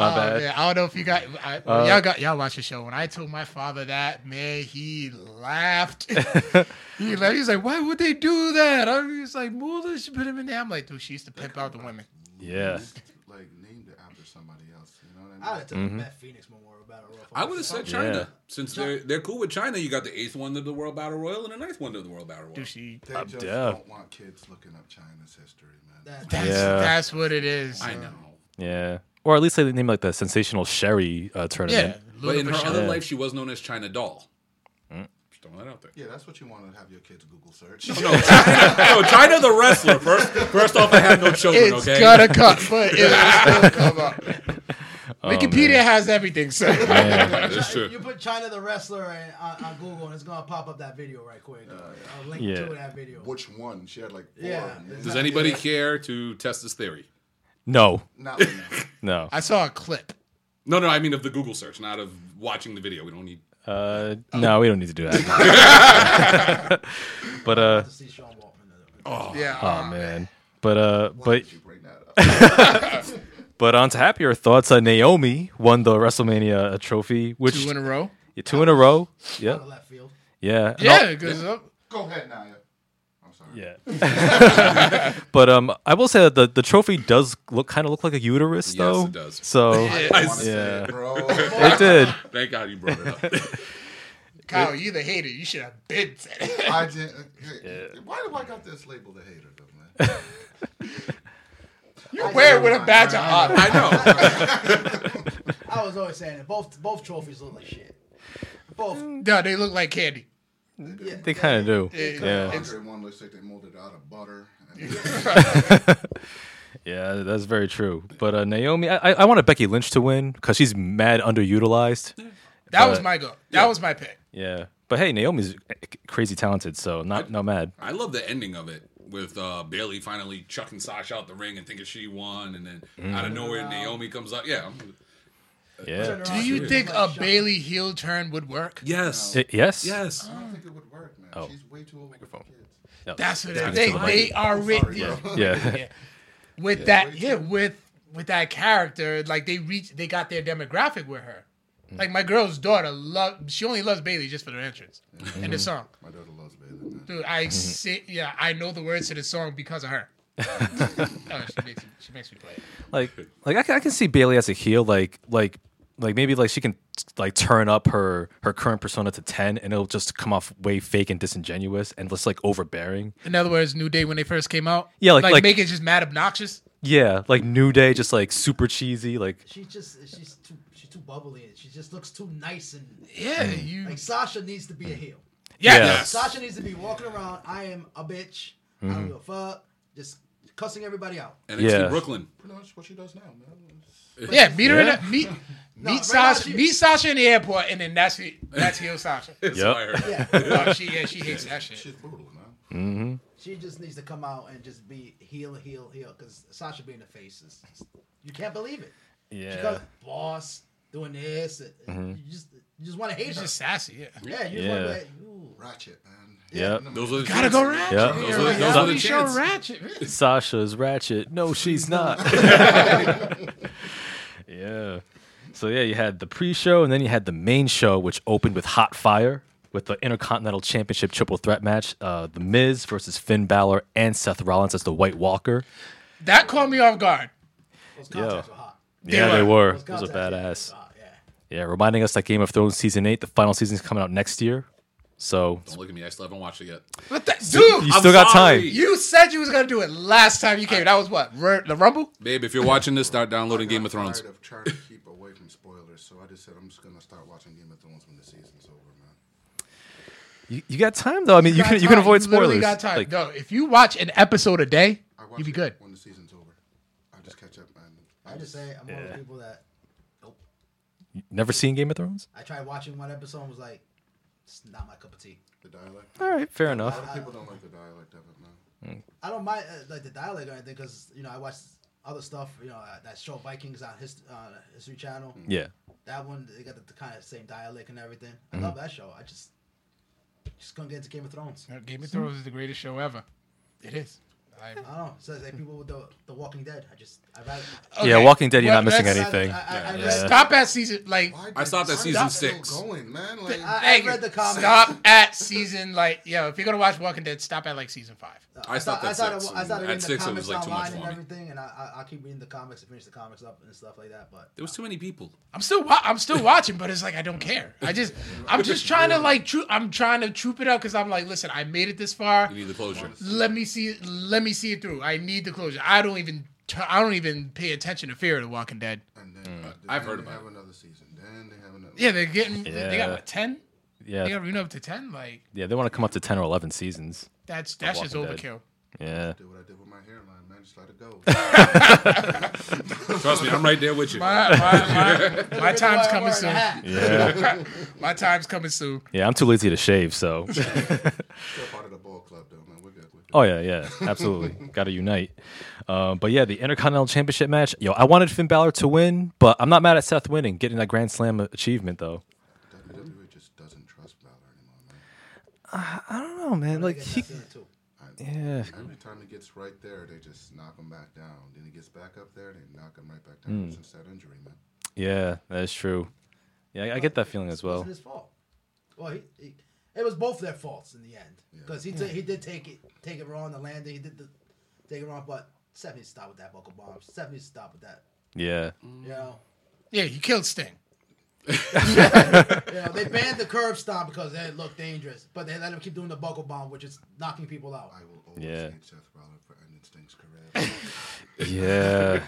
S1: My
S2: Oh,
S1: bad.
S2: man, I don't know if you got I,
S1: Uh,
S2: y'all got y'all watch the show. When I told my father that, man, he laughed. he laughed. He's like, "Why would they do that?" I was like, "Moolah should put him in there." I'm like, "Dude, she used to pimp out the women."
S1: Yeah.
S6: Like named it after somebody else. You know what
S5: I would
S6: I mean?
S5: have
S1: Mm-hmm.
S5: taken Matt Phoenix Memorial Battle Royal.
S4: I would have said China
S1: Yeah.
S4: since they're they're cool with China. You got the eighth one of the World Battle Royal and the ninth one of the World Battle Royal.
S2: Dude, she.
S6: They
S1: I'm
S6: just
S1: deaf.
S6: don't want kids looking up China's history, man.
S5: That,
S2: That's
S1: Yeah.
S2: that's what it is.
S4: I
S2: uh,
S4: know.
S1: Yeah. Or at least they named like the sensational Sherry uh,
S2: Yeah, Mm.
S1: tournament.
S4: But in her
S2: Lula
S4: other
S2: Michelle.
S4: life, she was known as China Doll. Just throwing that out there. Oh,
S6: Yeah, that's what you want to have your kids Google search.
S4: No, China, no, China the wrestler. First, first off, I have no children.
S2: It's
S4: okay,
S2: gonna come, but it will still come up.
S1: Oh,
S2: Wikipedia has everything, sir.
S4: that's true.
S5: You put China the wrestler and, on, on Google and it's gonna pop up that video right quick. A link
S1: Yeah.
S5: to that video.
S6: Which one? She had like four.
S5: Yeah.
S6: of them.
S4: Does anybody care to test this theory?
S1: No.
S6: Not right now.
S1: No.
S2: I saw a clip.
S4: No, no, I mean of the Google search, not of watching the video. We don't need.
S1: Uh, no, we don't need to do that. but uh,
S5: To see Sean Waltman.
S2: Yeah. um,
S1: oh man. But uh, but
S6: Did you bring that up?
S1: but on to happier thoughts. Uh, Naomi won the WrestleMania uh, trophy, which
S2: Two in a row.
S1: Yeah, two in a row.
S5: the
S1: Yep.
S5: left field.
S1: Yeah. And
S2: Yeah,
S1: al-
S2: because
S6: Go ahead, Naya. I'm sorry.
S1: yeah. but um, I will say that the, the trophy does look kind of look like a uterus, though.
S4: it does.
S1: So
S6: I wanna say
S1: Yeah.
S6: it, bro.
S1: it did.
S4: Thank God you brought it up.
S2: Kyle, you the hater. You should have been said it.
S6: I didn't. uh, Why do I got this label, the hater, though, man?
S2: You wear it with a badge of honor.
S4: Uh, I know.
S5: I was always saying it. Both both trophies look like shit. Both.
S1: Mm,
S2: No, they look like candy.
S1: They kind of do.
S6: The
S1: Yeah.
S6: Andre one looks like they molded out of butter.
S1: Yeah. That's very true. But uh, Naomi, I I I wanted Becky Lynch to win because she's mad underutilized.
S2: That was
S1: But-
S2: my go. That was my pick.
S1: Yeah. But hey, Naomi's c- crazy talented, so not not mad.
S4: I love the ending of it with uh, Bailey finally chucking Sasha out the ring and thinking she won, and then out of nowhere Naomi comes up. Yeah. I'm-
S1: Yeah.
S2: Do you think a Bailey heel turn would work?
S4: Yes.
S1: I- yes.
S4: Yes.
S6: I don't think it would work, man. She's way too old. Oh. Microphone. Kids.
S1: No.
S2: That's what
S1: Damn,
S2: it is.
S1: it's
S2: They,
S1: too
S2: they are written
S6: Sorry, bro.
S1: Yeah.
S2: with that. Yeah, with with that character, like they reach, they got their demographic with her.
S1: Mm.
S2: Like my girl's daughter, love she only loves Bailey just for the entrance and
S1: Mm.
S2: the song.
S6: My daughter loves Bailey, man.
S2: Dude,
S1: Mm-hmm.
S2: I sit, yeah, I know the words to the song because of her. oh, she makes me, she makes me play. it.
S1: like like I, can- I can see Bailey as a heel like like like maybe like she can like turn up her her current persona to 10 and it'll just come off way fake and disingenuous and just like overbearing
S2: In other words, New Day when they first came out.
S1: Yeah, like-
S2: like,
S1: like-
S2: make it just mad obnoxious.
S1: Yeah, like New Day, just like super cheesy. Like
S3: She just she's too she's too bubbly and she just looks too nice and
S2: Yeah,
S1: Mm.
S2: you.
S3: like Sasha needs to be a heel.
S2: Yes.
S3: Sasha needs to be walking around. I am a bitch. I don't give a fuck. Just cussing everybody out.
S4: NXT
S1: Yeah.
S4: Brooklyn.
S6: Pretty much what she does now, man.
S2: yeah. meet her in
S1: Yeah.
S2: the, meet meet
S3: right
S2: Sasha
S3: now she-
S2: meet Sasha in the airport, and then that's it. That's heel Sasha.
S4: That's
S1: Yep.
S4: what I heard.
S2: oh, she yeah, she hates that shit.
S6: She's brutal, man.
S3: She just needs to come out and just be heel, heel, heel. Because Sasha being the face is, you can't believe it. She
S1: yeah,
S3: got boss doing this. and- and You just you just want to hate
S2: She's
S3: her.
S2: just sassy. Yeah.
S3: yeah, you just want
S1: Yeah.
S3: to like, ooh.
S6: Ratchet, man.
S1: Yep.
S6: Yeah.
S4: Those are the
S2: Gotta
S4: chants.
S2: go ratchet.
S1: Yeah.
S2: Yeah,
S1: Those
S4: are-
S2: right.
S4: those
S2: Now
S4: are the
S2: we show
S4: chants.
S2: ratchet.
S1: Sasha's ratchet. No, she's not. yeah. So yeah, you had the pre-show, and then you had the main show, which opened with hot fire with the Intercontinental Championship triple threat match: uh, The Miz versus Finn Balor and Seth Rollins as the White Walker.
S2: That caught me off guard.
S3: Those contacts were hot.
S1: yeah, they were.
S2: were.
S3: Those
S1: It was a
S3: contacts, yeah,
S1: badass.
S3: they were hot, Yeah.
S1: Yeah, reminding us that Game of Thrones season eight, the final season is coming out next year. So
S4: Don't look at me. I still haven't watched it yet.
S2: What the, dude,
S1: you still got
S4: sorry.
S1: time.
S2: you said you was gonna do it last time you came. That was what Ru- the Rumble.
S4: Babe, if you're watching this, start downloading Game of
S6: I'm
S4: Thrones.
S6: tired of trying to keep away from spoilers, so I just said I'm just gonna start watching Game of Thrones when the season's over, man.
S1: You, you got time though. I mean, you,
S2: got
S1: can you can
S2: time.
S1: avoid
S2: You
S1: spoilers.
S2: literally got time.
S1: Like,
S2: no, if you watch an episode a day,
S6: I watch
S2: you be
S6: it
S2: good.
S6: when the season's over. I just catch up, man.
S3: I just say I'm one of the people that nope.
S1: never seen Game of Thrones?
S3: I tried watching one episode and was like, it's not my cup of tea.
S6: The dialect.
S1: All right, fair enough.
S6: A lot of people don't like the dialect of it, man.
S3: I don't mind uh, like the dialect or anything because you know I watch other stuff. You know uh, that show Vikings on his uh, History Channel.
S1: Yeah.
S3: That one they got the, kind of same dialect and everything. I love that show. I just just couldn't get into Game of Thrones. I
S2: Game of Thrones is the greatest show ever. It is. I-
S3: don't know. So it's like people with the The Walking Dead. I just I rather
S1: Yeah,
S2: Okay,
S1: Walking Dead, you're not
S2: well,
S1: missing
S2: let's-
S3: I-
S1: anything.
S3: I, I, I, read,
S2: Stop at season like
S6: Why
S4: I
S6: did-
S4: stopped at
S6: why
S4: season
S6: is it
S4: six.
S6: Still going, man. Like,
S3: I-
S2: Thank
S3: read
S2: you.
S3: the comments.
S2: Stop at season like yo. If you're gonna watch Walking Dead, stop at like season five.
S4: I stopped
S3: I
S4: at
S3: started,
S4: six.
S3: I started
S4: At
S3: reading
S4: six,
S3: the
S4: it was,
S3: comics
S4: like, too much
S3: online
S4: for
S3: and
S4: me.
S3: everything, and I, I, I keep reading the comics and finish the comics up and stuff like that. But
S4: There was too many people.
S2: I'm still wa- I'm still watching, but it's like I don't care. I just I'm just trying to like troop. I'm trying to troop it up because I'm like, listen, I made it this far.
S4: You need the closure.
S2: Let me see. Let me see it through. I need the closure. I don't even. T- I don't even pay attention to Fear of the Walking Dead.
S6: and then, uh,
S4: I've
S6: then
S4: heard
S6: they
S4: about
S6: have another season. Then they have another.
S2: Yeah, they're getting. They got
S1: Yeah.
S2: what ten? They
S1: Yeah.
S2: got renewed up to ten. Like
S1: Yeah, they want to come up to 10 or 11 seasons.
S2: that's that's just
S1: Walking Dead.
S2: overkill.
S1: Yeah.
S6: Do what I did with my hairline, man. Just let it go.
S4: Trust me, I'm right there with you.
S2: My my, my, my time's coming soon.
S1: Yeah.
S2: My time's coming soon.
S1: Yeah, I'm too lazy to shave, so.
S6: Still part of the ball club, though, man. We're good. We're good.
S1: Oh, yeah, yeah. Absolutely. Got to unite. Um, but yeah, the Intercontinental Championship match. Yo, I wanted Finn Balor to win, but I'm not mad at Seth winning, getting that Grand Slam achievement, though.
S6: WWE just doesn't trust Balor anymore, man.
S1: Oh, man. Like,
S3: he, too.
S1: yeah.
S6: Every time he gets right there, they just knock him back down. Then he gets back up there, they knock him right back down since that injury, man.
S1: Yeah, that is true. Yeah, I- I get that feeling as well.
S3: wasn't his fault. Well, he, he, it was both their faults in the end because he ta- he did take it take it wrong the landing. He did the take it wrong, but Seth needs to stop with that buckle bomb. Seth needs to stop with that.
S1: Yeah.
S3: You know,
S2: Yeah, you killed Sting.
S3: you know they banned the curb stomp because it looked dangerous, but they let him keep doing the buckle bomb, which is knocking people out.
S6: I will always
S1: Yeah.
S6: hate Seth Rollins for ending Sting's career.
S1: Yeah.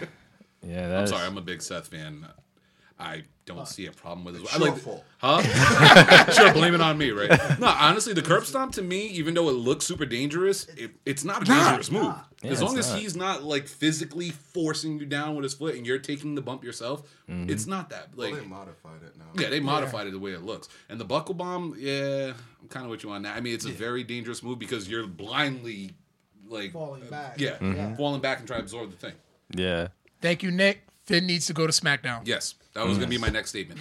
S1: Yeah,
S4: I'm
S1: that's.
S4: sorry, I'm a big Seth fan. I don't see a problem with it.
S6: it's
S4: I like
S6: your fault.
S4: Huh? sure, blame it on me, right? No, honestly, the curb stomp to me, even though it looks super dangerous, it, it's not a dangerous move.
S1: Yeah,
S4: as long
S1: it's
S4: as
S1: not.
S4: he's not like physically forcing you down with his foot and you're taking the bump yourself,
S1: Mm-hmm.
S4: it's not that like.
S6: Well, they modified it now.
S4: yeah, they modified it the way it looks. And the buckle bomb, yeah, I'm kind of with you on that. I mean, it's a very dangerous move because you're blindly, like,
S3: Falling back.
S4: yeah,
S1: Mm-hmm.
S3: Yeah.
S4: falling back and trying to absorb the thing.
S1: Yeah.
S2: Thank you, Nick. Finn needs to go to SmackDown.
S4: Yes, that was gonna be my next statement.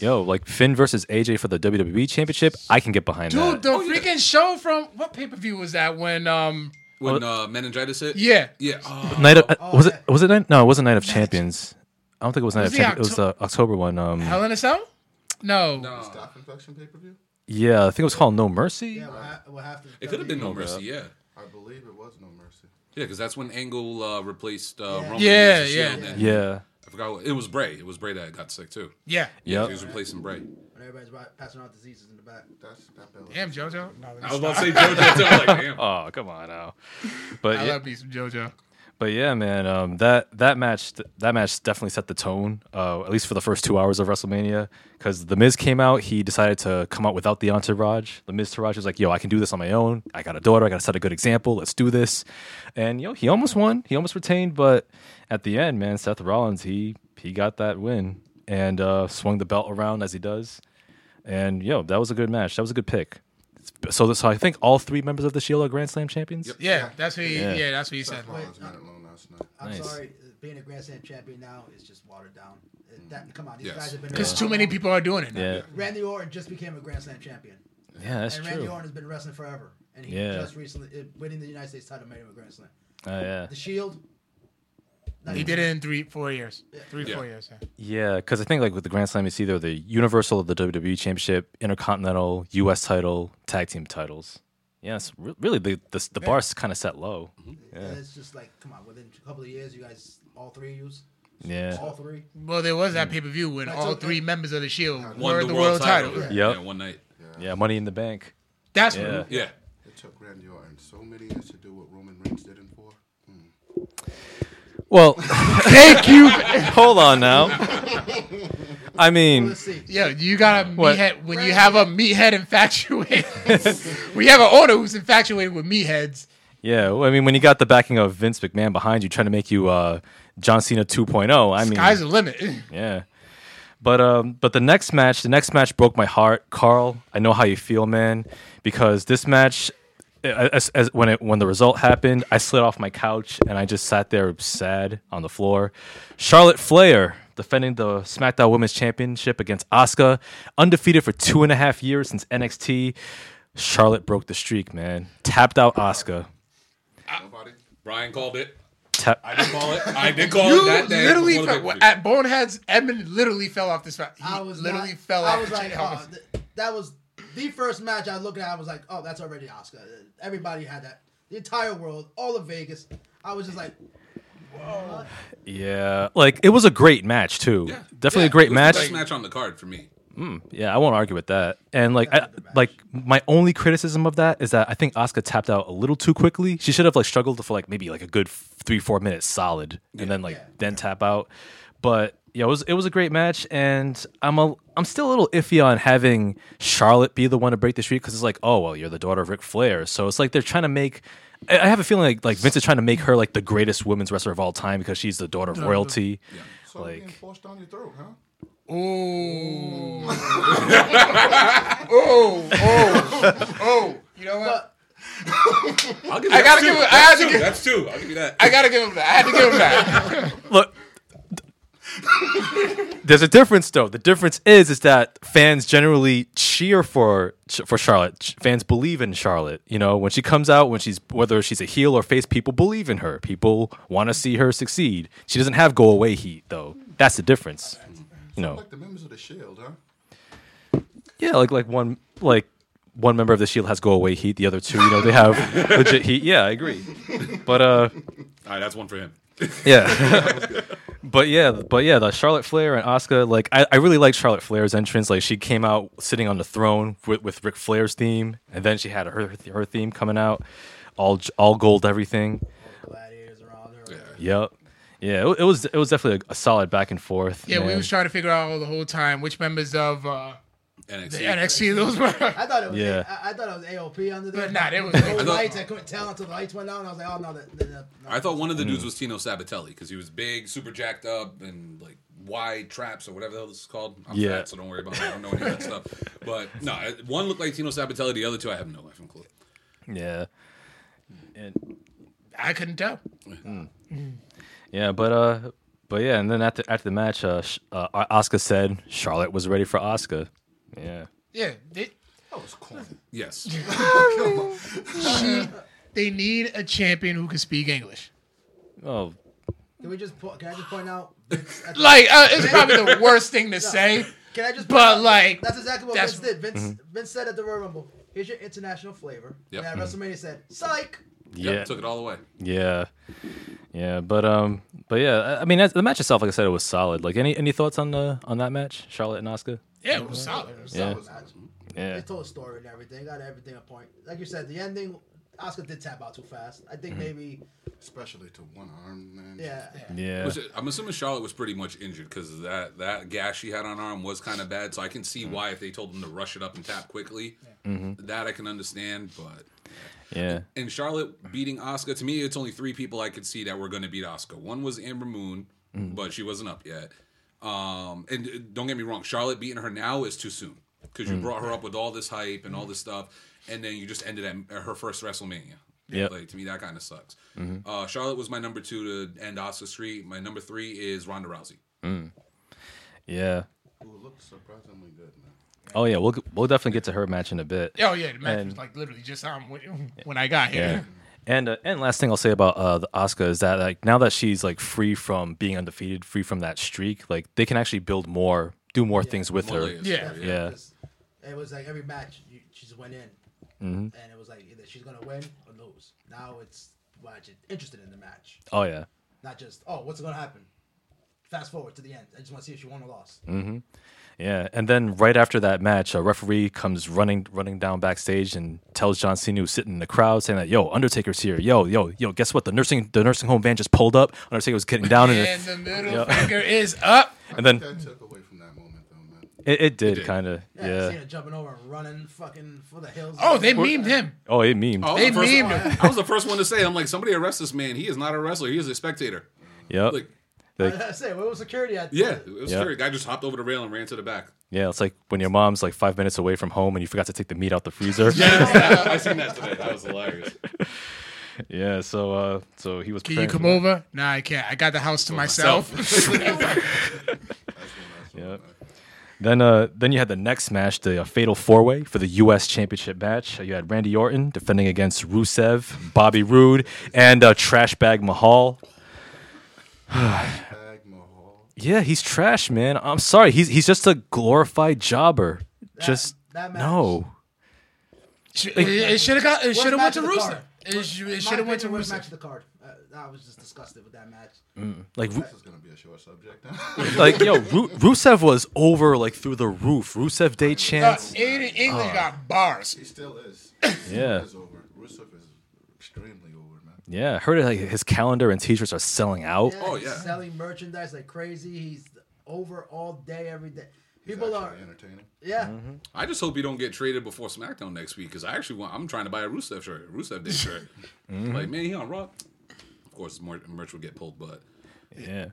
S1: Yo, like Finn versus AJ for the WWE Championship, I can get behind
S2: Dude,
S1: that.
S2: the freaking show from what pay per view was that? When um,
S4: when uh, meningitis hit.
S2: yeah,
S4: yeah. Oh,
S1: Night of uh, was
S3: yeah.
S1: it was it night? No, it wasn't Night of Champions. I don't think it was Night
S2: was
S1: of
S2: the
S1: Champions. it was the October one. Um,
S2: Hell in a Cell. No,
S4: no.
S6: Stop infection pay per view?
S1: yeah, I think it was called No Mercy.
S3: Yeah, we'll, ha- we'll have to.
S4: it could have been No Mercy. Yeah, yeah,
S6: I believe it was No Mercy.
S4: because that's when Angle uh, replaced uh, Roman.
S2: Yeah,
S4: as the Shield,
S2: yeah.
S4: and
S1: Yeah,
S4: I forgot what, it was Bray. It was Bray that got sick too.
S2: yeah,
S1: Yep.
S4: he was replacing Bray.
S3: When everybody's ri- passing out diseases in the back.
S6: That's that Balor.
S2: damn JoJo. No,
S4: I was about to say JoJo. Too. I'm Like, damn.
S1: Oh come on now, but
S2: I
S1: yeah,
S2: love me some JoJo.
S1: But yeah, man, um, that that match that match definitely set the tone, uh, at least for the first two hours of WrestleMania. Because the Miz came out, he decided to come out without the entourage. The Miz entourage was like, "Yo, I can do this on my own. I got a daughter. I got to set a good example. Let's do this." And yo, he almost won. He almost retained, but at the end, man, Seth Rollins he he got that win and uh, swung the belt around as he does. And yo, that was a good match. That was a good pick. So, this, so I think all three members of the Shield are Grand Slam champions.
S2: Yeah, that's what he. Yeah, that's what he said.
S6: Rollins went alone last night.
S3: I'm
S1: Nice.
S3: sorry, uh, being a Grand Slam champion now is just watered down. Uh, That come on, these
S4: Yes.
S3: guys have been
S2: Because
S3: around
S2: too
S3: how
S2: many
S3: long?
S2: people are doing it. Now.
S1: Yeah,
S3: Randy Orton just became a Grand Slam champion,
S1: yeah, that's
S3: and
S1: true.
S3: Randy
S1: Oh,
S3: Orton has been wrestling forever, and he
S1: Yeah.
S3: just recently uh, winning the United States title made him a Grand Slam.
S1: Oh, yeah.
S3: The Shield. not
S2: He
S3: even-
S2: did it in three, four years. Three,
S4: Yeah.
S2: four years. Yeah.
S1: Yeah, because I think like with the Grand Slam, it's either the Universal or the WWE Championship, Intercontinental, U.S. title, Tag Team titles. Yes, re- really, the the, the bar's kind of set low.
S2: Mm-hmm.
S3: And it's just like, come on, within a couple of years, you guys, all three of yous,
S1: Yeah,
S3: all three.
S2: Well, there was that pay per view when
S3: That's
S2: all
S3: okay.
S2: three members of the Shield
S4: Won
S2: were the, world, title.
S1: Yep.
S4: Yeah, one night.
S1: yeah, Money in the Bank.
S2: That's
S1: Yeah,
S4: Yeah.
S6: It took Randy Orton so many years to do what Roman Reigns did in four.
S1: well, thank you. Hold on now. I mean,
S3: Let's see.
S2: yeah. You got a
S1: What?
S2: meathead when you have a meathead infatuated. we have an owner who's infatuated with meatheads.
S1: yeah, well, I mean when you got the backing of Vince McMahon behind you, trying to make you uh, John Cena 2.0. I mean,
S2: Sky's the limit.
S1: Yeah. But um, but the next match, the next match broke my heart, Carl. I know how you feel, man, because this match, as, as when it when the result happened, I slid off my couch and I just sat there sad on the floor. Charlotte Flair defending the SmackDown Women's Championship against Asuka, undefeated for two and a half years since NXT. Charlotte broke the streak, man. Tapped out Asuka.
S6: Nobody.
S4: Brian called it.
S1: Tap-
S4: I didn't call it. I did call
S2: You
S4: it that day.
S2: literally
S4: before the
S2: fell,
S4: pay-per-view.
S2: at Boneheads. Edmund literally fell off this. fa- He
S3: I was
S2: literally
S3: not-
S2: fell
S3: I
S2: off.
S3: was
S2: the
S3: like,
S2: chair.
S3: oh, th- that was the first match I looked at. I was like, oh, that's already Oscar. Everybody had that. The entire world, all of Vegas. I was just like, whoa.
S1: yeah, like it was a great match too.
S4: Yeah.
S1: Definitely
S4: Yeah,
S1: a great
S4: it was
S1: match.
S4: The best match on the card for me.
S1: Yeah, I won't argue with that. And like, I,
S3: That's a good match.
S1: like my only criticism of that is that I think Asuka tapped out a little too quickly. She should have like struggled for like maybe like a good f- three four minutes solid, and then like
S3: Yeah.
S1: then tap out. But yeah, it was it was a great match, and I'm a I'm still a little iffy on having Charlotte be the one to break the streak because it's like, oh well, you're the daughter of Ric Flair, so it's like they're trying to make. I I have a feeling like like Vince is trying to make her like the greatest women's wrestler of all time because she's the daughter of royalty.
S6: So
S1: Like-
S6: being forced down your throat, huh?
S2: Oh. oh, oh, oh. You know what?
S4: I'll give
S2: I gotta give it- I had to give-
S4: That's two. I'll give you that.
S2: I gotta give him that. I had to give him that.
S1: look there's a difference though the difference is is that fans generally cheer for for charlotte Ch- fans believe in charlotte you know when she comes out when she's whether she's a heel or face people believe in her people want to see her succeed she doesn't have go away heat though that's the difference you know
S6: Like the members of the Shield, E huh?
S1: yeah like like one like one member of the shield has go away heat the other two you know they have legit heat yeah i agree but uh
S4: All right, that's one for him.
S1: Yeah. but yeah, but yeah, the Charlotte Flair and Oscar, like I, I really liked Charlotte Flair's entrance. Like she came out sitting on the throne with, with Ric Flair's theme, and then she had her her theme coming out, all j- all gold everything.
S3: Gladiators around her.
S1: Yep. Yeah, it, wa- it was it was definitely a, a solid back and forth.
S2: Yeah, we
S1: man.
S2: was trying to figure out all the whole time which members of uh,
S4: NXT.
S2: the NXT those were.
S3: I thought it was.
S1: Yeah.
S3: I, I thought it was AOP under there.
S2: But nah, it was-
S3: Those
S2: I
S4: thought-
S3: lights. I couldn't tell until the lights went out, and I was like, oh no, that, that, that, no.
S4: I thought one of the
S1: Hmm.
S4: dudes was Tino Sabatelli because he was big, super jacked up, and like wide traps or whatever the hell this is called. I'm
S1: Yeah.
S4: fat, so don't worry about it. I don't know any of that stuff. But no, I- one looked like Tino Sabatelli. The other two, I have no effing clue.
S1: yeah. And
S2: I couldn't tell.
S1: Yeah, but uh, but yeah, and then after after the match, uh, sh- uh Oscar said Charlotte was ready for Oscar. Yeah.
S2: Yeah, they,
S6: That was corny.
S4: Yes,
S2: they need a champion who can speak English.
S1: Oh,
S3: Can we just? po- Can I just point out? Vince at the-
S2: Like uh, it's probably the worst thing to say.
S3: Can I just?
S2: But, like,
S3: that's exactly what
S2: that's-
S3: Vince did. Vince,
S1: Mm-hmm.
S3: Vince said at the Royal Rumble, "Here's your international flavor."
S4: Yep.
S3: And
S1: Mm-hmm.
S3: at WrestleMania said, "Psych."
S1: yeah.
S4: Yep, took it all away.
S1: Yeah, yeah, but um, but yeah, I- I mean, that's- the match itself, like I said, it was solid. Like, any any thoughts on the on that match, Charlotte and Oscar?
S2: Yeah, it was solid. It was
S1: Yeah,
S3: Match.
S1: yeah,
S3: They told a story and everything. Got everything on point. Like you said, the ending Oscar did tap out too fast. I think maybe
S6: especially to one arm man.
S3: yeah.
S1: Mm-hmm. Yeah.
S4: Which, uh, I'm assuming Charlotte was pretty much injured because that that gash she had on her arm was kind of bad. So I can
S1: Hmm.
S4: see why if they told them to rush it up and tap quickly,
S1: Mm-hmm.
S4: that I can understand. But
S1: Yeah.
S4: and Charlotte beating Oscar to me, it's only three people I could see that were going to beat Oscar. One was Amber Moon,
S1: Mm-hmm.
S4: but she wasn't up yet. Um, and uh, don't get me wrong, Charlotte beating her now is too soon because you
S1: Mm.
S4: brought her up with all this hype and all this stuff, and then you just ended at at her first WrestleMania.
S1: Yep. Mm-hmm.
S4: like to me that kind of sucks. Uh, Charlotte was my number two to end Oscar Street. My number three is Ronda Rousey.
S1: Yeah.
S6: Who looks surprisingly good, man.
S1: Oh yeah, we'll we'll definitely get to her match in a bit.
S2: Oh yeah, the match
S1: And-
S2: was like literally just on when, when I got here.
S1: And uh, and last thing I'll say about uh, the Asuka is that like now that she's like free from being undefeated, free from that streak, like they can actually build more, do more things with
S4: More
S1: her.
S4: layers.
S2: Yeah.
S4: Sorry,
S1: Yeah.
S3: Because It was like every match you, she just went in,
S1: Mm-hmm.
S3: and it was like either she's gonna win or lose. Now it's well, actually interested in the match,
S1: Oh yeah,
S3: not just oh what's gonna happen. Fast forward to the end. I just want to see if she won or lost.
S1: Mm, yeah. And then right after that match, a referee comes running running down backstage and tells John Cena who's sitting in the crowd saying that yo Undertaker's here, yo yo yo. Guess what? The nursing the nursing home van just pulled up. Undertaker was getting down in
S2: And
S1: it,
S2: the middle finger is up.
S1: and then
S6: That took away from that moment, though, man.
S1: it, it did kind of yeah.
S3: Cena jumping over and running fucking for the hills.
S2: Oh, they memed him.
S1: Oh, it memed.
S4: I was,
S2: They
S4: the first,
S2: memed
S4: I was the first one to say, I'm like, somebody arrest this man. He is not a wrestler. He is a spectator.
S1: Yep.
S4: Like,
S3: I say, where was security at?
S4: yeah, it was
S1: Uh. Yeah.
S4: scary. Guy just hopped over the rail and ran to the back.
S1: Yeah, it's like when your mom's like five minutes away from home and you forgot to take the meat out the freezer.
S4: I seen that today. That was hilarious.
S1: Yeah, so uh, so he was.
S2: Can you
S1: preparing
S2: come
S1: for
S2: over? Nah, I can't. I got the house to myself.
S6: That's when I saw
S1: that.
S6: it,
S1: Yep.
S6: man.
S1: Then uh, then you had the next match, the uh, Fatal Four Way for the U.S. Championship match. You had Randy Orton defending against Rusev, Bobby Roode, and uh, Trash Bag Mahal.
S6: Tag Mahal.
S1: Yeah, he's trash, man. I'm sorry, he's he's just a glorified jobber. just
S3: that match-
S1: no.
S2: Sh- it it should have got. It
S3: Worst
S2: should have went
S3: match
S2: to
S3: of the
S2: Rusev.
S3: card.
S2: It
S3: In my
S2: should have went to
S3: opinion, worst Match
S2: Rusev.
S3: of the card. Uh, I was just disgusted with that match.
S1: Like Ru-
S6: This is gonna be a short subject.
S1: like yo, Ru- Rusev was over like through the roof. Rusev Day
S2: Uh,
S1: chance.
S2: Aiden English got bars.
S6: he still is.
S1: Yeah.
S6: Is over. Rusev is extremely over, man.
S1: Yeah, I heard like his calendar and t-shirts are selling out.
S3: Yeah,
S4: Oh,
S3: he's
S4: yeah.
S3: selling merchandise like crazy. He's over all day, every day.
S6: He's
S3: People are,
S6: actually entertaining.
S3: yeah.
S1: Mm-hmm.
S4: I just hope you don't get traded before SmackDown next week because I actually want. I'm trying to buy a Rusev shirt, a Rusev Day shirt.
S1: Mm-hmm.
S4: Like man, he on Raw. Of course, more merch will get pulled, but
S1: Yeah.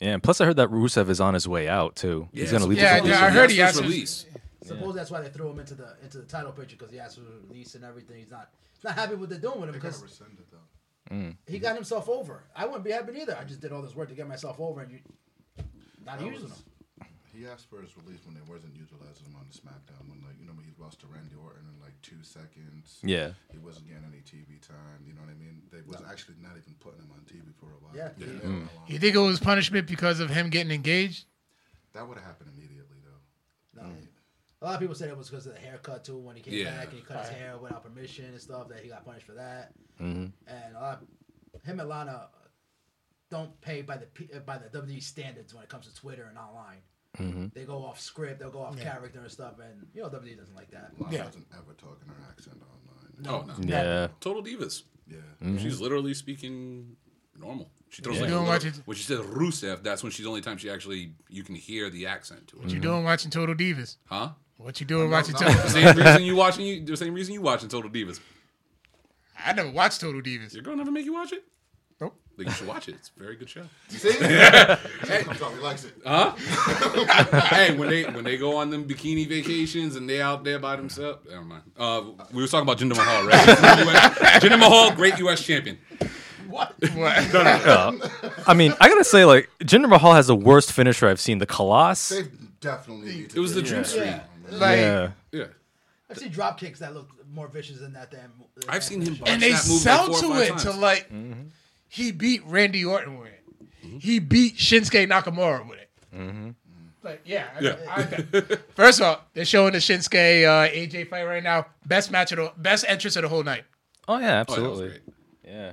S1: Yeah, and plus I heard that Rusev is on his way out too. He's gonna
S4: so-
S1: leave.
S2: Yeah,
S1: the company
S2: yeah, I
S1: soon.
S2: heard he
S4: That's
S2: asked-
S4: release.
S3: Suppose that's why they threw him into the into the title picture because he asked for a release and everything. He's not he's not happy with what they're doing with him
S6: They gotta
S3: because
S6: rescind it though.
S3: he got himself over. I wouldn't be happy either. I just did all this work to get myself over and you not
S6: That
S3: using
S6: was-
S3: him.
S6: He asked for his release when they wasn't utilizing him on the SmackDown. When like you know when he lost to Randy Orton in like two seconds.
S1: Yeah.
S6: He wasn't getting any TV time. You know what I mean? They was actually not even putting him on TV for a while.
S3: Yeah.
S6: They
S3: Yeah.
S6: didn't know how long.
S2: You think it was punishment because of him getting engaged?
S6: That would have happened immediately though.
S3: No.
S1: Mm.
S3: A lot of people said it was because of the haircut too. When he came
S4: Yeah.
S3: back and he cut his hair without permission and stuff, that he got punished for that.
S1: Mm-hmm.
S3: And a lot, him and Lana don't pay by the P- uh, by the WWE standards when it comes to Twitter and online.
S1: Mm-hmm.
S3: They go off script, they'll go off character and stuff, and you know WWE doesn't like that.
S6: Lana
S2: Yeah.
S6: doesn't ever talk in her accent online.
S4: Oh no,
S1: Yeah.
S4: total divas.
S6: Yeah.
S1: Mm-hmm.
S4: She's literally speaking normal. She throws
S2: You don't
S4: like a little,
S2: watch it.
S4: when she says Rusev. That's when she's the only time she actually you can hear the accent to it.
S2: What you doing watching Total Divas?
S1: Mm-hmm.
S4: Huh?
S2: What you doing watching
S6: no.
S2: Total?
S4: The same reason you watching you. The same reason you watching Total Divas.
S2: I never watched Total Divas.
S4: Your girl never make you watch it.
S2: Nope.
S4: Like, you should watch it. It's a very good show.
S6: See? hey. Comes out, he likes it.
S4: hey, when they when they go on them bikini vacations and they out there by themselves. Never mind. Uh, we were talking about Jinder Mahal, right? Jinder Mahal, great U.S. champion.
S3: What?
S2: What?
S1: I mean, I gotta say, like Jinder Mahal has the worst finisher I've seen. The Colossus.
S6: They definitely need to
S4: It was the
S6: get
S4: Drew
S6: rid of
S4: Street.
S6: that
S3: Yeah.
S6: man.
S2: Like,
S1: Yeah.
S4: Yeah.
S3: I've seen drop kicks that look more vicious than that damn. than
S4: I've
S3: that
S4: seen him
S3: finisher.
S4: bust
S2: and they
S4: that move
S2: sell
S4: like four or
S2: to
S4: five
S2: it
S4: times.
S2: to like
S1: Mm-hmm.
S2: he beat Randy Orton with it. He beat Shinsuke Nakamura with it.
S1: Mm-hmm.
S2: Like yeah, I- I- first of all, they're showing the Shinsuke uh, AJ fight right now. Best match of the best entrance of the whole night.
S1: Oh yeah,
S4: Oh, that was
S1: absolutely.
S4: great.
S1: yeah.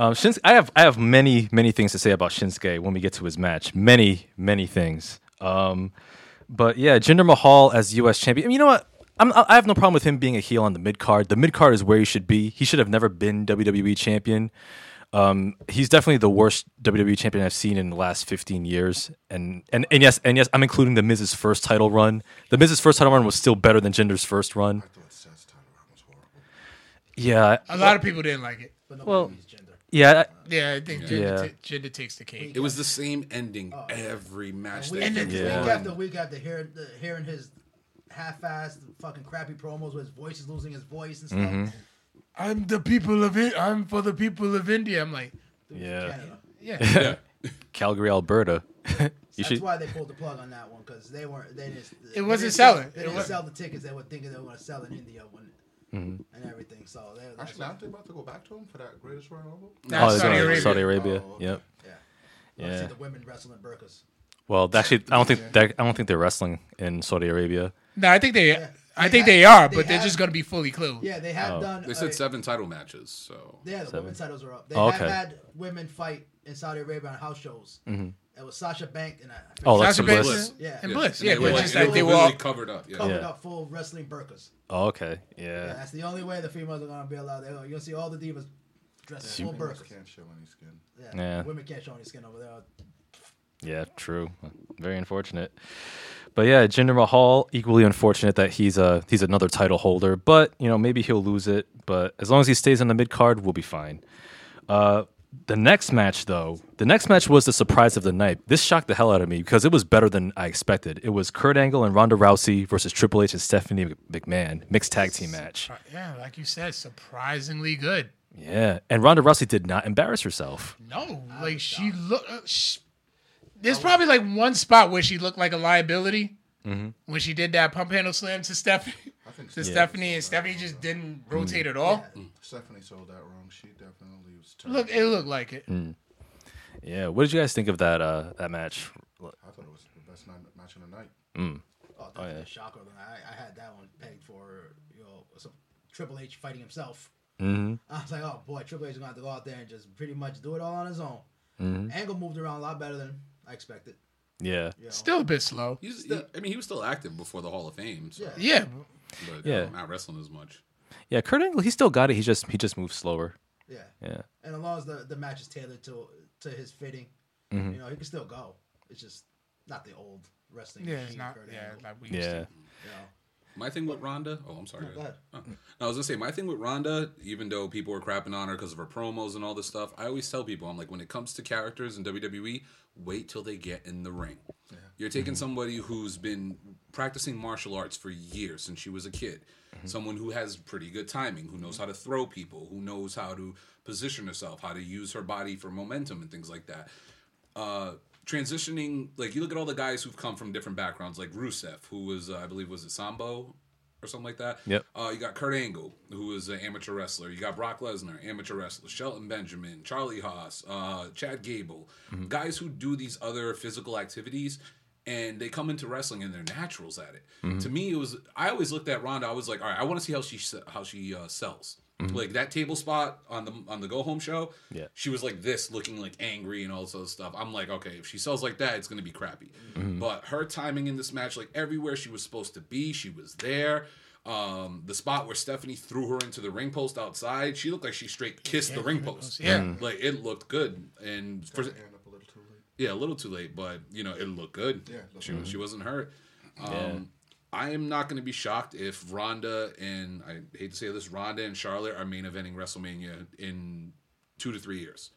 S1: Um, Shins- I have I have many many things to say about Shinsuke when we get to his match. Many many things. Um, but yeah, Jinder Mahal as U.S. champion. You know what? I'm, I I have no problem with him being a heel on the mid card. The mid card is where he should be. He should have never been WWE champion. Um, he's definitely the worst WWE champion I've seen in the last 15 years. And, and and yes, and yes, I'm including the Miz's first title run. The Miz's first title run was still better than Jinder's first run.
S6: I thought Seth's title round was horrible.
S1: Yeah,
S2: A lot of people didn't like it.
S3: But no
S1: Well-
S3: well, gender.
S1: yeah.
S2: Yeah, I think
S1: Yeah.
S2: gender, ta- gender takes the cake.
S4: It was the same ending every match.
S3: Week,
S4: That
S2: And
S4: he
S2: then-
S4: was
S1: Yeah.
S4: on.
S3: week after week after hearing, the, hearing his half-assed, fucking crappy promos where his voice is losing his voice and stuff.
S1: Mm-hmm.
S2: I'm the people of it. I'm for the people of India. I'm like,
S1: Yeah,
S3: Canada.
S2: yeah,
S1: Calgary, Alberta. you
S3: That's
S1: should.
S3: why they pulled the plug on that one because they weren't. They just, they
S2: wasn't
S3: didn't
S2: selling.
S3: They
S2: It
S3: didn't
S2: wasn't.
S3: sell the tickets. They were thinking they were going to sell in India when,
S1: Mm-hmm.
S3: and everything. So they were
S6: Actually, aren't they about to go back to him for that greatest Royal Rumble?
S1: Oh,
S2: that's
S1: they're
S2: Saudi
S1: going to
S2: Arabia.
S1: Saudi Arabia.
S6: Oh, okay.
S1: Yep.
S3: yeah.
S1: Yeah.
S3: yeah. See the women wrestling burkas.
S1: Well, actually, I don't think that, I don't think they're wrestling in Saudi Arabia.
S2: No, I think they, I
S3: They
S2: think
S3: had-
S2: they are,
S3: they
S2: but they're
S3: had-
S2: just gonna be fully clothed.
S3: Yeah, they
S1: Oh.
S3: have done.
S4: They
S3: uh,
S4: said seven title matches. So
S3: Yeah, the women's titles are up. They
S1: Oh,
S3: have
S1: okay. Mm-hmm.
S3: had women fight in Saudi Arabia on house shows. It was Sasha Bank and I
S1: Oh,
S2: Saudi
S1: that's
S2: Arabia-
S1: Bliss.
S3: Yeah.
S2: and Bliss.
S4: And
S2: Yeah,
S4: they were
S2: but
S4: like,
S2: just
S4: they
S2: like
S4: were
S2: they were
S4: literally
S2: all
S4: covered up. Yeah.
S3: covered
S1: Yeah.
S3: up full wrestling burkas.
S1: Oh, okay. Yeah.
S3: That's the only way the females are gonna be allowed. They're gonna- You'll see all the divas dressed in full
S6: Burgers
S3: burkas.
S6: can't show any skin.
S3: Yeah.
S1: Yeah.
S3: women can't show any skin over there. Oh,
S1: Yeah, true. Very unfortunate. But yeah, Jinder Mahal equally unfortunate that he's a he's another title holder. But you know maybe he'll lose it. But as long as he stays on the mid card, we'll be fine. Uh, the next match though, the next match was the surprise of the night. This shocked the hell out of me because it was better than I expected. It was Kurt Angle and Ronda Rousey versus Triple H and Stephanie McMahon mixed tag team match.
S2: yeah, like you said, surprisingly good.
S1: Yeah, and Ronda Rousey did not embarrass herself.
S2: No, like she look. uh, sh There's probably like one spot where she looked like a liability when she did that pump handle slam to Stephanie.
S6: I think
S2: To
S6: Stephanie
S2: Stephanie, and Stephanie just didn't rotate at all.
S6: Mm. Stephanie sold that wrong. She definitely was. Turned.
S2: Look, it looked like it.
S1: Yeah, what did you guys think of that uh, that match?
S6: I thought it was the best night, match of the night.
S3: Oh, that's a shocker. I, I had that one pegged for you know some Triple H fighting himself.
S1: Mm-hmm.
S3: I was like, oh boy, Triple H is gonna have to go out there and just pretty much do it all on his own.
S1: Mm-hmm.
S3: Angle moved around a lot better than I expected.
S1: Yeah,
S3: You know?
S2: Still a bit slow.
S4: He's, he- I mean, he was still active before the Hall of Fame. So,
S2: Yeah,
S3: Yeah.
S4: But
S1: Yeah.
S4: um, not wrestling as much.
S1: yeah. Kurt Angle, he still got it. He just he just moves slower.
S3: yeah.
S1: Yeah.
S3: And as long as the, the match is tailored to to his fitting,
S1: Mm-hmm.
S3: you know, he can still go. It's just not the old wrestling.
S2: yeah, it's
S3: machine
S2: not.
S3: Kurt
S2: Yeah,
S3: Angle,
S2: like we used
S1: Yeah.
S2: to.
S3: you know?
S4: My thing with Ronda, oh, I'm sorry.
S3: No, go ahead.
S4: Oh. No, I was gonna say my thing with Ronda, even though people were crapping on her because of her promos and all this stuff. I always tell people, I'm like, when it comes to characters in WWE, wait till they get in the ring. You're taking somebody who's been practicing martial arts for years since she was a kid, someone who has pretty good timing, who knows how to throw people, who knows how to position herself, how to use her body for momentum and things like that uh, transitioning like you look at all the guys who've come from different backgrounds like rusev who was uh, i believe was it sambo or something like that
S1: Yep.
S4: uh, you got kurt angle who was an amateur wrestler you got brock lesnar amateur wrestler shelton benjamin charlie haas uh, chad gable guys who do these other physical activities and they come into wrestling and they're naturals at it to me it was i always looked at ronda i was like all right i want to see how she se- how she uh, sells like that table spot on the on the go home show
S1: Yeah.
S4: she was like this, looking like angry and all this other stuff. I'm like, okay, if she sells like that, it's gonna be crappy. But her timing in this match, like everywhere she was supposed to be, she was there. Um, the spot where Stephanie threw her into the ring post outside, she looked like she straight kissed the ring post.
S2: Yeah.
S4: like it looked good, and for,
S6: End up a little too late.
S4: yeah, a little too late, but you know it looked good.
S6: Yeah, it looked
S4: she she wasn't hurt. Um, I am not going to be shocked if Ronda and I hate to say this, Ronda and Charlotte are main eventing WrestleMania in two to three years.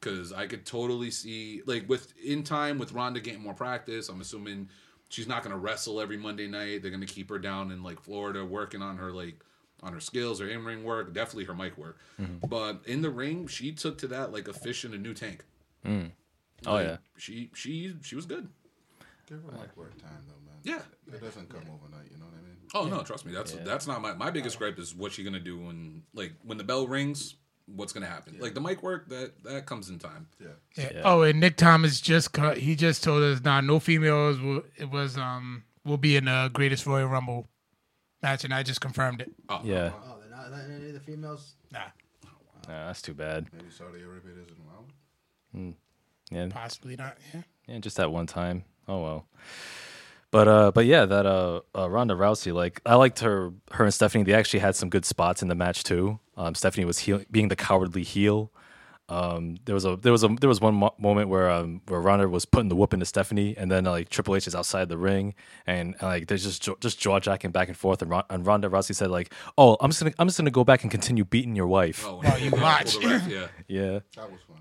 S4: Because I could totally see, like, with in time with Ronda getting more practice. I'm assuming she's not going to wrestle every Monday night. They're going to keep her down in like Florida, working on her like on her skills, her in ring work, definitely her mic work. But in the ring, she took to that like a fish in a new tank.
S1: Oh
S4: Like,
S1: yeah.
S4: she she she was good.
S6: Give her like work time though, man.
S4: Yeah.
S6: It doesn't come overnight. You know what I mean?
S4: Oh no, trust me. That's that's not my my biggest gripe is what she gonna do when like when the bell rings. What's gonna happen? Like the mic work that that comes in time.
S6: Yeah.
S2: Yeah. Oh, and Nick Thomas just cut, he just told us nah, no females will it was um will be in the greatest Royal Rumble match, and I just confirmed it.
S4: Oh,
S1: Yeah.
S3: Oh, they're not letting any of the females.
S2: Nah,
S1: Nah, that's too bad.
S6: Maybe Saudi Arabia doesn't allow it.
S1: Yeah.
S2: possibly not. Yeah.
S1: yeah, just that one time. Oh well. But uh, but yeah, that uh, uh, Ronda Rousey, like I liked her, her and Stephanie. They actually had some good spots in the match too. Um, Stephanie was heel, being the cowardly heel. Um, there was a there was a there was one mo- moment where um, where Ronda was putting the whoop into Stephanie, and then uh, like Triple H is outside the ring, and, and, like they're just jo- just jaw jacking back and forth, and, Ron- and Ronda Rousey said like, "Oh, I'm just gonna I'm just gonna go back and continue beating your wife."
S4: Oh, yeah,
S2: you
S4: pull the
S2: watch.
S4: ref, yeah.
S1: Yeah.
S6: That was funny.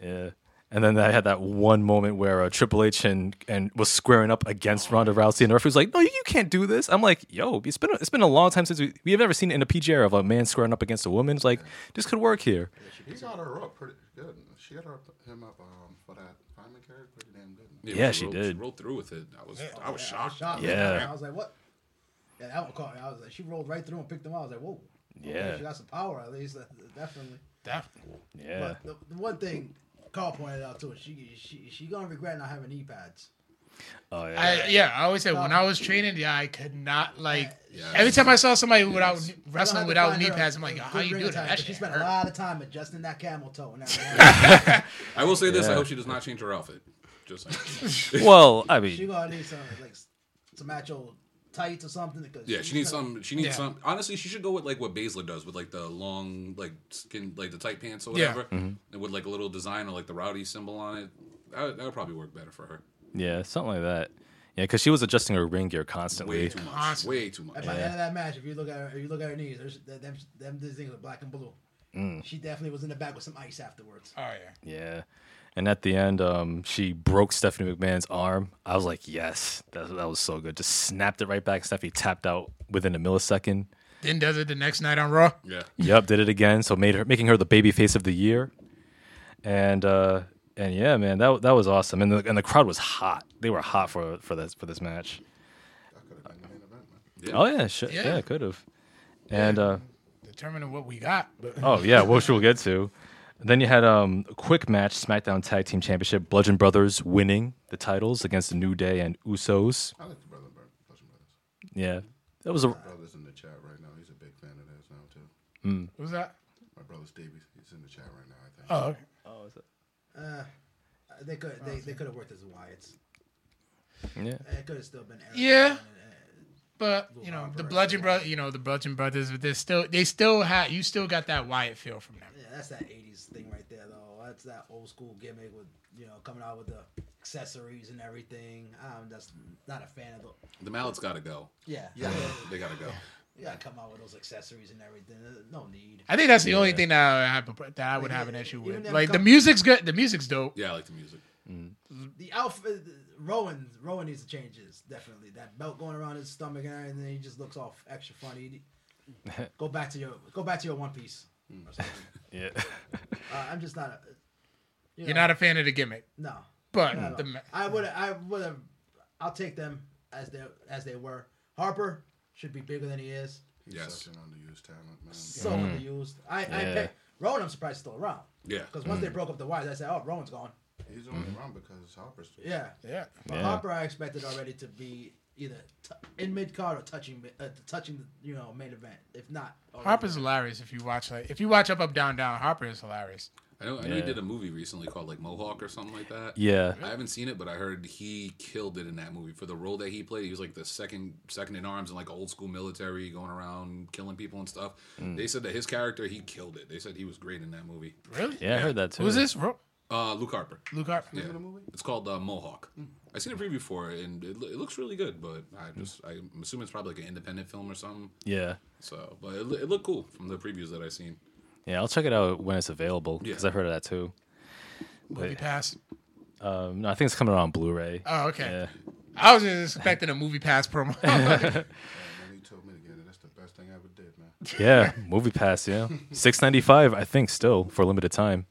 S1: Yeah. And then I had that one moment where uh, Triple H and, and was squaring up against Ronda Rousey, and the referee was like, "No, you can't do this." I'm like, "Yo, it's been a, it's been a long time since we we have never seen in a PG era of a man squaring up against a woman. It's like this could work here."
S6: He got her up pretty good. She got her, him up um, for that fireman carriage pretty damn good.
S1: Yeah, she
S4: rolled,
S1: did.
S4: She rolled through with it. I was, I was
S3: Yeah,
S4: shocked.
S1: Yeah.
S3: I was like, what? Yeah, that one caught me. I was like, she rolled right through and picked him up. I was like, whoa. Okay,
S1: Yeah.
S3: She got some power at least, uh, definitely.
S2: Definitely.
S1: Yeah,
S3: But the, the one thing Carl pointed out too, she she she gonna regret not having knee pads.
S1: oh yeah,
S2: I, yeah, I always said when I was training, yeah, I could not like.
S4: Yeah.
S2: Every time I saw somebody without
S3: You're gonna have
S2: wrestling
S3: to
S2: without
S3: find
S2: knee
S3: her
S2: pads, I'm
S3: a
S2: like,
S3: good
S2: how you
S3: ring
S2: do that?
S3: attire,
S2: That
S3: 'cause She
S2: shit
S3: spent a
S2: hurt.
S3: lot of time adjusting that camel toe. And everything.
S4: I will say this:
S1: Yeah.
S4: I hope she does not change her outfit. Just like,
S1: Well, I
S3: she
S1: mean,
S3: gonna need some like s- some actual tights or something because
S4: yeah, she needs some. She needs
S2: Yeah.
S4: some. Honestly, she should go with like what Baszler does with like the long, like skin, like the tight pants or
S2: Yeah.
S4: whatever,
S1: Mm-hmm.
S4: and with like a little design or like the rowdy symbol on it. That would, that would probably work better for her.
S1: yeah, something like that. Yeah, because she was adjusting her ring gear
S4: Way
S1: constantly.
S4: too much.
S2: Constantly.
S4: Way too much.
S3: At the end of that match, if you look at her, if you look at her knees, there's th- them them these things are black and blue.
S1: Mm.
S3: She definitely was in the back with some ice afterwards.
S2: Oh yeah.
S1: Yeah, and at the end, um, she broke Stephanie McMahon's arm. I was like, "Yes, that that was so good." Just snapped it right back. Stephanie tapped out within a millisecond.
S2: Then does it the next night on Raw.
S4: Yeah.
S1: Yep, did it again. So made her making her the baby face of the year, and uh, and yeah, man, that that was awesome. And the and the crowd was hot. They were hot for for this for this match.
S6: That could have been the main event, man.
S1: Oh yeah, shit, yeah,
S2: Yeah.
S1: could have. And uh,
S2: Determining what we got, but
S1: oh yeah, which we'll get to. Then you had um a quick match SmackDown Tag Team Championship, Bludgeon Brothers winning the titles against the New Day and Usos.
S6: I like the brother, brother, brothers.
S1: Yeah, that was a
S6: Brother's in the chat right now. He's a big fan of theirs now too.
S2: what was that?
S6: My brother Stevie, he's in the chat right now. I think.
S2: Oh, okay.
S3: Uh, They could they, they could have worked as Wyatts.
S1: yeah.
S3: It could have still been Eric.
S2: Yeah. but you know the Bludgeon Brothers, you know the Bludgeon Brothers, but they still they still had you still got that Wyatt feel from them.
S3: Yeah, that's that '80s thing right there, though. That's that old school gimmick with you know coming out with the accessories and everything. I'm just not a fan of the.
S4: The mallet's got to go.
S3: Yeah, yeah.
S4: They got to go.
S3: You gotta come out with those accessories and everything. There's No need.
S2: I think that's the only thing that I have a- that I would have an issue
S3: Even
S2: with.
S3: them
S2: Like the
S3: com-
S2: music's good, the music's dope.
S4: Yeah, I like the music.
S3: The outfit, Rowan, Rowan needs to change his definitely. That belt going around his stomach and everything, he just looks off extra funny. go back to your, go back to your one piece. Or something.
S1: Yeah.
S3: uh, I'm just not. A, you
S2: You're
S3: know,
S2: not a fan of the gimmick,
S3: No,
S2: but the ma-
S3: I would, I would have. I'll take them as they as they were. Harper should be bigger than he is.
S6: He's
S4: Yes.
S6: such an underused talent, man.
S3: So
S2: Mm.
S3: underused. I, I
S1: Yeah.
S3: pick, Rowan. I'm surprised he's still around.
S4: Yeah.
S3: Because once
S2: Mm.
S3: they broke up the wires, I said, "Oh, Rowan's gone."
S6: He's only around because Harper's.
S3: Yeah.
S2: yeah,
S3: But
S1: Yeah.
S3: Harper, I expected already to be either t- in mid card or touching mi- uh, touching you know main event. If not, already.
S2: Harper's hilarious. If you watch like if you watch up up down down, Harper is hilarious.
S4: I know. I know he
S1: Yeah.
S4: did a movie recently called like Mohawk or something like that.
S1: Yeah.
S4: I haven't seen it, but I heard he killed it in that movie for the role that he played. He was like the second second in arms in like old school military, going around killing people and stuff. They said that his character he killed it. They said he was great in that movie.
S2: Really?
S1: Yeah, I heard that too.
S2: Who's this? Ro-
S4: Uh, Luke Harper.
S2: Luke Harper.
S4: Yeah, it's called uh, Mohawk. I seen a preview for it, and it, loo- it looks really good. But I just I'm assuming it's probably like an independent film or something.
S1: Yeah.
S4: So, but it, loo- it looked cool from the previews that I seen.
S1: Yeah, I'll check it out when it's available because
S4: Yeah.
S1: I heard of that too.
S2: Movie pass.
S1: Um, no, I think it's coming out on Blu-ray.
S2: Oh, okay.
S1: Yeah.
S2: I was just expecting a movie pass promo.
S6: And he told me to get it. That's the best thing I ever did, man.
S1: Yeah, Movie Pass. Yeah, six ninety five. I think still for a limited time.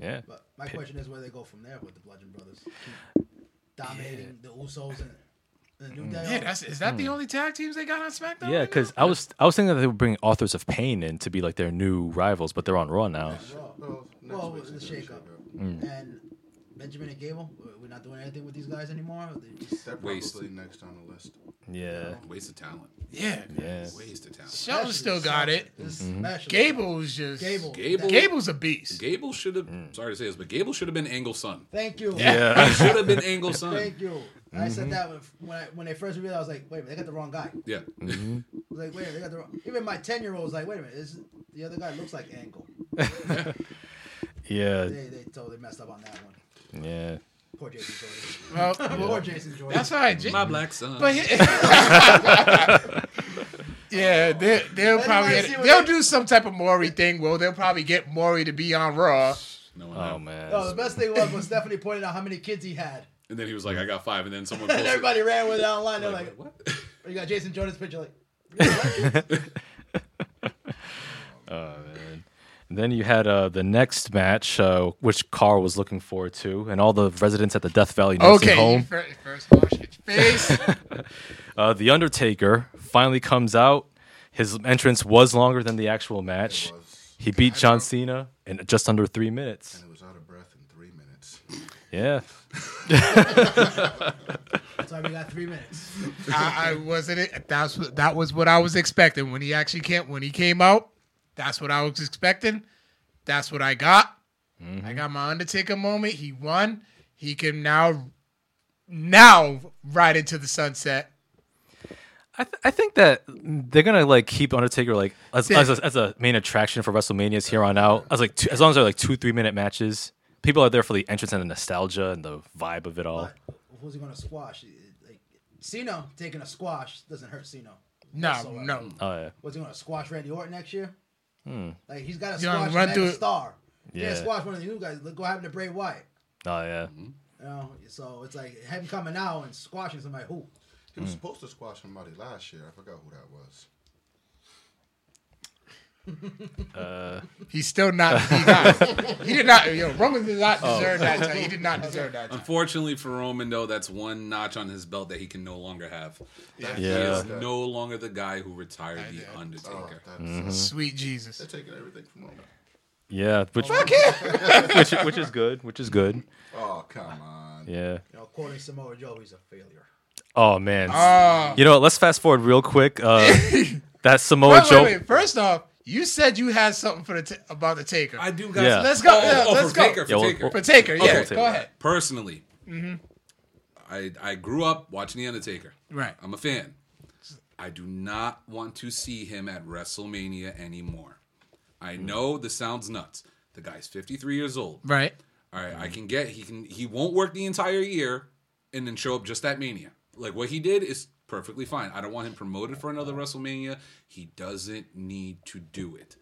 S1: Yeah,
S3: But my question is where they go from there with the Bludgeon Brothers. Keep dominating the Usos and the New Day.
S2: yeah, that's is that the only tag teams they got on SmackDown?
S1: Hmm. yeah.
S2: right
S1: Because I was I was thinking that they were bringing Authors of Pain in to be like their new rivals, but they're on Raw now.
S3: Raw.
S6: Well, next
S3: Well,
S6: week's
S3: the
S6: gonna be
S3: shakeup.
S6: shakeup.
S3: And Benjamin and Gable, we're- we're not doing anything with these guys anymore. They just-
S6: They're probably
S4: Waste.
S6: next on the list.
S1: Yeah,
S4: Waste of talent.
S2: now? Yeah.
S1: yeah,
S4: Waste of talent.
S2: Shelton still got it.
S3: Especially-
S2: Gable's just
S3: Gable.
S4: Gable.
S2: Gable's a beast.
S4: Gable should have. Sorry to say this, but Gable should have been Angle's son.
S3: Thank you.
S1: yeah.
S4: Should have been Angle's son.
S3: Thank you. And I said that when, when I when they first revealed, it, I was like, wait a minute, they got the wrong guy.
S4: Yeah.
S3: I was like, wait a minute, they got the wrong. Even my ten year old was like, wait a minute, this the other guy looks like Angle.
S1: Yeah,
S3: They they totally messed up on that one.
S1: yeah.
S3: Poor Jason Jordan.
S2: Well,
S3: Poor Jason Jordan.
S2: that's all right. J-
S4: My black son.
S2: But he- yeah, they, they'll probably
S3: see what
S2: they'll
S3: they-
S2: do some type of Maury thing. Well, they'll probably get Maury to be on Raw.
S4: no one
S1: Oh
S4: knew.
S1: man.
S3: no, the best thing was when Stephanie pointed out how many kids he had,
S4: And then he was like, I got five. And then someone
S3: and
S4: posted,
S3: everybody ran with it online. They're
S4: like,
S3: like,
S4: what?
S3: you got Jason Jordan's picture, like. "Really? What?"
S1: And then you had uh, the next match, uh, which Carl was looking forward to, and all the residents at the Death Valley nursing
S2: Okay, you
S1: home.
S2: fir- first wash your face.
S1: Uh, the Undertaker finally comes out. His entrance was longer than the actual match.
S6: was-
S1: He beat John Cena in just under three minutes.
S6: and it was out of breath in three minutes.
S1: Yeah.
S3: So we got three minutes.
S2: I, I wasn't. e, That's what- that was what I was expecting when he actually came when he came out. That's what I was expecting. That's what I got.
S1: Mm-hmm.
S2: I got my Undertaker moment. He won. He can now now ride into the sunset.
S1: I, th- I think that they're gonna like keep Undertaker like as, as, a, as a main attraction for WrestleManias here on out. As like two, as long as they're like two three minute matches, people are there for the entrance and the nostalgia and the vibe of it all.
S3: Who's he gonna squash? Like, Cena taking a squash doesn't hurt Cena.
S2: No,
S3: whatsoever.
S2: no.
S1: Oh yeah,
S3: Was he gonna squash Randy Orton next year? Like he's got to
S2: You wanna
S3: squash
S2: run
S3: Mega
S2: through it.
S3: Star. Yeah.
S1: Yeah.
S3: can't squash one of the new guys. Look what happened to Bray Wyatt.
S1: oh yeah.
S2: Mm-hmm.
S3: You know, so it's like him coming out and squashing somebody. Who?
S6: He
S4: Mm.
S6: was supposed to squash somebody last year. I forgot who that was.
S2: He's still not. He, not, he did not. You know, Roman did not
S1: Oh.
S2: deserve that. Time. He did not deserve that. Time.
S4: Unfortunately for Roman, though, that's one notch on his belt that he can no longer have.
S6: That's-
S4: He
S1: Yeah.
S4: is no longer the guy who retired The Undertaker.
S6: Oh, that's,
S4: Mm-hmm.
S2: Sweet Jesus.
S6: They're taking everything from him.
S1: Yeah, which which which is good, which is good.
S6: Oh, come on.
S1: Yeah.
S3: You know, quoting Samoa Joe, he's a failure.
S1: Oh man.
S2: Oh.
S1: You know, what, let's fast forward real quick. Uh, that Samoa
S2: Wait, wait,
S1: Oh, Joe.
S2: wait. First off, you said you had something for the t- about the Taker.
S4: I do, guys.
S1: Yeah.
S2: Let's go.
S4: Oh,
S2: yeah,
S4: oh,
S2: let's
S4: for
S2: go.
S4: Taker, for
S1: Yeah, well,
S4: Taker.
S2: For Taker, yeah.
S1: Okay.
S2: Go ahead.
S4: Personally,
S2: Mm-hmm.
S4: I I grew up watching The Undertaker.
S2: Right.
S4: I'm a fan. I do not want to see him at WrestleMania anymore. I
S1: Mm.
S4: know this sounds nuts. The guy's 53 years old.
S2: Right.
S4: All right,
S2: Mm-hmm.
S4: I can get he can he won't work the entire year and then show up just at Mania. Like what he did is perfectly fine. I don't want him promoted for another WrestleMania. He doesn't need to do it.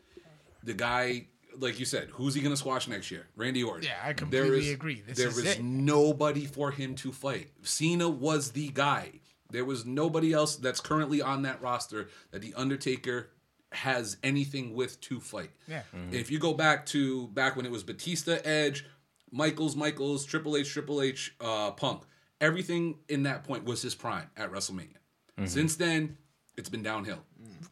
S4: The guy, like you said, who's he gonna squash next year? Randy Orton.
S2: Yeah, I
S4: There
S2: completely
S4: is-
S2: agree. This
S4: there
S2: is
S4: is
S2: it.
S4: nobody for him to fight. Cena was the guy. There was nobody else that's currently on that roster that the Undertaker has anything with to fight.
S2: Yeah.
S4: If you go back to back when it was Batista, Edge, Michaels, Michaels, Triple H, Triple H, uh, Punk, everything in that point was his prime at WrestleMania. Since then, it's been downhill.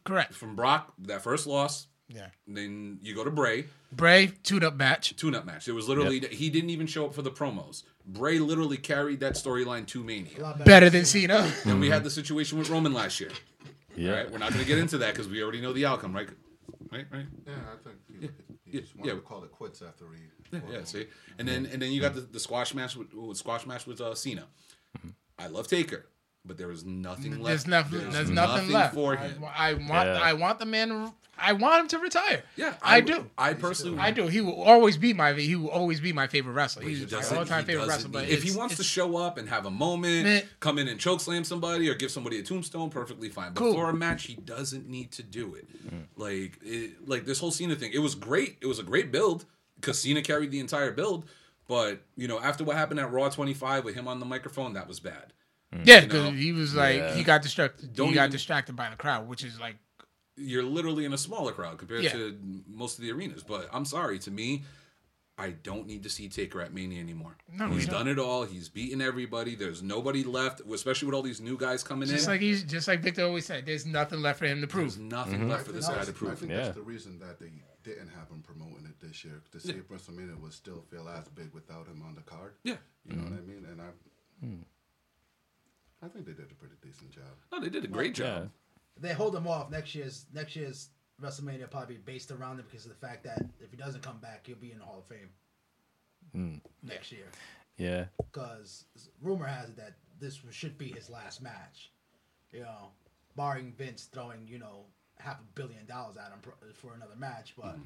S2: Correct.
S4: From Brock, that first loss,
S2: Mm. Yeah.
S4: then you go to Bray,
S2: Bray tune up match.
S4: tune-up match. It was literally he didn't even show up for the promos. Bray literally carried that storyline to Mania.
S2: Better than Cena.
S4: Then we had the situation with Roman last year.
S1: Yeah.
S4: Right? We're not going to get into that because we already know the outcome, right? Right, right.
S6: Yeah, I think he, he just
S4: Yeah,
S6: wanted
S4: yeah.
S6: to call it quits after he.
S4: Yeah, see, and then and then you got the, the squash match with, with squash match with uh, Cena. I love Taker, but there is nothing left.
S2: There's nothing. There's, nothing, left
S4: for
S2: I-
S4: him.
S2: I, want.
S1: Yeah.
S2: I want the man. I want him to retire.
S4: yeah,
S2: I,
S4: would-
S2: do.
S4: I personally,
S2: I do. He will always be my. He will always be my favorite wrestler.
S4: He
S2: He's my
S4: doesn't-
S2: all-time
S4: he
S2: favorite
S4: doesn't
S2: wrestler.
S4: need-
S2: But
S4: if he
S2: it's-
S4: wants to
S2: it's-
S4: show up and have a moment,
S2: Meh.
S4: come in and choke slam somebody or give somebody a tombstone, perfectly fine. But
S2: Cool.
S4: for a match, he doesn't need to do it. Like, it, like this whole Cena thing, it was great. It was a great build because Cena carried the entire build. But you know, after what happened at Raw 25 with him on the microphone, that was bad.
S2: yeah, because
S4: know?
S2: he was like
S1: Yeah.
S2: he got distracted.
S4: Don't
S2: he got
S4: even-
S2: distracted by the crowd, which is like
S4: you're literally in a smaller crowd compared
S2: Yeah.
S4: to most of the arenas. But I'm sorry, to me, I don't need to see Taker at Mania anymore.
S2: No, we
S4: he's
S2: don't.
S4: done it all. He's beaten everybody. There's nobody left, especially with all these new guys coming
S2: just
S4: in.
S2: like he's just like Victor always said. There's nothing left for him to prove.
S4: There's nothing
S1: Mm-hmm.
S4: left for this guy to
S6: I
S4: prove.
S6: think
S1: Yeah.
S6: that's the reason that they didn't have him promoting it this year to see if WrestleMania would still feel as big without him on the card.
S4: Yeah. Mm-hmm. Hmm.
S6: You know what I mean? And I, I think they did a pretty decent job.
S4: No, they did a great
S1: Yeah.
S4: job.
S3: They hold him off next year's next year's WrestleMania will probably be based around him because of the fact that if he doesn't come back, he'll be in the Hall of Fame next year.
S1: Yeah.
S3: Because rumor has it that this should be his last match. You know, barring Vince throwing you know half a billion dollars at him pro- for another match, but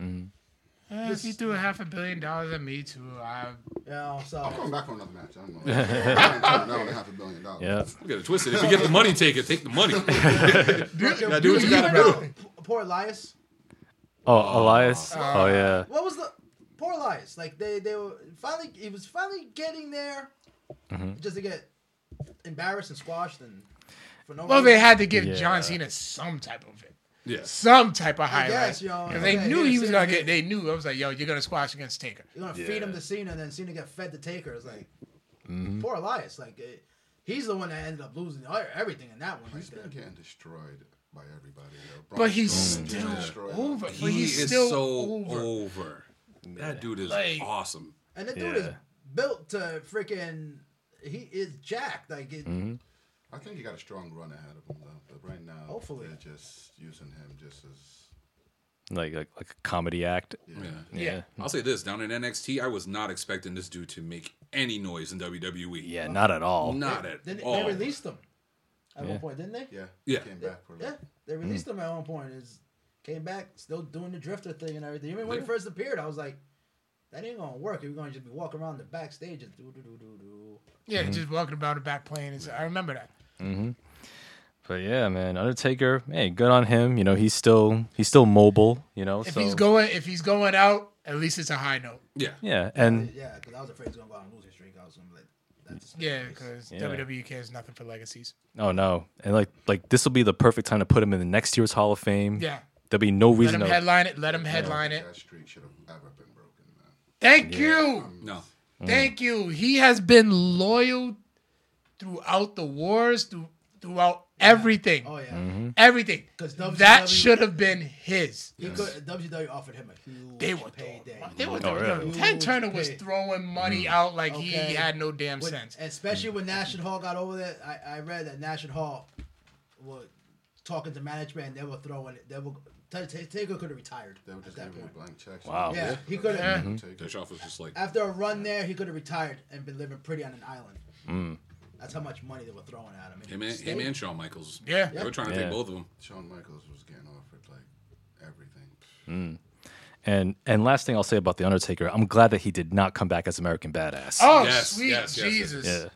S2: Eh, if you threw a half a billion dollars at me too, I
S3: you know,
S6: I'm
S3: so
S6: coming back for another match. I don't know. I ain't turning down a half a billion dollars.
S1: Yeah.
S4: Look at it twisted. If you get the money, take it. Take the money.
S3: Now,
S4: do what you gotta
S3: Poor Elias.
S1: Oh, Elias. oh yeah.
S3: What was the poor Elias? Like they they were finally he was finally getting there, just to get embarrassed and squashed and for no
S2: well, they had to give
S1: Yeah.
S2: John Cena some type of it,
S4: Yeah.
S2: some type of
S3: I
S2: highlight.
S3: guess, yo,
S2: 'Cause
S3: okay,
S2: they knew
S3: yeah,
S2: he was
S3: Cena
S2: gonna get.
S3: did.
S2: They knew. I was like, yo, you're gonna squash against Taker.
S3: You're gonna feed him
S1: Yeah. Mm-hmm.
S3: to Cena, and then Cena get fed to Taker. It's like poor Elias. Like it, he's the one that ended up losing all- everything in that one. Right
S6: He's been
S3: there.
S6: getting destroyed by everybody. Yo. Braun
S2: But he's
S1: Oh,
S6: Strowman just
S2: still
S6: destroyed him.
S2: over.
S4: He
S2: but he's
S4: is
S2: still
S4: so
S2: over.
S4: over. That dude is
S2: Like-
S4: awesome.
S3: And the dude is
S1: Yeah.
S3: built to freaking. He is jacked. Like it,
S1: Mm-hmm.
S6: I think he got a strong run ahead of him though. But right now,
S3: Hopefully.
S6: they're just using him just as
S1: Like like like a comedy act.
S4: Yeah.
S1: Yeah.
S4: I'll say this down in NXT, I was not expecting this dude to make any noise in WWE.
S1: Yeah. Not at all.
S4: Not at
S3: then
S4: all.
S3: they released him
S1: Yeah.
S3: at
S1: Mm-hmm.
S3: one point, didn't they?
S6: Oh. yeah.
S4: Yeah.
S6: Came back for a
S3: Yeah,
S6: little.
S3: they released him at one point. Is came back still doing the drifter thing and everything. Even when
S4: Yeah.
S3: he first appeared, I was like, "That ain't gonna work. You're gonna just be walking around the backstage and do do do do do."
S2: Yeah,
S1: Mm-hmm.
S2: just walking about the back plane. And so, I remember that.
S1: But yeah, man, Undertaker. Hey, good on him. You know, he's still he's still mobile. You know,
S2: If
S1: so
S2: he's going, if he's going out, at least it's a high note.
S4: Yeah.
S1: yeah, and
S3: Yeah, because I was afraid he was gonna go out on a losing streak. I was gonna be like, "That's
S1: Mm-hmm.
S2: Yeah, because
S1: Yeah.
S2: WWE E cares nothing for legacies.
S1: oh no, and like like this will be the perfect time to put him in the next year's Hall of Fame.
S2: Yeah,
S1: there'll be no
S2: let
S1: reason
S2: him
S1: to.
S2: headline it. Let him headline it.
S6: That streak should have ever been broken, man.
S2: Thank you.
S4: No.
S1: Mm.
S2: Thank you. He has been loyal throughout the wars, through, throughout everything,
S3: oh yeah."
S1: Mm-hmm.
S2: everything.
S3: 'Cause
S2: that
S3: WWE
S2: should have been his.
S3: He could, WW offered him a huge
S2: They were throwing,
S3: payday.
S2: they were
S1: Oh,
S2: throwing-
S1: really?
S2: Ted Turner was
S3: Pay.
S2: throwing money
S4: Mm.
S2: out like
S3: Okay.
S2: he had no damn
S3: When-
S2: sense.
S3: Especially when
S6: Mm.
S3: Nash and Hall got over there. I, I read that Nash and Hall were talking to management and they were throwing it. They were T- T- Taker could have retired
S6: They were
S3: at
S6: just
S3: that
S6: giving him
S3: point.
S6: blank checks.
S1: Wow. Mm-hmm.
S3: Yeah, he
S6: Take
S3: could
S6: it,
S3: have.
S6: take it.
S4: Bischoff was just like,
S3: After a run there, he could have retired and been living pretty on an island.
S6: Mm.
S3: That's how much money they were throwing at him.
S4: him and, him and Shawn Michaels.
S2: Yeah.
S4: They were trying to
S1: Yeah.
S4: take both of them.
S6: Shawn Michaels was getting offered like everything.
S1: And and last thing I'll say about the Undertaker, I'm glad that he did not come back as American Badass.
S2: Oh,
S4: Yes,
S2: sweet
S4: yes, yes, yes.
S2: Jesus.
S1: Yeah,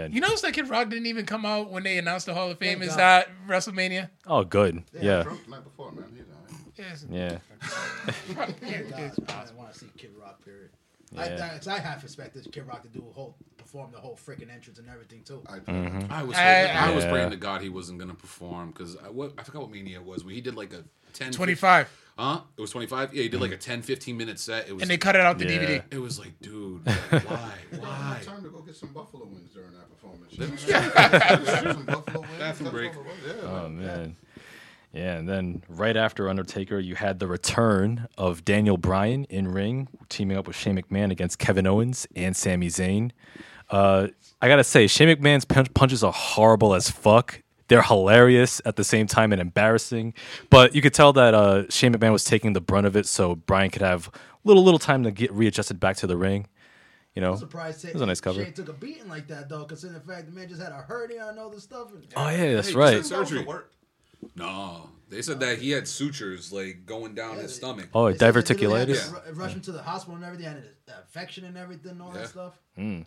S1: yeah.
S2: You notice that Kid Rock didn't even come out when they announced the Hall of Fame
S3: Thank
S2: is
S3: God.
S2: that WrestleMania?
S1: oh, good. Yeah,
S6: Trump the night before, man. He's all right.
S2: Yes.
S1: yeah.
S3: God, I want to see Kid Rock. Period. I,
S1: Yeah.
S3: that's- I half expected Kid Rock to do a whole perform the whole freaking entrance and everything too.
S6: I,
S1: Mm-hmm.
S4: I was
S2: I-
S4: hoping- I, was
S1: Yeah.
S4: praying to God he wasn't going to perform because I, what- I forgot what Mania it was. Where he did like a 10.
S2: 25.
S4: Huh? It was 25? Yeah, he did like a 10, 15 minute set. It was
S2: And they cut it out the
S1: Yeah.
S2: DVD.
S4: It was like, dude, like, why?
S6: I
S4: Why?
S6: had time to go get some buffalo wings during that performance. You know what I mean? some buffalo wings.
S4: Bathroom
S6: that's
S4: break.
S6: what it was. Yeah.
S1: Oh man. Yeah, and then right after Undertaker, you had the return of Daniel Bryan in ring, teaming up with Shane McMahon against Kevin Owens and Sami Zayn. Uh, I gotta say, Shane McMahon's punch- punches are horrible as fuck. They're hilarious at the same time and embarrassing, but you could tell that uh, Shane McMahon was taking the brunt of it, so Bryan could have little little time to get readjusted back to the ring. You know,
S3: I'm surprised
S1: it was a nice cover.
S3: Shane took a beating like that though, considering the fact the man just had a hernia and all this stuff. And,
S1: Oh yeah, that's
S4: Hey,
S1: right.
S4: just had surgery. No, they said that he had sutures like going down his stomach.
S1: Oh,
S3: They said they literally had to
S1: diverticulitis.
S3: ru- Rush him to the hospital and everything, and an infection and everything, and all
S4: Yeah.
S3: that stuff.
S1: Hmm.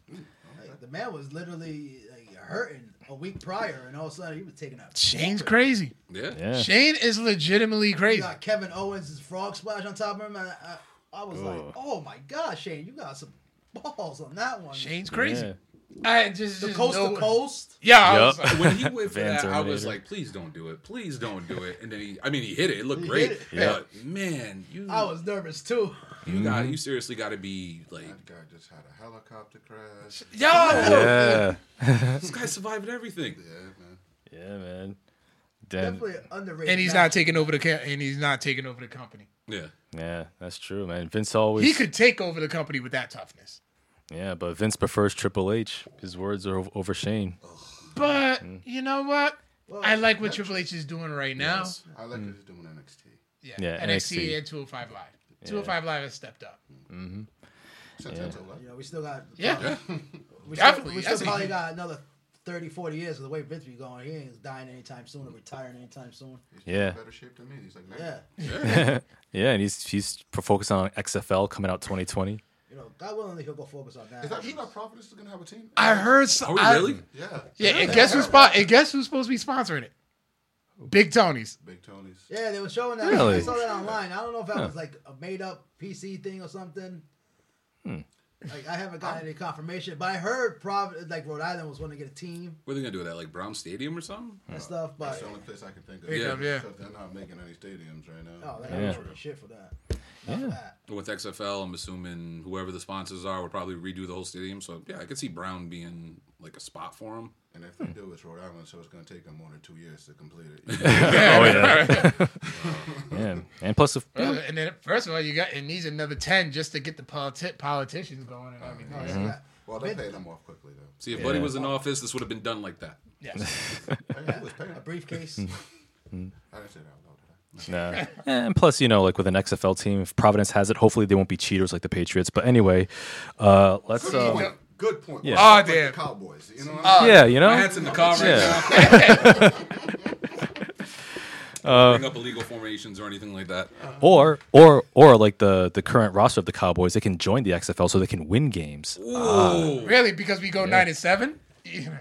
S3: Like, the man was literally like, hurting a week prior, and all of a sudden he was taking out.
S2: Shane's crazy.
S4: Yeah.
S1: Yeah.
S2: Shane is legitimately
S3: You
S2: crazy.
S3: got Kevin Owens' frog splash on top of him. And I, I, I was like, oh my god, Shane, you got some balls on that one.
S2: Shane's crazy.
S1: Yeah.
S2: I just,
S3: the
S2: just
S3: coast
S2: no-
S3: to coast.
S2: Yeah, I was
S1: Yup.
S2: like,
S4: When he went for
S1: Van
S4: that, I was
S1: Terminator.
S4: like, please don't do it. Please don't do it. And then he, I mean, he hit it. It looked
S3: He
S4: great.
S3: hit it.
S4: But man, you,
S3: I was nervous too.
S4: you got, you seriously got to be like,
S6: That guy just had a helicopter crash.
S2: yo,
S1: Yeah,
S4: this guy survived everything.
S6: Yeah, man.
S1: yeah, man. Then
S3: Definitely an underrated.
S2: and he's
S3: match.
S2: not taking over the ca- and he's not taking over the company.
S4: Yeah.
S1: Yeah, that's true, man. Vince always.
S2: He could take over the company with that toughness.
S1: Yeah, but Vince prefers Triple H. His words are ov- over Shane.
S2: But you know what?
S3: Well,
S2: I like what Triple H is doing right now.
S6: I like that he's doing NXT.
S2: Yeah.
S1: Yeah,
S2: NXT,
S1: NXT.
S2: and 205 Live. 205 Live has stepped up.
S6: Since yeah.
S3: You know, we still got.
S2: Yeah.
S3: we
S2: Definitely.
S3: Still, we
S2: That's a
S3: still probably
S2: huge-
S3: got another 30, 40 years of the way Vince be going, he ain't dying anytime soon or retiring anytime soon.
S6: He's
S1: Yeah.
S6: in better shape than me. He's like,
S3: Yeah.
S6: yeah.
S1: Yeah, and he's he's focused on XFL coming out 2020.
S3: You know, God willing, he'll go focus on that.
S6: Is that true that Providence is going to have a team?
S2: I heard. So,
S4: Are we
S2: I-
S4: really?
S6: yeah.
S2: Yeah, and guess who's spo- and guess who's supposed to be sponsoring it? Big Tony's.
S6: Big Tony's.
S3: Yeah, they were showing that.
S1: Really?
S3: I saw that online. I don't know if that was like a made up PC thing or something.
S1: Hmm.
S3: Like I haven't gotten any confirmation, but I heard Prov- like Rhode Island was going to get a team
S4: What are they gonna do with that? Like Brown Stadium or something?
S3: and stuff.
S6: That's
S3: But
S6: the only place I can think of.
S2: Big
S4: Yeah.
S2: Tom, yeah.
S6: Because they're not making any stadiums right now.
S3: oh, that
S1: Yeah.
S3: yeah. shit for that. Not for that.
S4: With XFL, I'm assuming whoever the sponsors are would probably redo the whole stadium. So yeah, I could see Brown being like a spot for him.
S6: And if they do, it's Rhode Island, so it's going to take them more than two years to complete it.
S1: Oh yeah. yeah. And plus, if,
S2: Uh, and then first of all, you got it needs another ten just to get the politi- politicians going and everything.
S1: Uh-huh.
S2: else.
S3: Yeah.
S6: well, they pay them off quickly, though.
S4: See, if Buddy was in office, this would have been done like that.
S2: Yes.
S6: Hey, who was paying?
S3: A briefcase.
S6: I didn't say that out loud, did I?
S1: nah. and plus, you know, like with an XFL team, if Providence has it, hopefully they won't be cheaters like the Patriots. But anyway, uh, let's.
S6: Good
S1: Uh,
S6: point. Good point.
S1: Yeah.
S6: Well,
S2: Oh,
S6: like the
S2: damn. Ah.
S6: Cowboys. You know what I mean?
S1: yeah, you know.
S4: My hat's in the car right
S1: Yeah. Uh,
S4: now. Bring up illegal formations or anything like that.
S1: or or or like the the current roster of the Cowboys, they can join the XFL so they can win games.
S2: Really? Because we go nine and seven. You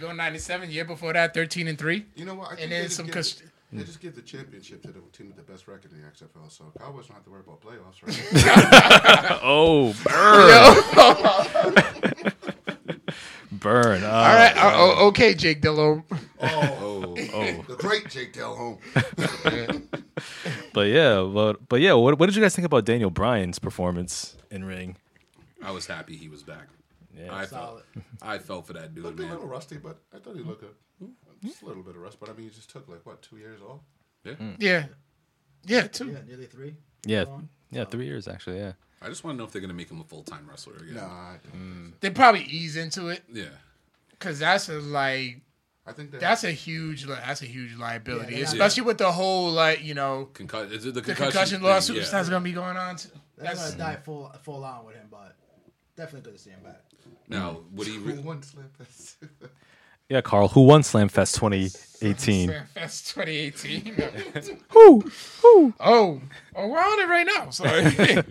S2: go nine and seven. Year before that, thirteen and three.
S6: You know what? I think
S2: And
S6: they
S2: then
S6: just
S2: some.
S6: give
S2: Cust-
S6: the- they just give the championship to the team with the best record in the XFL, so Cowboys don't have to worry about playoffs, right?
S1: Oh, burn, burn. Uh,
S2: all right. uh, oh, okay, Jake Delhomme.
S6: oh, the great Jake Delhomme.
S1: But yeah, but but yeah, what what did you guys think about Daniel Bryan's performance in ring?
S4: I was happy he was back.
S1: Yeah.
S4: I felt,
S3: Solid.
S4: I felt for that dude,
S6: Looked a
S4: man.
S6: little rusty, but I thought he looked good. Just a little bit of rust, but I mean, he just took like what two years off.
S4: Yeah.
S2: Yeah. Yeah. Two.
S3: yeah, nearly three.
S1: Yeah, yeah, three years actually. Yeah,
S4: I just want to know if they're gonna make him a full time wrestler again.
S6: Nah, I, don't think so.
S2: They probably ease into it
S4: Yeah.
S2: because that's a like
S6: I think that,
S2: that's a huge li- that's a huge liability,
S3: Yeah, yeah.
S2: especially with the whole like you know
S4: Concussion. Is it the
S2: the
S4: concussion,
S2: concussion,
S4: thing?
S2: lawsuits
S4: Yeah.
S2: that's gonna be going on. Too.
S3: That's
S2: That's
S1: Hmm.
S3: going to die full full on with him, but definitely good to see him back.
S4: Now, would he? Re-
S6: one slip. that's-
S1: yeah. Carl, who won Slam Fest 2018?
S3: Mm.
S2: Slam Fest 2018.
S1: Who? Who?
S2: oh, oh, we're on it right now. Sorry.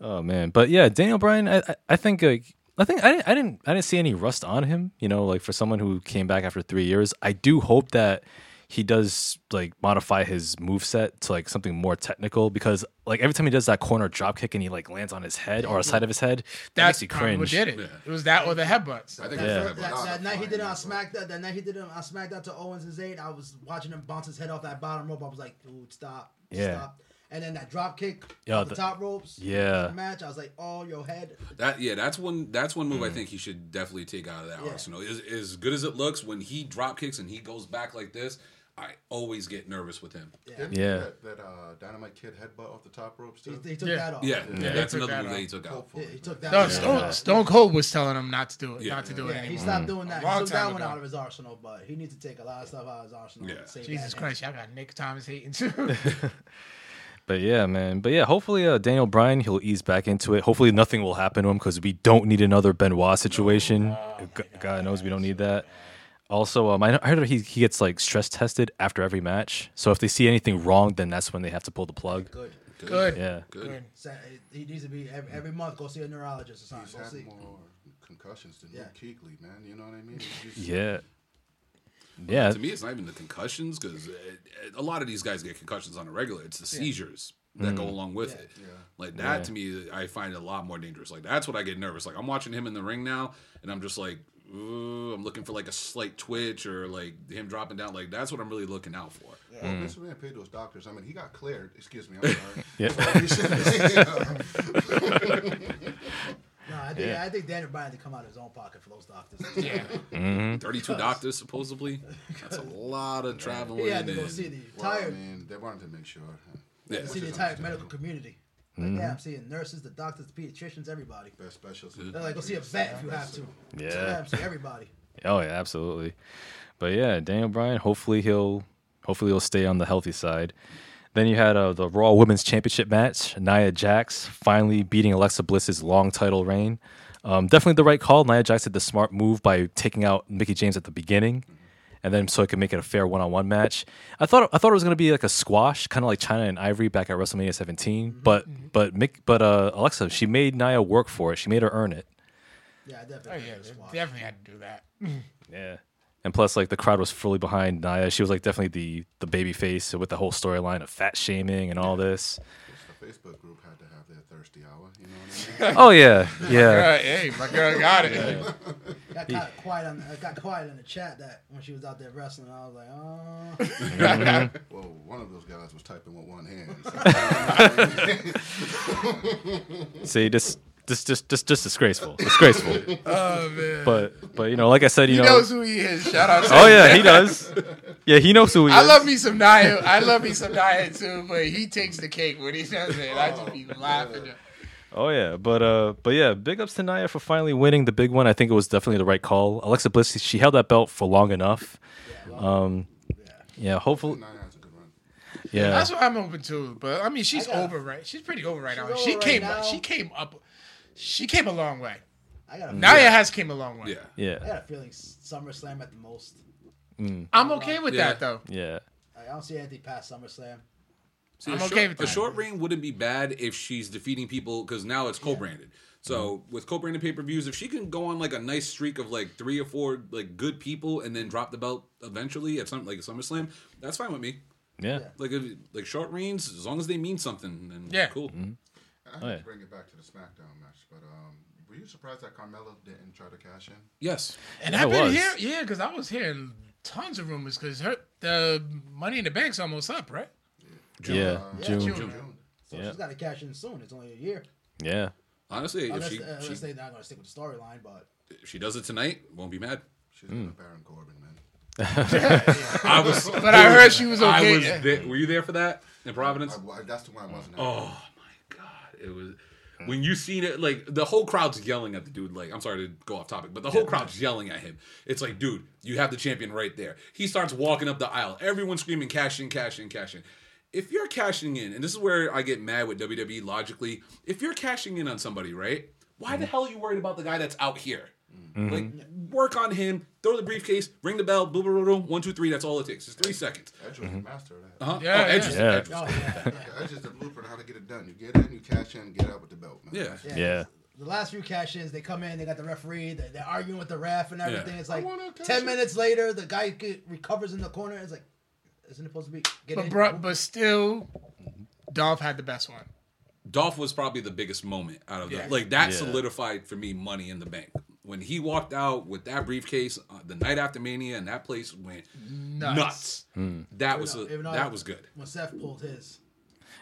S1: Oh man, but yeah, Daniel Bryan. I I, I think like I think I didn't, I didn't I didn't see any rust on him. You know, like for someone who came back after three years, I do hope that he does like modify his move set to like something more technical because like every time he does that corner drop kick and he like lands on his head or a side of his head, that makes
S2: that's
S1: you
S2: probably what
S1: cringe.
S2: did it.
S4: Yeah.
S2: It was that or the headbutts.
S4: I think
S1: Yeah.
S4: yeah.
S3: That, that night he did it on
S6: That's fine,
S3: SmackDown. That night he did it on SmackDown to Owens and Zayn. I was watching him bounce his head off that bottom rope. I was like, dude, stop,
S1: Yeah.
S3: stop. And then that drop kick,
S1: Yeah,
S3: off the,
S1: the-
S3: top ropes,
S1: yeah.
S3: match. I was like, oh, your head.
S4: That yeah, that's one that's one move
S2: Mm.
S4: I think he should definitely take out of that
S3: Yeah.
S4: arsenal. As, as good as it looks, when he drop kicks and he goes back like this, I always get nervous with him.
S6: yeah. Didn't
S1: Yeah.
S6: That, that uh, dynamite kid headbutt off the top ropes
S3: He,
S6: too.
S3: he took
S2: Yeah.
S3: that off.
S4: Yeah,
S2: Yeah,
S4: that's
S2: he took that
S4: another move that
S2: out.
S4: he took out.
S3: Yeah, he took that.
S2: No,
S3: off.
S2: Stone, Stone Cold was telling him not to do it,
S4: Yeah.
S2: not to do it
S3: Yeah, he
S2: anymore.
S3: stopped doing that. He
S2: Mm. long
S3: took that
S2: time
S3: one
S2: ago.
S3: out of his arsenal, but he needs to take a lot of stuff out of his arsenal.
S4: Yeah.
S3: and save
S2: Jesus
S3: that.
S2: Christ, y'all got Nick Thomas hating too.
S1: But yeah, man. But yeah, hopefully uh, Daniel Bryan he'll ease back into it. Hopefully nothing will happen to him because we don't need another Benoit situation. G- God, knows we don't need that. Also, um, I know- I heard he he gets like stress tested after every match. So if they see anything wrong, then that's when they have to pull the plug.
S3: Good.
S2: Good.
S1: Yeah.
S4: Good.
S3: Sa- He needs to be every, every month. Go see a neurologist or something.
S6: He's
S3: Go see.
S6: had more concussions than
S3: Yeah.
S6: Luke Kuechly, man. You know what I mean? He's just-
S1: Yeah. Yeah.
S4: To me, it's not even the concussions because a lot of these guys get concussions on a regular. It's the seizures that go along with it. Like that to me, I find it a lot more dangerous. Like that's what I get nervous. Like I'm watching him in the ring now, and I'm just like, ooh, I'm looking for like a slight twitch or like him dropping down. Like that's what I'm really looking out for.
S6: Well, Vince McMahon paid those Oh, doctors. I mean, he got cleared. Excuse me. I'm sorry.
S1: Yeah.
S6: So he should-
S3: No, I think I think Daniel Bryan had to come out of his own pocket for those doctors.
S2: Yeah.
S4: 32 doctors supposedly. That's a lot of traveling.
S3: He had to go
S4: and-
S3: see the
S6: well, I
S3: entire
S6: mean, they wanted to make sure.
S4: Yeah.
S3: see the entire medical community. Like,
S1: Mm-hmm.
S3: yeah, I'm seeing nurses, the doctors, the pediatricians, everybody.
S6: Best specials.
S3: They're like, go see a vet if you have to.
S1: Yeah.
S3: I'm seeing everybody.
S1: Oh yeah, absolutely. But yeah, Daniel Bryan. Hopefully he'll hopefully he'll stay on the healthy side. Then you had uh, the Raw Women's Championship match. Nia Jax finally beating Alexa Bliss's long title reign. Um, definitely the right call. Nia Jax did the smart move by taking out Mickey James at the beginning, and then so it could make it a fair one-on-one match. I thought I thought it was gonna be like a squash, kind of like China and Ivory back at WrestleMania 17. But but Mick, but uh, Alexa, she made Nia work for it. She made her earn it.
S3: Yeah, I
S2: Oh,
S3: definitely. had
S2: yeah,
S3: this
S2: they
S3: watch.
S2: definitely had to do that.
S1: Yeah. And plus, like the crowd was fully behind Nia. She was like definitely the the baby face with the whole storyline of fat shaming and all this.
S6: The Facebook group had to have their thirsty hour. You know what I mean?
S1: Oh yeah, yeah.
S2: Uh, hey, my girl got it.
S3: Got kinda quiet on. I got quiet in the chat that when she was out there wrestling, I was like, oh.
S6: well, one of those guys was typing with one hand. so-
S1: See, this this just just just disgraceful, disgraceful.
S2: Oh man,
S1: But but you know, like I said, you
S2: he
S1: know.
S2: knows who he is. Shout out. To
S1: oh
S2: him.
S1: yeah, he does. Yeah, he knows who he
S2: I
S1: is.
S2: love me some Nia. I love me some Nia too, but he takes the cake when he does it. I just be laughing.
S1: Oh yeah, but uh, but yeah, big ups to Nia for finally winning the big one. I think it was definitely the right call. Alexa Bliss, she held that belt for long enough. Um, yeah, hopefully,
S6: Nine hours a good run.
S1: yeah,
S2: That's what I'm open to. But I mean, she's
S3: I got-
S2: over right. She's pretty over right
S3: She's
S2: now.
S3: over
S2: she
S3: right
S2: came.
S3: now.
S2: up She came up. She came a long way.
S3: I got a.
S2: Nia
S3: feeling-
S2: has came a long way.
S4: Yeah.
S3: I
S1: yeah,
S3: got a feeling SummerSlam at the most.
S2: I'm okay with
S4: Yeah.
S2: that though.
S1: yeah.
S3: Like, I don't see anything past SummerSlam.
S4: See,
S2: I'm
S4: a
S2: okay
S4: short,
S2: with
S4: A
S2: that.
S4: short reign wouldn't be bad if she's defeating people because now it's co-branded. So
S2: Mm-hmm.
S4: with co-branded pay-per-views, if she can go on like a nice streak of like three or four like good people and then drop the belt eventually at some like SummerSlam, that's fine with me.
S1: yeah.
S4: Like if, like short reigns, as long as they mean something, then
S2: Yeah.
S4: cool.
S6: I hate
S1: Oh, yeah.
S6: to bring it back to the SmackDown match, but um, were you surprised that Carmella didn't try to cash in?
S4: Yes,
S2: And
S1: Yeah,
S2: I've
S1: it
S2: been
S1: was.
S2: here, yeah, because I was hearing tons of rumors because her the money in the bank's almost up, right?
S1: Yeah, June.
S2: June.
S3: So
S1: Yeah.
S3: she's got to cash in soon. It's only a year.
S1: Yeah,
S4: honestly, if
S3: Unless,
S4: she,
S3: uh, unless
S4: she
S3: they're not going to stick with the storyline, but
S4: if she does it tonight, won't be mad.
S6: She's mm. Baron Corbin, man.
S4: I was,
S2: But I heard she was okay.
S4: I was
S2: yeah.
S4: there. Were you there for that in Providence?
S6: I, I- that's the one I wasn't.
S4: Oh my god, it was when you seen it like the whole crowd's yelling at the dude like I'm sorry to go off topic, but the whole crowd's yelling at him. It's like, dude, you have the champion right there. He starts walking up the aisle. Everyone screaming cash in, cash in, cash in. If you're cashing in, and this is where I get mad with WWE logically, if you're cashing in on somebody, right? Why the hell are you worried about the guy that's out here? Like, work on him, throw the briefcase, ring the bell, boom, boom, boom, boom, one, two, three, that's all it takes. It's three seconds.
S6: Edge was the master of that.
S4: Uh-huh.
S2: Yeah,
S4: oh, Edge
S2: yeah.
S4: was-
S1: Yeah.
S4: Edge was-
S3: oh yeah, yeah.
S6: Edge is the blueprint how to get it done. You get in, you cash in, get out with the belt. Man.
S4: yeah.
S3: yeah.
S1: yeah.
S3: The last few cash ins, they come in, they got the referee, they- they're arguing with the ref and everything. It's like
S6: wanna cash
S3: ten
S6: in.
S3: minutes later, the guy get, recovers in the corner. It's like, isn't it supposed to be? Get
S2: But
S3: in?
S2: bro, but still, Dolph had the best one.
S4: Dolph was probably the biggest moment out of
S2: Yeah.
S4: the, like that
S1: Yeah.
S4: solidified for me money in the bank when he walked out with that briefcase uh, the night after Mania and that place went nuts.
S1: Hmm.
S4: That was a,
S3: Even though-
S4: that was good.
S3: When Seth pulled his,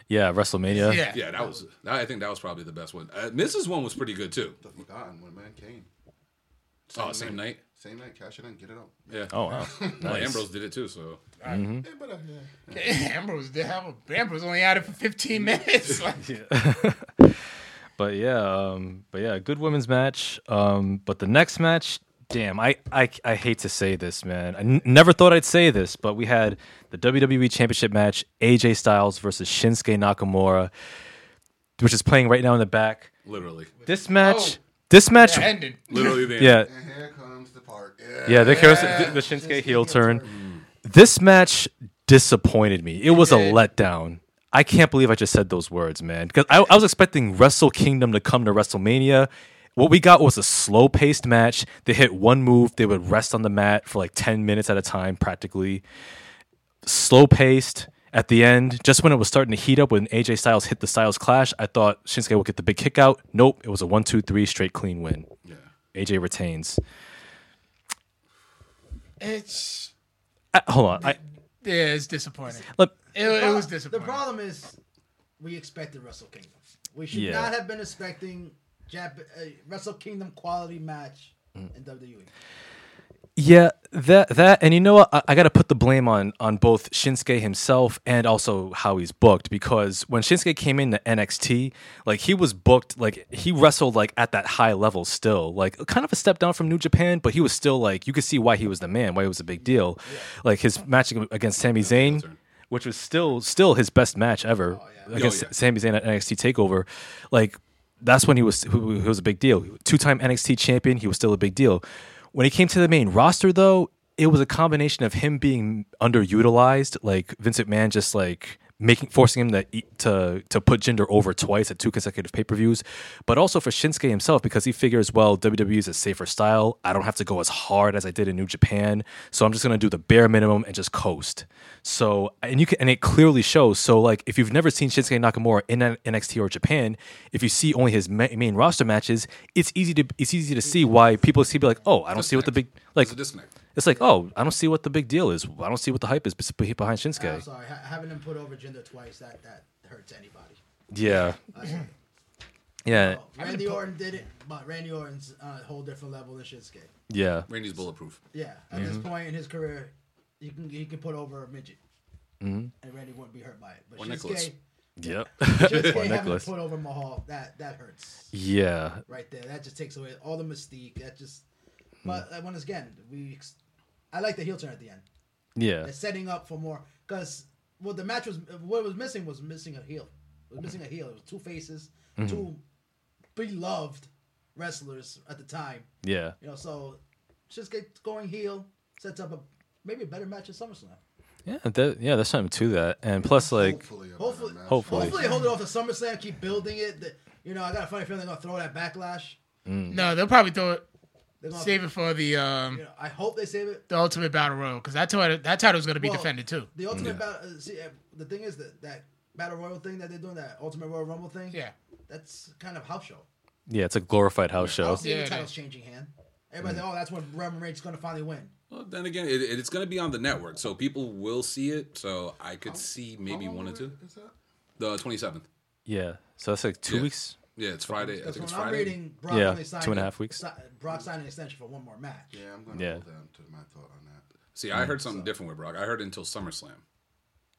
S1: Yeah, WrestleMania.
S2: Yeah,
S4: Yeah, that was that- I think that was probably the best one. Uh, Mrs. one was pretty good too.
S6: The forgotten when man came.
S4: Oh, same night.
S6: Same night, cash it in, get it out.
S4: Yeah.
S1: Oh wow.
S4: Well,
S1: Nice.
S4: Ambrose did it too, so
S6: Yeah, but, uh, yeah.
S2: Ambrose did have a Ambrose only had it for 15 minutes. Like,
S1: But yeah, um, but yeah, good women's match. Um, but the next match, damn, I, I, I hate to say this, man. I n- never thought I'd say this, but we had the WWE Championship match, AJ Styles versus Shinsuke Nakamura, which is playing right now in the back.
S4: literally,
S1: This match, this match, yeah,
S2: ending.
S4: literally the
S1: yeah,
S6: And here comes the part. Yeah.
S1: yeah the, the, the Shinsuke heel turn. This match disappointed me. It was a
S2: did.
S1: letdown. I can't believe I just said those words, man. Because I, I was expecting Wrestle Kingdom to come to WrestleMania. What we got was a slow paced match. They hit one move, they would rest on the mat for like 10 minutes at a time, practically. Slow paced at the end. Just when it was starting to heat up, when AJ Styles hit the Styles Clash, I thought Shinsuke would get the big kick out. Nope, it was a one, two, three straight clean win.
S4: Yeah.
S1: AJ retains.
S2: It's
S1: I, hold on. I,
S2: yeah, it's disappointing.
S1: let,
S2: It, it was
S3: Uh,
S2: disappointing.
S3: The problem is, we expected Wrestle Kingdom. We should
S1: Yeah.
S3: not have been expecting Jap- uh, Wrestle Kingdom quality match in E. WWE.
S1: Yeah, that that and you know what I, I got to put the blame on on both Shinsuke himself and also how he's booked because when Shinsuke came into NXT, like he was booked like he wrestled like at that high level still. Like kind of a step down from New Japan, but he was still like you could see why he was the man, why he was a big deal. Like his match against Sami Zayn which was still still his best match ever against
S4: Oh, yeah.
S1: Sami Zayn at NXT Takeover. Like that's when he was he was a big deal. Two-time NXT champion, he was still a big deal. When he came to the main roster, though, it was a combination of him being underutilized, like Vincent McMahon just like making forcing him to eat, to to put gender over twice at two consecutive pay-per-views, but also for Shinsuke himself because he figures, well, WWE is a safer style. I don't have to go as hard as I did in New Japan, so I'm just gonna do the bare minimum and just coast. So and you can and it clearly shows. So like if you've never seen Shinsuke Nakamura in N- NXT or Japan, if you see only his ma- main roster matches, it's easy to it's easy to see why people see be like, oh, I don't see what the big like
S4: There's a disconnect.
S1: it's like, oh, I don't see what the big deal is. I don't see what the hype is bes- behind
S3: I'm
S1: Shinsuke.
S3: sorry, ha- having him put over gender twice that that hurts anybody.
S1: Yeah,
S3: That's-
S1: yeah,
S3: Randy Orton did it, but Randy Orton's on a whole different level than Shinsuke.
S1: yeah,
S4: Randy's bulletproof.
S3: Yeah, at this point in his career, he can he can put over a midget, and Randy wouldn't be hurt by it. But
S4: Or Nicholas.
S3: Shinsuke,
S1: yep,
S3: Shinsuke having to
S1: Nicholas.
S3: put over Mahal, that that hurts
S1: yeah,
S3: right there. That just takes away all the mystique. That just, but uh, once again, we, ex- I like the heel turn at the end.
S1: yeah,
S3: They're setting up for more because what the match was, what was missing was missing a heel. It was missing a heel. It was two faces, two beloved wrestlers at the time.
S1: yeah.
S3: You know, so Shinsuke going heel sets up a maybe a better match at SummerSlam.
S1: Yeah, that, yeah, there's something to that. And plus, like,
S6: hopefully, a better
S3: Hopefully,
S6: match.
S1: Hopefully.
S3: hopefully they hold it off to SummerSlam. Keep building it. The- you know, I got a funny feeling they're gonna throw that backlash.
S1: Mm.
S2: No, they'll probably throw it,
S3: They're gonna,
S2: save it for the um,
S3: you know, I hope they save it.
S2: the Ultimate Battle Royal because that title that title's going to be
S3: Well,
S2: defended too.
S3: The
S1: Mm.
S3: ultimate battle. Uh, see, uh, the thing is that that battle royal thing that they're doing, that ultimate royal rumble thing.
S2: Yeah.
S3: that's kind of house show.
S1: yeah, Mm. it's a glorified house
S3: I
S1: show.
S3: don't see
S2: Yeah,
S3: the
S2: it
S3: titles changing hand. Everybody, oh, that's when Roman Reigns gonna finally win.
S4: Well, then again, it, it's going to be on the network, so people will see it. So I could see maybe
S6: How long
S4: one or
S6: is
S4: two.
S6: it- is that?
S4: The 27th.
S1: Yeah, so that's like two
S4: Yeah.
S1: weeks.
S4: Yeah, it's Friday. I
S3: Because
S4: think
S3: when
S4: it's
S3: I'm
S4: Friday.
S3: reading, Brock
S1: Yeah,
S3: only signed
S1: two and a
S3: a-
S1: half weeks.
S3: si- Brock signed an extension for one more match.
S6: Yeah, I'm gonna
S1: Yeah.
S6: hold on to my thought on that.
S4: See, I heard something different with Brock. I heard until SummerSlam.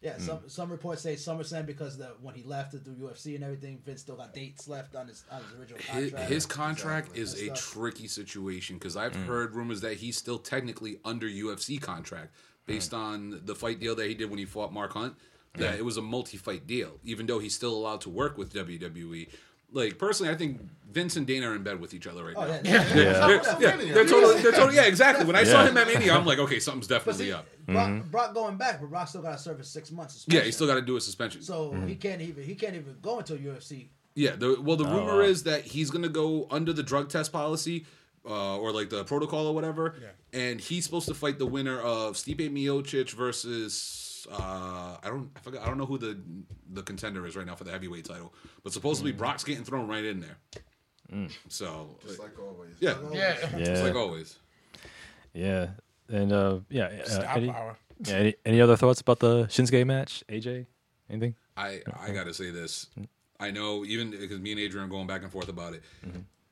S3: Yeah,
S4: Mm.
S3: some some reports say SummerSlam because the when he left to do UFC and everything, Vince still got dates left on his on his original
S4: His,
S3: contract.
S4: his contract is a
S3: That's tough.
S4: tricky situation because I've heard rumors that he's still technically under UFC contract based on the fight deal that he did when he fought Mark Hunt. That it was a multi-fight deal, even though he's still allowed to work with WWE. Like personally, I think Vince and Dana are in bed with each other right
S3: Oh,
S4: now.
S3: yeah, yeah.
S1: Yeah,
S4: They're, yeah, they're totally, they're totally, yeah, exactly. When I saw
S1: Yeah.
S4: him at Mania, I'm like, okay, something's
S3: But see,
S4: definitely
S3: Brock,
S4: up. Mm-hmm.
S3: Brock going back, but Brock still got to serve his six months. suspension.
S4: Yeah, he still Mm-hmm. got to do a suspension.
S3: So he can't even he can't even go into UFC.
S4: Yeah. The, well, the rumor is that he's gonna go under the drug test policy, uh, or like the protocol or whatever. And he's supposed to fight the winner of Stipe Miocic versus uh, I don't I forgot I don't know who the the contender is right now for the heavyweight title, but supposedly Brock's getting thrown right in there. So
S6: Just like always.
S4: yeah,
S2: Yeah,
S4: just like
S1: yeah,
S4: always.
S1: yeah, and uh, yeah. Uh,
S2: Star
S1: any,
S2: power.
S1: yeah, any, any other thoughts about the Shinsuke match? AJ, anything?
S4: I I gotta say this. I know even because me and Adrian are going back and forth about it.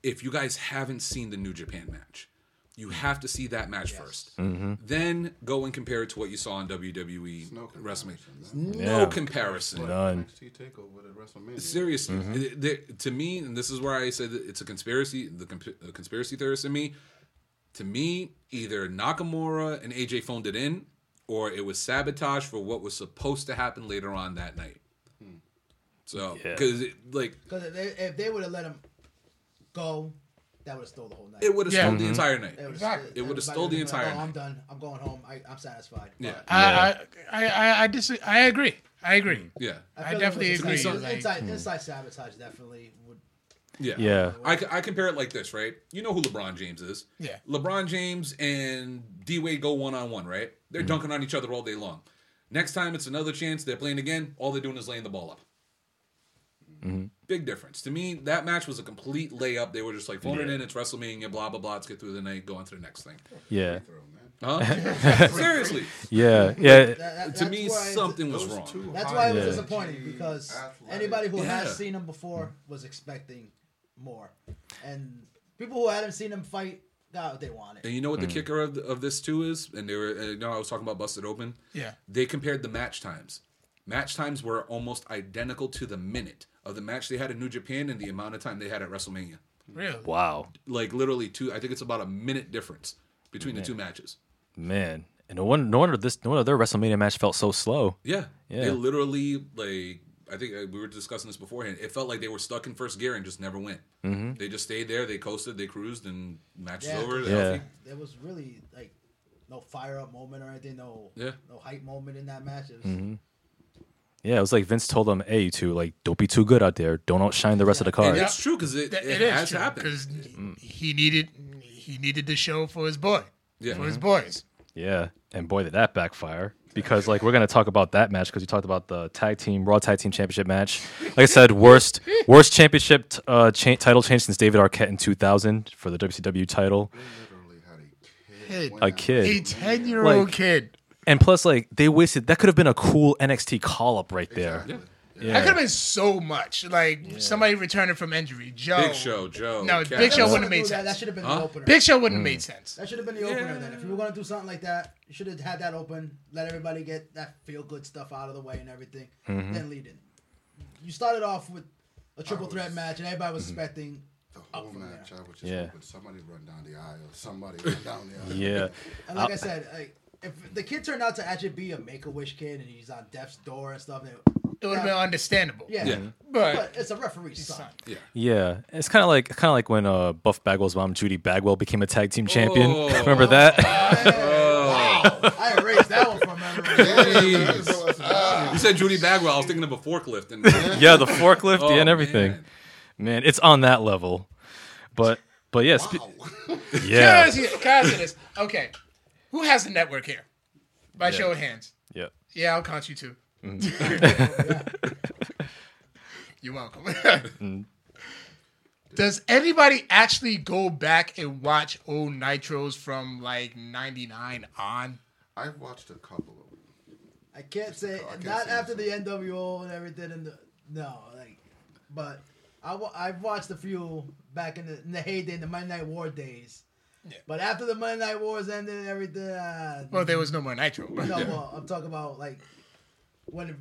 S4: If you guys haven't seen the New Japan match, you have to see that match 1st Then go and compare it to what you saw in WWE
S6: no
S4: WrestleMania.
S6: comparison,
S4: No
S1: Yeah.
S4: comparison.
S1: None.
S6: NXT takeover at WrestleMania.
S4: Seriously, It- it- to me, and this is where I say that it's a conspiracy. The, comp- the conspiracy theorist in me, to me, either Nakamura and AJ phoned it in, or it was sabotage for what was supposed to happen later on that night. So,
S1: Yeah.
S4: because like
S3: Because if they, if they would have let him go, that would have stole the whole night.
S4: it would have
S2: Yeah.
S4: stole the entire night.
S3: They would've-
S2: Exactly.
S3: they
S4: It would've
S3: would've
S4: stole the
S3: been like,
S4: entire
S3: Oh, I'm done. I'm going home. I, I'm satisfied. But
S4: Yeah.
S2: I, I, I, I, dis- I agree. I agree.
S1: Mm.
S4: Yeah,
S2: I
S3: feel like
S2: definitely
S3: it's-
S2: agree,
S3: it's- it's
S2: like-
S4: Hmm.
S3: inside, inside sabotage definitely would.
S4: yeah,
S1: Yeah.
S4: I, c- I compare it like this, right? You know who LeBron James is.
S2: Yeah.
S4: LeBron James and D Wade go one on one, right? They're dunking on each other all day long. Next time it's another chance, they're playing again. All they're doing is laying the ball up. Big difference. To me, that match was a complete layup. They were just like, phone it in, it's WrestleMania, blah, blah, blah. Let's get through the night, go on to the next thing.
S1: Yeah,
S6: Throw, man.
S4: Huh? Seriously.
S1: yeah, yeah.
S3: That, that,
S4: to
S3: that's
S4: me,
S3: why-
S4: something was
S6: Those
S4: wrong.
S6: two
S3: That's
S6: high
S3: why it was
S6: energy,
S3: disappointing because
S6: athletic-
S3: anybody who
S4: Yeah.
S3: has seen him before was expecting more, and people who hadn't seen him fight got what they wanted.
S4: And you know what the kicker of, of this too is? And they were, uh, you know, I was talking about busted open.
S2: Yeah.
S4: They compared the match times. Match times were almost identical to the minute of the match they had in New Japan and the amount of time they had at WrestleMania.
S2: Really?
S1: Wow,
S4: Like literally two. I think it's about a minute difference between the two matches.
S1: man. And no wonder, no wonder this, no wonder their WrestleMania match felt so slow.
S4: Yeah.
S1: Yeah.
S4: They literally like I think uh, we were discussing this beforehand. It felt like they were stuck in first gear and just never went. Mm-hmm. They just stayed there. They coasted. They cruised, and matches
S3: Yeah.
S4: over.
S1: Yeah.
S4: Yeah.
S3: There was really like no fire up moment or anything. No,
S4: Yeah. Mm-hmm.
S3: no hype moment in that match. It was,
S1: Yeah, it was like Vince told them, "Hey, you two, like, don't be too good out there. Don't outshine the rest of the
S4: And
S1: cars."
S4: it's true because it,
S2: That-
S4: it,
S2: it
S4: has
S2: is
S4: happened.
S2: because
S1: Mm.
S2: he needed he needed the show for his boy,
S4: Yeah.
S2: for his
S1: Mm-hmm.
S2: boys.
S1: Yeah, and boy did that backfire because like we're gonna talk about that match because we talked about the tag team Raw tag team championship match. Like I said, worst worst championship t- uh, cha- title change since David Arquette in 2000 for the WCW title.
S6: Literally had a
S2: Kid.
S6: kid. when
S1: A
S6: that
S1: kid.
S2: A ten year old
S1: Like-
S2: kid.
S1: And plus, like they wasted that could have been a cool NXT call up right there. Yeah.
S2: That could have been so much. Like somebody returning from injury. Joe.
S4: Big Show, Joe.
S2: oh, No, Big
S4: Cass.
S2: Show
S3: That
S2: wouldn't have made
S3: do that.
S2: sense.
S3: That should have been the opener.
S2: Big Show wouldn't have
S1: Mm.
S2: made sense.
S3: That should have been the opener then. If you were gonna do something like that, you should have had that open. Let everybody get that feel good stuff out of the way and everything.
S4: Mm-hmm.
S3: Then lead it. You started off with a triple threat match, and everybody
S4: Mm-hmm.
S3: was expecting.
S6: The
S3: Oh,
S6: whole match, I was just
S1: Yeah.
S6: hoping somebody run down the aisle. Somebody run down the aisle.
S1: Yeah,
S3: And
S6: Uh,
S3: like I said, like, if the kid turned out to actually be a Make a Wish kid and he's on death's door and stuff, then
S2: It would have been understandable.
S3: yeah.
S4: Yeah.
S3: But
S2: But
S3: it's a referee's son.
S4: Yeah.
S1: yeah. It's kind of like kind of like when uh, Buff Bagwell's mom Judy Bagwell became a tag team champion.
S4: Oh.
S1: Remember that?
S3: I erased that one from memory.
S4: Jeez. you said Judy Bagwell. I was thinking of a forklift. And
S1: yeah, the forklift
S4: Oh,
S1: yeah, and everything. Man.
S4: man.
S1: it's on that level. But but yeah, spe-
S2: can I
S1: yeah,
S2: ask you- can I ask you this? Okay. Who has the network here? By show of hands.
S1: yeah. Mm.
S2: Yeah, I'll count you too. You're welcome. Does anybody actually go back and watch old nitros from like 99 on?
S6: I've watched a couple of them.
S3: I can't say
S6: Oh, I can't
S3: not
S6: say
S3: after the NWO and everything. And the, no, like, but I wa- I've watched a few back in the, in the heyday, in the Monday Night War days. But after the Monday Night Wars ended and everything, uh,
S2: Well, there was no more nitro.
S3: no, well, I'm talking about like when it-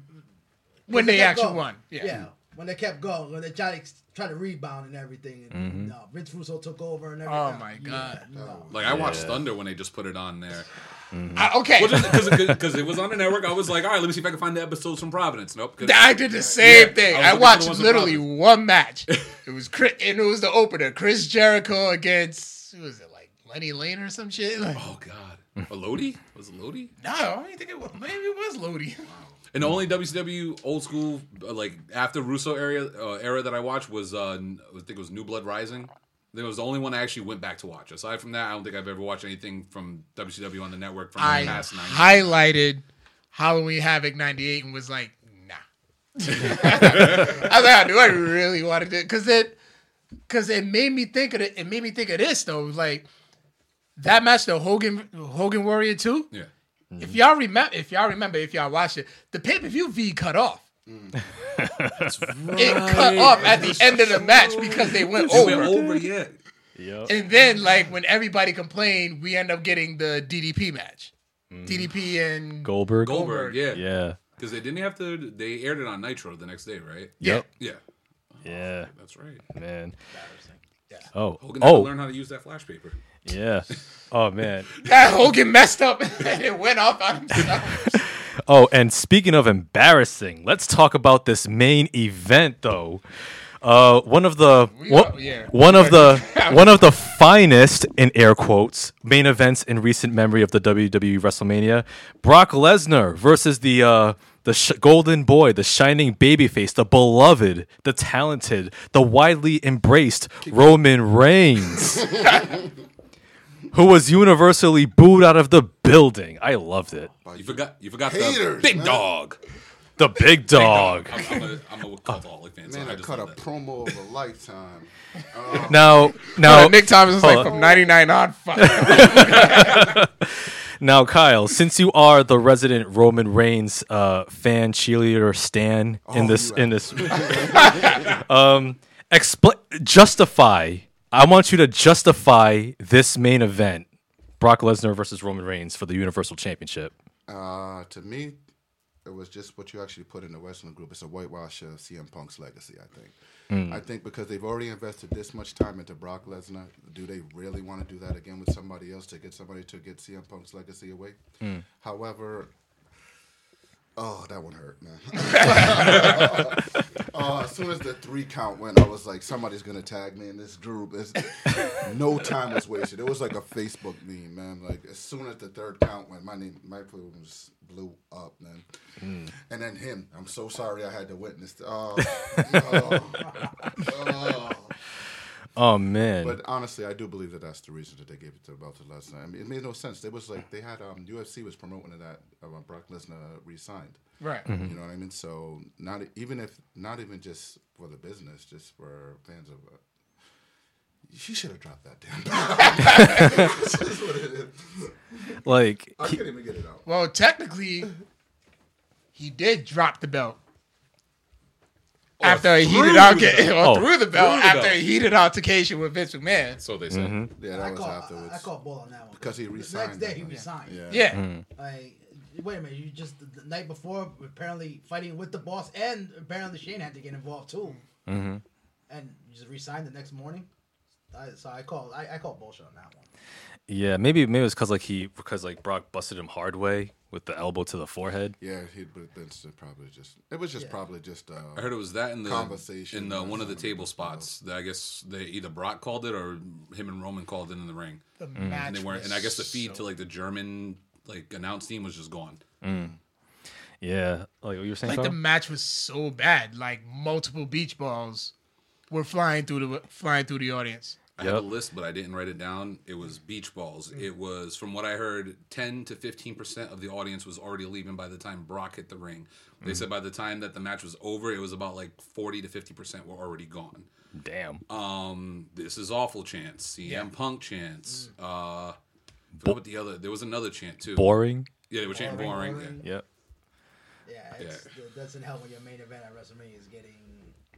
S2: when they
S3: kept
S2: actually
S3: going.
S2: won. Yeah.
S3: when they kept going, when they tried to try to rebound and everything, and
S6: Mm-hmm.
S3: no, Vince Russo took over and everything.
S2: Oh my God.
S3: Yeah, no.
S4: Like I watched Thunder when they just put it on there.
S1: Mm.
S2: I- okay.
S4: because it was on the network. I was like, all right, let me see if I can find the episodes from Providence. Nope. 'cause-
S2: I did the same
S4: Yeah,
S2: thing.
S4: I
S2: I,
S4: was looking for the
S2: watched
S4: ones with
S2: literally
S4: problems.
S2: one match. It was Chris, and it was the opener. Chris Jericho against who was it like Lenny Lane or some shit? Like,
S4: Oh God, a Lodi was it Lodi,
S2: no, I didn't think it was. Maybe it was Lodi.
S4: and the only WCW old school uh, like after Russo era uh, era that I watched was uh, n- I think it was New Blood Rising. I think It was the only one I actually went back to watch. Aside from that, I don't think I've ever watched anything from WCW on the network from
S2: I
S4: the past nine.
S2: highlighted Halloween Havoc '98 and was like, nah. I was like, do I really want to do it? Because it, because it made me think of it. It made me think of this though. Like that match, the Hogan Hogan Warrior two.
S4: yeah,
S2: If y'all remember, if y'all remember, if y'all watched it, the pay per view V cut off. It cut off at the end of the match because they went
S4: It went
S2: over.
S4: over yet.
S2: And then, like when everybody complained, we end up getting the DDP match, DDP and
S1: Goldberg.
S4: Goldberg, yeah, yeah,
S1: Yeah.
S4: because they didn't have to. They aired it on Nitro the next day, right?
S1: Yep.
S4: Yeah,
S1: Yeah,
S4: that's right.
S1: man. Oh,
S4: Hogan had to
S1: oh,
S4: learn how to use that flash paper.
S1: yeah. Oh man.
S2: that Hogan messed up and it went off on himself.
S1: Oh, and speaking of embarrassing, let's talk about this main event though. Uh, one of the
S2: We
S1: one,
S2: are- yeah.
S1: one of the one of the finest in air quotes main events in recent memory of the WWE WrestleMania, Brock Lesnar versus the uh, the sh- Golden Boy, the shining babyface, the beloved, the talented, the widely embraced Roman Reigns, who was universally booed out of the building. I loved it.
S4: You forgot. You forgot the
S6: Haters,
S4: big
S6: man.
S4: dog.
S1: The big dog.
S4: I'm, I'm a, I'm a Cultaholic fan. so
S6: Oh. Man,
S4: I
S6: I
S4: just
S6: cut a
S4: love that.
S6: promo of a lifetime.
S1: Now, now,
S2: Nick Thomas was like
S1: Oh. Hold on.
S2: from '99 on. Fuck.
S1: now, Kyle. Since you are the resident Roman Reigns uh, fan cheerleader, Stan in
S6: Oh,
S1: this
S6: you
S1: in this, um, explain, justify. I want you to justify this main event: Brock Lesnar versus Roman Reigns for the Universal Championship.
S6: Uh, to me, it was just what you actually put in the wrestling group. It's a whitewash of CM Punk's legacy, I think. I think because they've already invested this much time into Brock Lesnar, do they really want to do that again with somebody else to get somebody to get CM Punk's legacy away? However, Oh, that one hurt, man. oh, as soon as the three count went, I was like, somebody's gonna tag me in this group. It's, no time was wasted. It was like a Facebook meme, man. Like as soon as the third count went, my name, my phone just blew up, man. And then him. I'm so sorry I had to witness. th- Oh, oh, oh.
S1: Oh man.
S6: But honestly, I do believe that that's the reason that they gave it to the belt to Lesnar. I mean, it made no sense. It was like they had um, UFC was promoting that uh, Brock Lesnar re-signed.
S2: Right.
S6: You know what I mean? So not e, even if not even just for the business, just for fans of. Uh, she should have dropped that damn. belt. This is what it is.
S1: like
S6: I couldn't even get it out.
S2: Well, technically, he did drop the belt. after a
S4: through
S2: heated out
S4: the
S2: or
S1: Oh,
S2: through the belt
S4: through the
S2: after
S4: belt.
S2: a heated altercation with Vince McMahon.
S4: So they said.
S6: Yeah, that
S3: I
S6: was
S3: call,
S6: afterwards.
S3: I, I call bull on that one.
S6: Because he
S3: The
S6: resigned,
S3: Next day
S6: I
S3: he
S6: think.
S3: resigned.
S6: yeah.
S2: Yeah.
S3: Like, wait a minute, you just the- the night before apparently fighting with the boss, and apparently Shane had to get involved too. Mm-hmm. And you just resigned the next morning. I, so I call I, I call bullshit on that one.
S1: yeah, maybe maybe it was cause like he because like Brock busted him hard way with the elbow to the forehead.
S6: Yeah, he'd been been probably just. It was just probably just. Uh,
S4: I heard it was that in the
S6: Conversation
S4: in the
S6: or
S4: one of the
S6: something.
S4: table spots. That I guess they either Brock called it or him and Roman called it in the ring,
S2: The match
S4: Mm. and they weren't. And I
S2: was
S4: guess the feed
S2: so-
S4: to like the German like announce team was just gone.
S1: Yeah. Like what you were saying.
S2: like the
S1: Tom?
S2: match was so bad. Like multiple beach balls were flying through the flying through the audience.
S4: I have a
S1: Yep. Mm.
S4: list, but I didn't write it down. It was beach balls. It was, from what I heard, 10 to 15% of the audience was already leaving by the time Brock hit the ring.
S1: Mm.
S4: They said by the time that the match was over, it was about like 40 to 50% were already gone.
S1: Damn.
S4: Um, This is awful chance. CM Punk
S1: Mm.
S4: chance. Uh, forgot what the other, there was another chant too.
S1: Boring.
S4: yeah, they were chanting boring.
S3: Boring,
S4: Yeah.
S3: boring.
S1: Yep.
S3: Yeah, it's, that doesn't help when your main event at WrestleMania is getting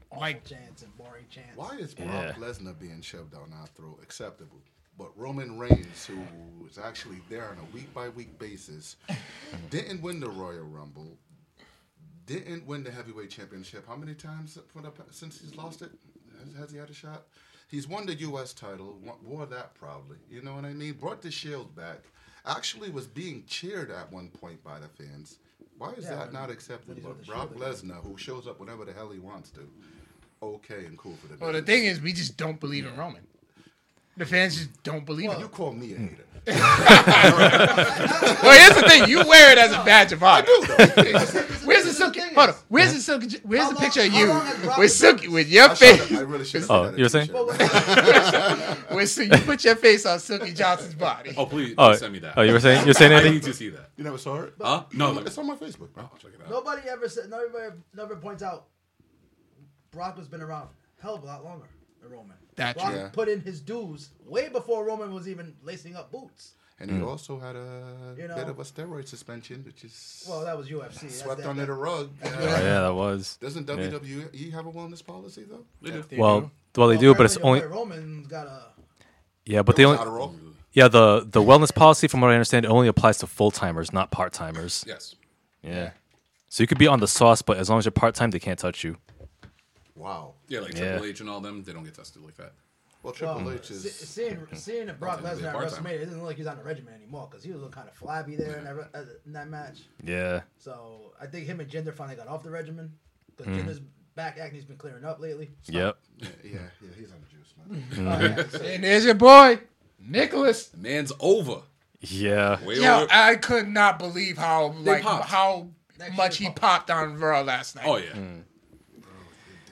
S3: awful
S2: Like-
S3: chance and boring chance.
S6: Why is Brock
S1: Yeah.
S6: Lesnar being shoved down our throat acceptable? But Roman Reigns, who is actually there on a week by week basis, didn't win the Royal Rumble, didn't win the heavyweight championship. How many times for the, since he's lost it? Has, has he had a shot? He's won the U.S. title, won- wore that proudly. You know what I mean? Brought the Shield back. Actually, was being cheered at one point by the fans. Why is
S3: Yeah,
S6: that
S3: when-
S6: not
S3: when
S6: accepted?
S3: he's
S6: But
S3: with the
S6: Brock
S3: Shield
S6: Lesnar, who shows up whenever the hell he wants to, okay and cool for the.
S2: Well, the
S6: business.
S2: thing is, we just don't believe in Roman. The fans just don't believe in
S6: You
S2: him.
S6: call me a hater.
S2: Well, here's the thing: you wear it as a badge of honor. Where's the silky? Hold on. Where's the silky? Where's
S3: How
S2: the
S3: long-
S2: picture of
S3: how
S2: you
S3: long has Brock
S2: with
S3: been
S2: silky with your
S6: I, should've-
S2: face?
S6: I really should have.
S1: Oh, you were saying?
S2: With Sil- you put your face on Silky Johnson's body.
S4: Oh, please,
S1: Oh,
S4: please send me that.
S1: oh, you were saying you're saying
S4: I need
S1: anything?
S4: to see that.
S6: You never saw it?
S4: Huh? No, look,
S6: It's on my Facebook, bro.
S4: check it out.
S3: Nobody ever said. Nobody never points out. Brock has been around a hell of a lot longer than Roman.
S2: That's
S3: Brock
S6: true.
S3: put in his dues way before Roman was even lacing up boots.
S6: And
S1: Mm.
S6: he also had a
S3: You know?
S6: bit of a steroid suspension, which is
S3: Well, that was UFC. That's
S6: swept
S3: that-
S6: under the
S3: that-
S6: rug.
S1: Oh,
S6: Yeah.
S1: yeah, that was.
S6: Doesn't
S1: Yeah.
S6: WWE have a wellness policy though?
S4: They do.
S1: Well, well, they do, but it's
S3: apparently
S1: only
S3: your boy Roman's got a.
S1: yeah, but they only
S6: Adderall.
S1: yeah the the wellness policy, from what I understand, it only applies to full timers, not part timers.
S4: Yes.
S1: Yeah. So you could be on the sauce, but as long as you're part time, they can't touch you.
S6: Wow.
S4: Yeah, like
S1: Yeah.
S4: Triple H and all them, they don't get tested like that.
S6: Well, Triple H
S3: See-
S6: is.
S3: Seeing seeing if Brock
S4: Ultimately
S3: Lesnar at
S4: part-time.
S3: WrestleMania, it doesn't look like he's on the regimen anymore because he was looking kind of flabby there in that, re- uh, in that match.
S1: Yeah.
S3: So I think him and Jinder finally got off the regimen because
S1: Mm-hmm.
S3: Jinder's back acne's been clearing up lately. uh,
S1: Yep.
S6: Yeah, yeah, he's on the juice, man.
S2: And there's your boy, Nicholas.
S4: The man's over.
S1: Yeah.
S4: Way
S2: Yo,
S4: over.
S2: I could not believe how like
S4: popped.
S2: how
S3: That
S2: much
S3: shit
S2: he popped on Raw last night.
S4: oh, yeah.
S1: Mm.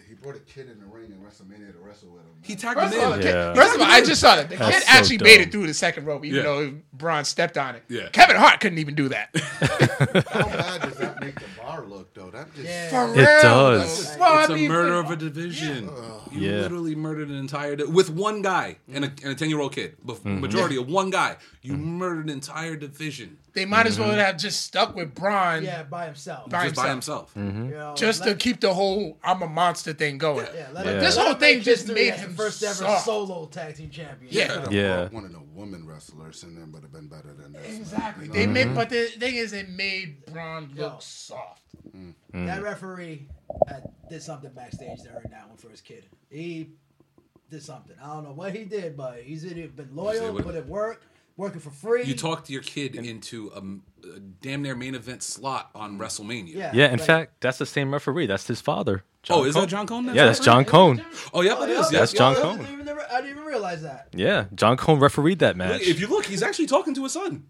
S6: He brought a kid in the ring in WrestleMania to wrestle with him. man.
S4: He tagged
S2: First of, all,
S4: him in.
S2: the kid-
S1: Yeah.
S2: first of all, I just saw that the
S1: That's
S2: kid
S1: so
S2: actually made
S1: dumb.
S2: it through the second rope, even
S4: Yeah.
S2: though Braun stepped on it.
S4: Yeah.
S2: Kevin Hart couldn't even do that.
S6: How bad does that make the bar look though? That just.
S3: Yeah.
S2: For
S1: It
S2: real,
S1: does.
S2: though. Well, I
S4: It's a
S2: mean,
S4: murder of a division. You
S1: Yeah.
S4: literally murdered an entire di- with one guy and a and a ten year old kid. But
S1: Mm-hmm.
S4: majority of one guy, you murdered an entire division
S2: They might as well have just stuck with Braun
S3: Yeah, by himself.
S2: By
S4: just by himself.
S2: himself.
S1: Mm-hmm.
S3: You know,
S2: just to
S3: let-
S2: keep the whole "I'm a monster" thing going.
S3: Yeah, let
S1: Yeah.
S3: him,
S1: This
S3: let
S2: whole
S3: him
S2: thing
S3: make
S2: just
S3: history
S2: made
S3: as
S2: him
S3: the first ever
S2: soft.
S3: solo tag team champion.
S2: Yeah.
S6: Could've
S1: Yeah.
S6: brought One of the women wrestlers in there, but it been better than this. man.
S2: Exactly.
S6: You know
S2: They
S6: what I
S2: made,
S6: mean?
S2: but the thing is, they made Braun
S3: Yo.
S2: look soft.
S1: Mm-hmm.
S3: That referee uh, did something backstage to earn that one for his kid. He did something. I don't know what he did, but he's either been
S4: Say
S3: loyal,
S4: what-
S3: but it worked. working for free.
S4: You talked your kid into a, a damn near main event slot on WrestleMania.
S3: Yeah.
S1: Yeah, in
S3: like-
S1: fact, that's the same referee. That's his father.
S4: Oh, is that
S1: Cohn.
S4: John Cohn?
S1: Yeah, that's John Cohn.
S4: Oh, yeah, it is.
S3: yeah,
S1: That's
S4: yeah.
S1: John
S3: yeah,
S1: Cohn.
S3: I didn't, even, never- I didn't even realize that.
S1: Yeah, John Cohn refereed that match.
S4: Look, If you look, he's actually talking to his son.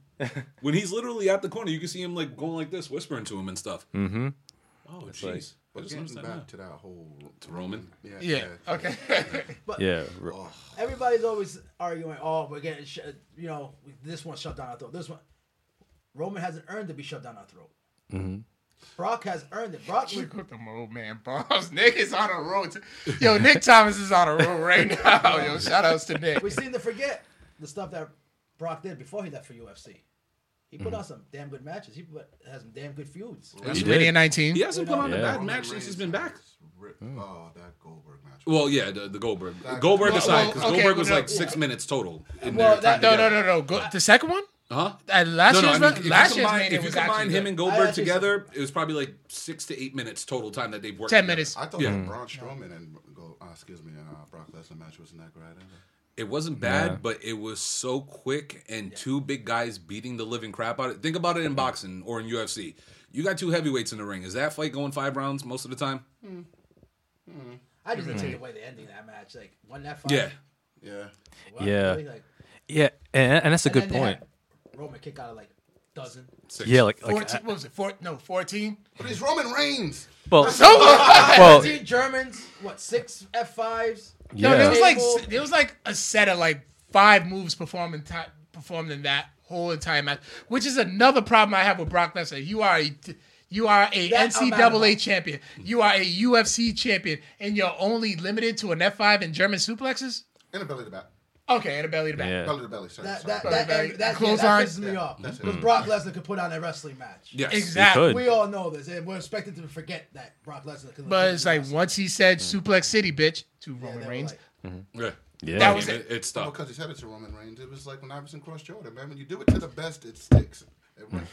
S4: when he's literally at the corner, you can see him like going like this, whispering to him and stuff. Mm-hmm. Oh, jeez. I
S6: But
S4: just
S6: getting
S4: noticed that
S6: back
S4: now.
S6: to that whole
S4: To Roman.
S6: yeah,
S2: Yeah. Okay.
S1: yeah, re-
S4: Oh.
S3: Everybody's always arguing, oh, we're getting, sh- you know, this one shut down our throat. This one. Roman hasn't earned to be shoved down our throat.
S1: Mm-hmm.
S3: Brock has earned it. Brock
S2: Look at them old man balls. Nick is on a roll. t- Yo, Nick Thomas is on a roll right now. Yo, shout outs to Nick.
S3: we seem to forget the stuff that Brock did before he left for UFC. He
S1: Mm-hmm.
S3: put on some damn good matches. He put, has some damn good feuds.
S1: he
S2: WrestleMania
S1: did.
S2: 19.
S4: He hasn't put on a
S1: Yeah.
S4: bad match since he's been back.
S6: Rip- Oh, that Goldberg match.
S4: Well, yeah, the, the Goldberg. Goldberg
S2: well,
S4: aside, because
S2: okay,
S4: Goldberg was
S2: well,
S4: like
S2: no.
S4: six minutes total. In
S3: Well,
S4: their
S3: that-
S4: time
S2: No, no,
S4: together.
S2: no, no. Go, the second one?
S4: Huh?
S2: At last
S4: No, no, I
S2: year's,
S4: mean,
S2: ma-
S4: if you
S2: last year's
S4: combine,
S2: main
S4: if
S2: event
S4: you
S2: was actually
S4: combine him and
S2: good.
S4: Goldberg
S3: actually-
S4: together, it was probably like six to eight minutes total time that they've worked.
S2: 10
S4: together.
S2: minutes.
S6: I thought
S4: Yeah.
S6: the Braun Strowman and Gold, uh, excuse me, uh, Brock Lesnar match wasn't that great either.
S4: It wasn't bad, but it was so quick and two big guys beating the living crap out of it. Think about it in boxing or in UFC. You got two heavyweights in the ring. Is that fight going five rounds most of the time?
S3: I just
S1: Mm-hmm.
S3: didn't take away the ending of that match. Like, won that fight.
S4: Yeah.
S6: Yeah.
S3: Wow,
S1: Yeah.
S3: really, like-
S1: yeah, and, and that's a
S3: and
S1: good
S3: then they
S1: point.
S3: had Roman kick out of like dozen.
S4: Six.
S1: Yeah, like, like
S2: 14, what was it? Four, no, 14.
S6: But he's Roman Reigns.
S1: well,
S2: No,
S1: well,
S3: Fifteen Germans, what six F fives?
S1: Oh, yeah,
S2: there was like
S3: Table.
S2: there was like a set of like five moves performed in ti- performed in that whole entire match, which is another problem I have with Brock Lesnar. You are a you are a
S3: That I'm mad
S2: NCAA
S3: about.
S2: champion. You are a UFC champion, and you're only limited to an F five and German suplexes.
S6: And a belly to back.
S2: Okay, and a belly to back.
S1: yeah.
S6: Belly to belly, sorry.
S3: That
S6: sorry.
S3: that that,
S2: Sorry,
S3: that, that, yeah,
S2: close
S3: that
S2: eyes.
S3: pisses me off
S6: that's it.
S3: because Brock Lesnar could put on a wrestling match.
S4: Yes.
S2: Exactly.
S1: could.
S3: We all know this, and we're expected to forget that Brock Lesnar could.
S2: But it's like once he said "suplex city, bitch" to
S3: they
S2: Roman
S3: were
S2: Reigns.
S3: like-
S4: Yeah.
S1: yeah.
S2: That was it.
S4: It's
S6: Well,
S4: stuff.
S6: because he said it to Roman Reigns. It was like when Iverson crossed Jordan, man. When you do it to the best, it sticks. It went-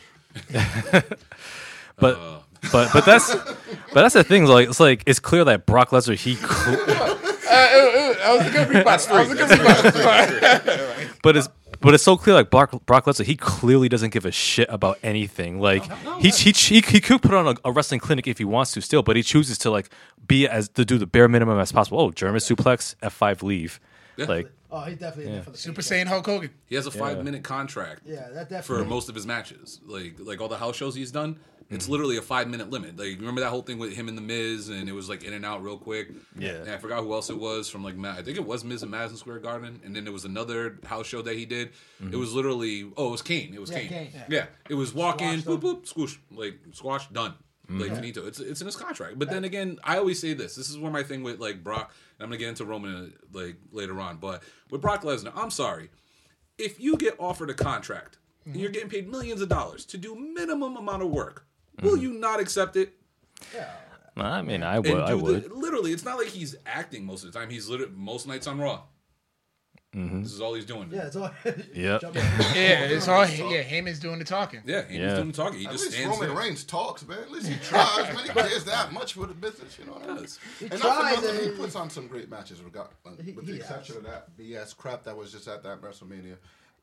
S1: but but but that's but that's the thing. Like it's like it's clear that Brock Lesnar he, cl-
S2: That was a good rebuttal. That was a good rebuttal.
S1: but it's but it's so clear like Brock Brock Lesnar he clearly doesn't give a shit about anything. Like he, he he he could put on a, a wrestling clinic if he wants to still, but he chooses to like be as to do the bare minimum as possible. Oh, German suplex, F five, leave. Like
S3: oh, he definitely did for the
S2: Super Saiyan
S3: paycheck.
S2: Hulk Hogan.
S4: He has a five minute contract
S3: Yeah, that
S4: for
S3: definitely. Mm-hmm.
S4: most of his matches. Like like all the house shows he's done, it's literally a five minute limit. Like remember that whole thing with him and the Miz, and it was like in and out real quick.
S1: Yeah.
S4: and I forgot who else it was from. Like Ma- I think it was Miz in Madison Square Garden, and then there was another house show that he did. It was literally oh, it was Kane. It was
S3: Mm-hmm. Yeah,
S4: Kane.
S3: Kane.
S4: Yeah. it was walk in, boop boop,
S3: Squashed
S4: squoosh, like squash done.
S1: Mm-hmm.
S4: Like finito. It's it's in his contract. But then again, I always say this. This is where my thing with like Brock. And I'm gonna get into Roman uh, like later on. But with Brock Lesnar, I'm sorry if you get offered a contract and you're getting paid millions of dollars to do minimum amount of work,
S1: Mm-hmm.
S4: will you not accept it?
S1: I mean, I would,
S4: And
S1: I
S4: do
S1: would.
S4: The, literally, it's not like he's acting most of the time. He's literally most nights on Raw.
S1: Mm-hmm.
S4: This is all he's doing.
S3: Yeah, it's all.
S1: Yep.
S3: Jump in.
S2: Yeah, it's all. Yeah, Heyman's doing the talking.
S4: yeah, he's
S1: Yeah.
S4: doing the talking. He
S6: At
S4: just
S6: least
S4: stands
S6: Roman
S4: there.
S6: Reigns talks, man. At least he tries, man. He cares that much for the business, you know what I mean?
S4: does.
S6: He and
S3: tries,
S6: not for nothing,
S3: and-
S6: he puts on some great matches, regard, uh, with
S3: he
S6: the
S3: does.
S6: exception of that BS crap that was just at that WrestleMania.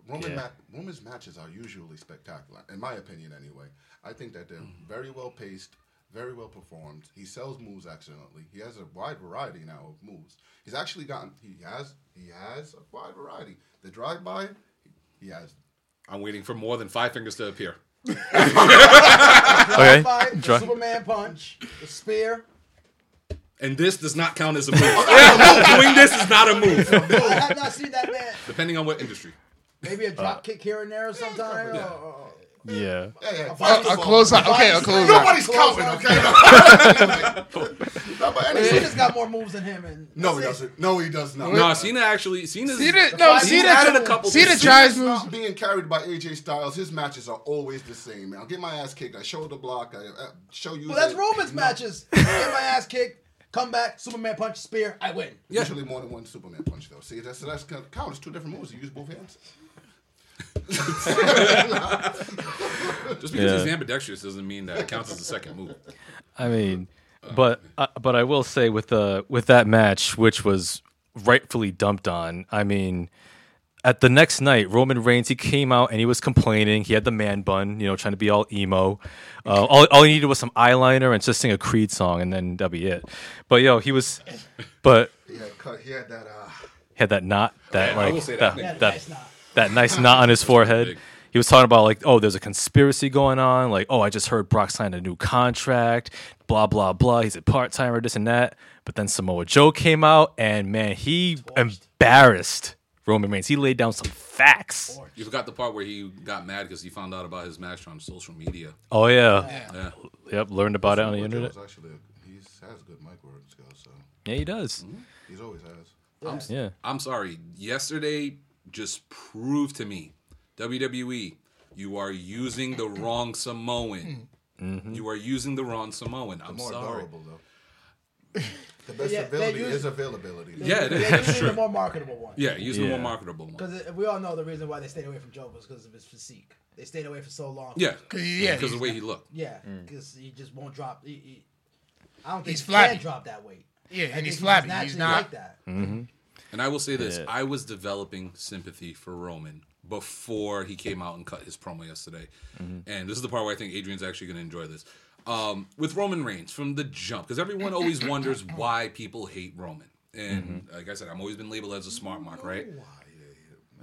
S6: Roman
S1: Yeah.
S6: ma- Roman's matches are usually spectacular, in my opinion, anyway. I think that they're
S4: Mm-hmm.
S6: very well paced, very well performed. He sells moves excellently. He has a wide variety now of moves. He's actually gotten he has he has a wide variety. The drive by, he has.
S4: I'm waiting for more than five fingers to appear.
S1: Okay,
S3: Five, the
S1: Dri-
S3: Superman punch, the spear.
S4: And this does not count as a move. Doing this is not a move.
S3: I have not seen that man.
S4: Depending on what industry.
S3: Maybe a drop kick here and there sometime.
S4: Yeah.
S3: Or, or,
S1: yeah.
S6: Yeah, yeah,
S3: vice-
S2: A close eye. Okay, a close eye.
S6: Nobody's
S3: Close
S6: counting,
S3: eye.
S6: okay? Nobody-
S3: Cena's got more moves than him, and
S6: No, he
S3: that's it.
S6: doesn't. No, he does not.
S4: No, Cena actually. Cena's,
S2: Cena, no,
S3: He's
S2: Cena,
S4: added a couple
S2: Cena
S4: things.
S2: tries
S6: He's
S2: moves.
S6: not being carried by AJ Styles. His matches are always the same, man. I'll get my ass kicked. I shoulder block. I uh, show you.
S3: Well, that's
S6: that-
S3: Roman's matches. Get my ass kicked, come back, Superman punch, spear, I win.
S6: Usually more than one Superman punch, though. See, that's that's gonna count. It's two different moves. You use both hands.
S4: Just because
S1: Yeah.
S4: he's ambidextrous doesn't mean that it counts as a second move.
S1: I mean, but uh, but I will say with the with that match, which was rightfully dumped on. I mean, at the next night, Roman Reigns he came out and he was complaining. He had the man bun, you know, trying to be all emo. Uh, all, all he needed was some eyeliner and just sing a Creed song, and then that'd be it. But yo, he was, but
S6: He had cut. He had that. Uh,
S1: he had that knot, that
S4: Yeah, I will
S1: like
S4: say
S1: that,
S4: that
S1: that,
S4: thing.
S3: That's not.
S1: that nice knot on his forehead.
S4: big.
S1: He was talking about like, oh, there's a conspiracy going on. Like, oh, I just heard Brock signed a new contract. Blah blah blah. He's a part timer, this and that. But then Samoa Joe came out, and man, he embarrassed Roman Reigns. He laid down some facts.
S4: You forgot the part where he got mad because he found out about his match on social media.
S1: Oh yeah,
S4: Yeah.
S1: yep. Learned about it on the
S6: Samoa Joe
S1: internet.
S6: is Actually, a, he has good mic work skills, so
S1: Yeah, he does.
S6: he's always has.
S1: Yeah,
S4: I'm sorry. Yesterday just proved to me, WWE, you are using the wrong Samoan.
S1: Mm-hmm.
S4: You are using the wrong Samoan. I'm
S6: More
S4: sorry.
S6: adorable though. The best
S3: Yeah, they
S6: ability
S3: use-
S6: is availability.
S4: Yeah,
S3: They're
S4: that's
S3: usually
S4: true.
S3: the more marketable one.
S4: Yeah, use the more
S1: Yeah.
S4: marketable one.
S3: Because we all know the reason why they stayed away from Joe was because of his physique. They stayed away for so long.
S4: Yeah,
S2: 'Cause he- yeah,
S4: because
S2: he's-
S4: of the way he looked.
S3: Yeah, because he just won't drop. He, he, I don't think
S2: He's
S3: he
S2: flabby.
S3: can drop that weight.
S2: Yeah,
S3: I
S2: and he's
S3: think
S2: flabby.
S3: just
S2: He's
S3: naturally
S2: not.
S3: like that.
S4: And I will say this:
S1: Yeah.
S4: I was developing sympathy for Roman before he came out and cut his promo yesterday. And this is the part where I think Adrian's actually going to enjoy this. Um, with Roman Reigns from the jump, because everyone always wonders why people hate Roman. And like I said, I've always been labeled as a smart mark, right?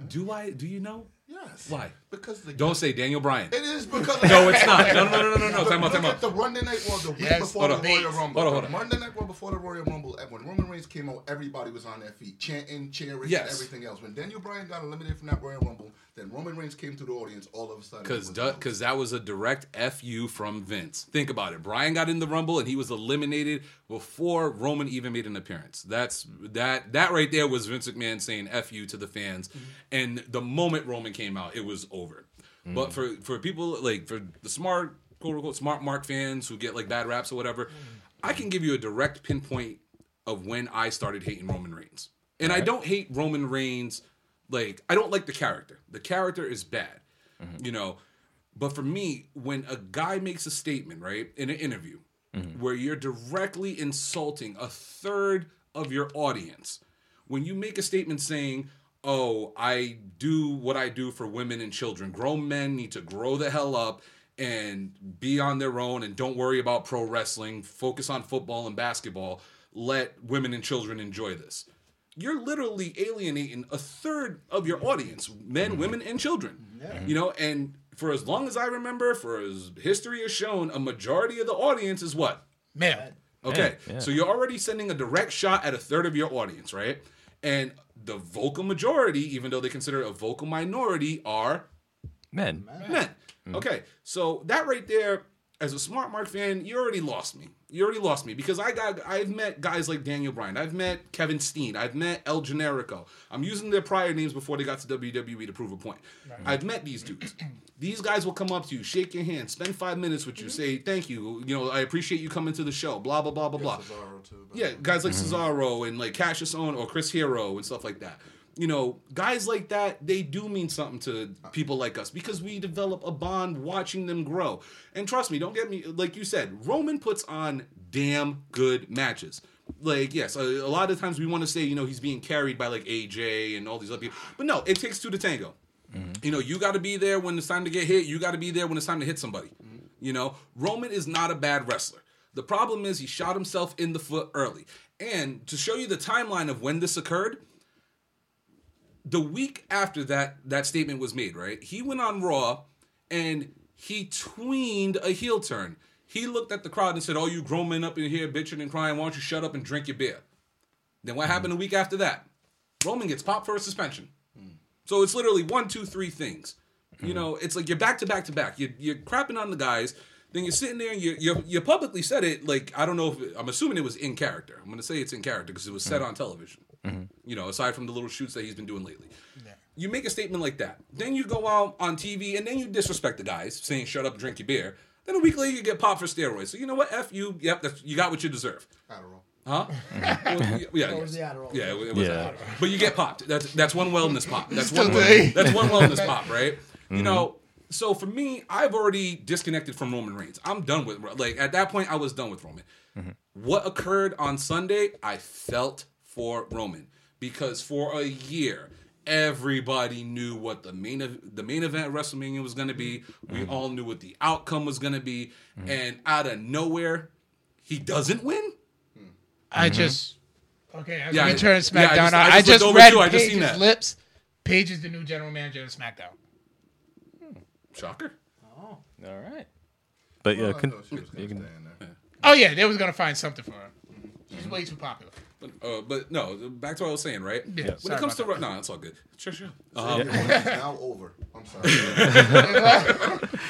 S4: Do I? Do you know?
S6: Yes.
S4: Why?
S6: Because the
S4: Don't say Daniel Bryan.
S6: It is because
S4: No, it's not. No, no, no, no, no, no.
S6: Look-
S4: Time out,
S6: look
S4: time
S6: at
S4: out.
S6: The Monday Night War, the week
S2: Yes,
S6: before
S4: hold
S6: the
S4: on.
S6: Royal Rumble.
S4: Hold on, hold
S6: The
S4: on.
S6: Monday Night War before the Royal Rumble. and When Roman Reigns came out, everybody was on their feet, chanting, cheering, and
S4: Yes.
S6: everything else. When Daniel Bryan got eliminated from that Royal Rumble, then Roman Reigns came to the audience all of a sudden.
S4: Because
S6: It was over.
S4: because that was a direct fu from Vince. Think about it. Brian got in the Rumble and he was eliminated before Roman even made an appearance. That's that that right there was Vince McMahon saying fu to the fans. And the moment Roman came out, it was over. But for for people like for the smart quote unquote smart Mark fans who get like bad raps or whatever, I can give you a direct pinpoint of when I started hating Roman Reigns. And I don't hate Roman Reigns like I don't like the character. The character is bad you know but for me when a guy makes a statement right in an interview where you're directly insulting a third of your audience when you make a statement saying oh i do what i do for women and children grown men need to grow the hell up and be on their own and don't worry about pro wrestling focus on football and basketball let women and children enjoy this you're literally alienating a third of your audience
S1: Mm-hmm.
S4: men women and children you know and for as long as i remember for as history has shown a majority of the audience is what
S2: Male.
S4: Okay.
S1: Yeah, yeah.
S4: So you're already sending a direct shot at a third of your audience, right? And the vocal majority, even though they consider it a vocal minority, are
S1: men.
S4: men. Okay. So that right there, as a smart mark fan, you already lost me. You already lost me because I got I've met guys like Daniel Bryan, I've met Kevin Steen, I've met El Generico. I'm using their prior names before they got to WWE to prove a point. I've met these dudes. these guys will come up to you, shake your hand, spend five minutes with you, say thank you, you know, I appreciate you coming to the show, blah blah blah blah blah.
S6: Cesaro, too, but-
S4: Yeah, guys like Cesaro and like Cassius Owen or Chris Hero and stuff like that. You know, guys like that, they do mean something to people like us because we develop a bond watching them grow. And trust me, don't get me, like you said, Roman puts on damn good matches. Like, yes, a, a lot of times we want to say, you know, he's being carried by like AJ and all these other people. But no, it takes two to tango. You know, you got to be there when it's time to get hit. You got to be there when it's time to hit somebody. You know, Roman is not a bad wrestler. The problem is he shot himself in the foot early. And to show you the timeline of when this occurred, the week after that that statement was made, right? He went on Raw and he tweened a heel turn. He looked at the crowd and said, "Oh, you grown men up in here bitching and crying. Why don't you shut up and drink your beer?" Then what happened a week after that? Roman gets popped for a suspension. So it's literally one, two, three things. You know, it's like you're back to back to back. You're, you're crapping on the guys. Then you're sitting there and you you you publicly said it. Like I don't know if I'm assuming it was in character. I'm gonna say it's in character because it was said on television. You know, aside from the little shoots that he's been doing lately. You make a statement like that, then you go out on TV and then you disrespect the guys, saying "shut up, drink your beer." Then a week later, you get popped for steroids. So you know what? F you. Yep, that's, you got what you deserve.
S6: Adderall.
S4: Huh? Well, yeah,
S3: was
S4: yes.
S3: the Adderall.
S4: yeah, it was- it was
S1: Yeah.
S4: Adderall. But you get popped. That's that's one wellness pop. That's
S2: Still
S4: one.
S2: day.
S4: Wellness, that's one wellness pop, right? You know. So for me, I've already disconnected from Roman Reigns. I'm done with like at that point, I was done with Roman. What occurred on Sunday, I felt for Roman because for a year, Everybody knew what the main ev- the main event at WrestleMania was going to be. We all knew what the outcome was going to be, and out of nowhere, he doesn't win.
S2: I just okay. I'm
S4: Yeah, I-
S2: gonna turn
S4: yeah, I
S2: Mm-hmm. SmackDown. on.
S4: just- I
S2: I
S4: just
S2: just,
S4: looked over
S2: read
S4: too, I just
S2: Paige's
S4: seen that.
S2: lips. Paige is the new general manager of SmackDown.
S4: Shocker.
S1: All right. But yeah,
S6: Well, I
S1: con-
S6: know she was gonna
S1: you can-
S6: stay in there.
S2: Oh yeah, they was gonna find something for her. She's way too popular.
S4: But, uh, but no, back to what I was saying, right?
S2: Yeah,
S4: When
S2: sorry
S4: it comes to
S2: about
S4: no, nah, it's all good. Sure, sure. Um,
S6: It's now over. I'm sorry.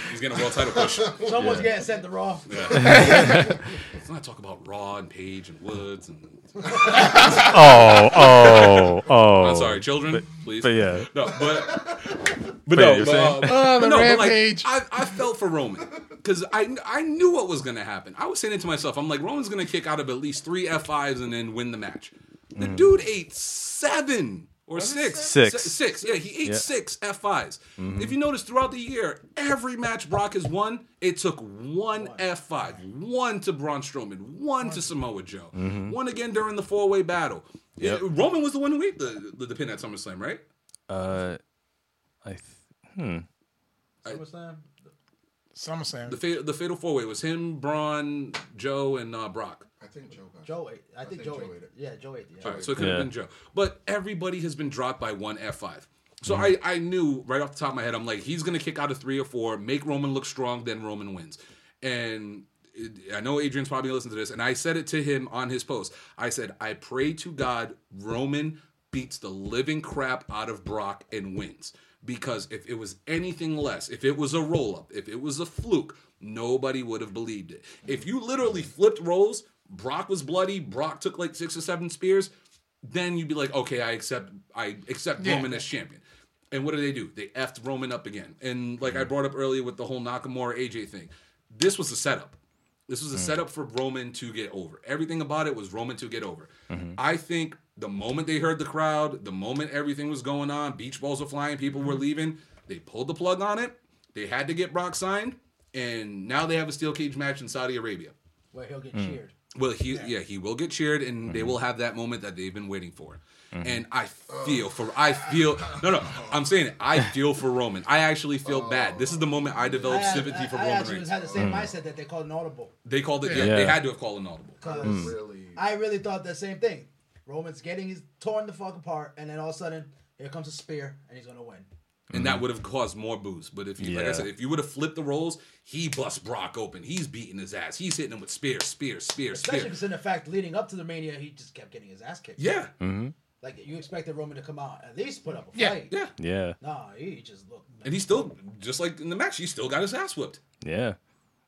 S4: He's getting a world title push.
S3: Someone's getting sent the Raw.
S4: Let's not talk about Raw and Page and Woods and.
S1: oh, oh, oh.
S4: I'm sorry, children, please.
S1: but yeah.
S4: No, but but
S1: yeah,
S4: no,
S1: you're
S4: but,
S1: saying?
S4: uh,
S2: Oh, the
S4: but no, but, like,
S2: rampage.
S4: I, I felt for Roman because I I knew what was gonna happen. I was saying it to myself. I'm like, Roman's gonna kick out of at least three F5s and then win the match. The dude ate seven or six.
S1: seven? Six.
S4: Se- six. Yeah, he ate
S1: Yeah.
S4: six F5s. If you notice throughout the year, every match Brock has won, it took one, F5, one to Braun Strowman, one to Samoa Joe, one again during the four way battle. Yeah, Roman was the one who ate the, the, the pin at SummerSlam, right?
S1: Uh, I th-
S3: SummerSlam.
S4: The,
S2: SummerSlam.
S4: fa- the fatal four way was him, Braun, Joe, and uh, Brock.
S6: I think Joe got
S3: Joe ate. I think,
S6: think
S3: Joe,
S6: Joe
S3: ate.
S6: ate it.
S3: Yeah, Joe ate. Yeah.
S4: All right, so it could have
S1: Yeah.
S4: been Joe. But everybody has been dropped by one F5. So I, I knew right off the top of my head, I'm like, he's going to kick out of three or four, make Roman look strong, then Roman wins. And it, I know Adrian's probably listening to this, and I said it to him on his post. I said, I pray to God Roman beats the living crap out of Brock and wins. Because if it was anything less, if it was a roll up, if it was a fluke, nobody would have believed it. If you literally flipped roles, Brock was bloody, Brock took like six or seven spears, then you'd be like, okay, I accept I accept
S2: Yeah.
S4: Roman as champion. And what do they do? They effed Roman up again. And like I brought up earlier with the whole Nakamura AJ thing, this was the setup. This was a setup for Roman to get over. Everything about it was Roman to get over. I think the moment they heard the crowd, the moment everything was going on, beach balls were flying, people were leaving, they pulled the plug on it. They had to get Brock signed, and now they have a steel cage match in Saudi Arabia.
S3: Where he'll get cheered.
S4: Well, he yeah, Mm-hmm. he will get cheered, and they will have that moment that they've been waiting for. And I feel for I feel no no I'm saying it I feel for Roman. I actually feel bad. This is the moment I
S3: I,
S4: developed
S3: had-
S4: sympathy
S3: I,
S4: for
S3: Oh. I
S4: Roman
S3: actually
S4: Reigns.
S3: had the same mindset that they called an audible.
S4: They called it. Yeah.
S1: Yeah.
S4: they had to have called an audible.
S3: 'Cause
S6: really.
S3: I really thought the same thing. Roman's getting his torn the fuck apart, and then all of a sudden, here comes a spear, and he's gonna win.
S4: and that would have caused more booze. But if you, like I
S1: Yeah.
S4: said, if you would have flipped the roles, he busts Brock open. He's beating his ass. He's hitting him with spear, spear, spear,
S3: Especially
S4: spear.
S3: because, in the fact, leading up to the mania, he just kept getting his ass kicked.
S4: Yeah,
S3: Like you expected Roman to come out at least put up a
S2: Yeah,
S3: fight.
S4: yeah.
S1: yeah,
S3: Nah, he just looked.
S4: And he still, just like in the match, he still got his ass whipped.
S1: yeah,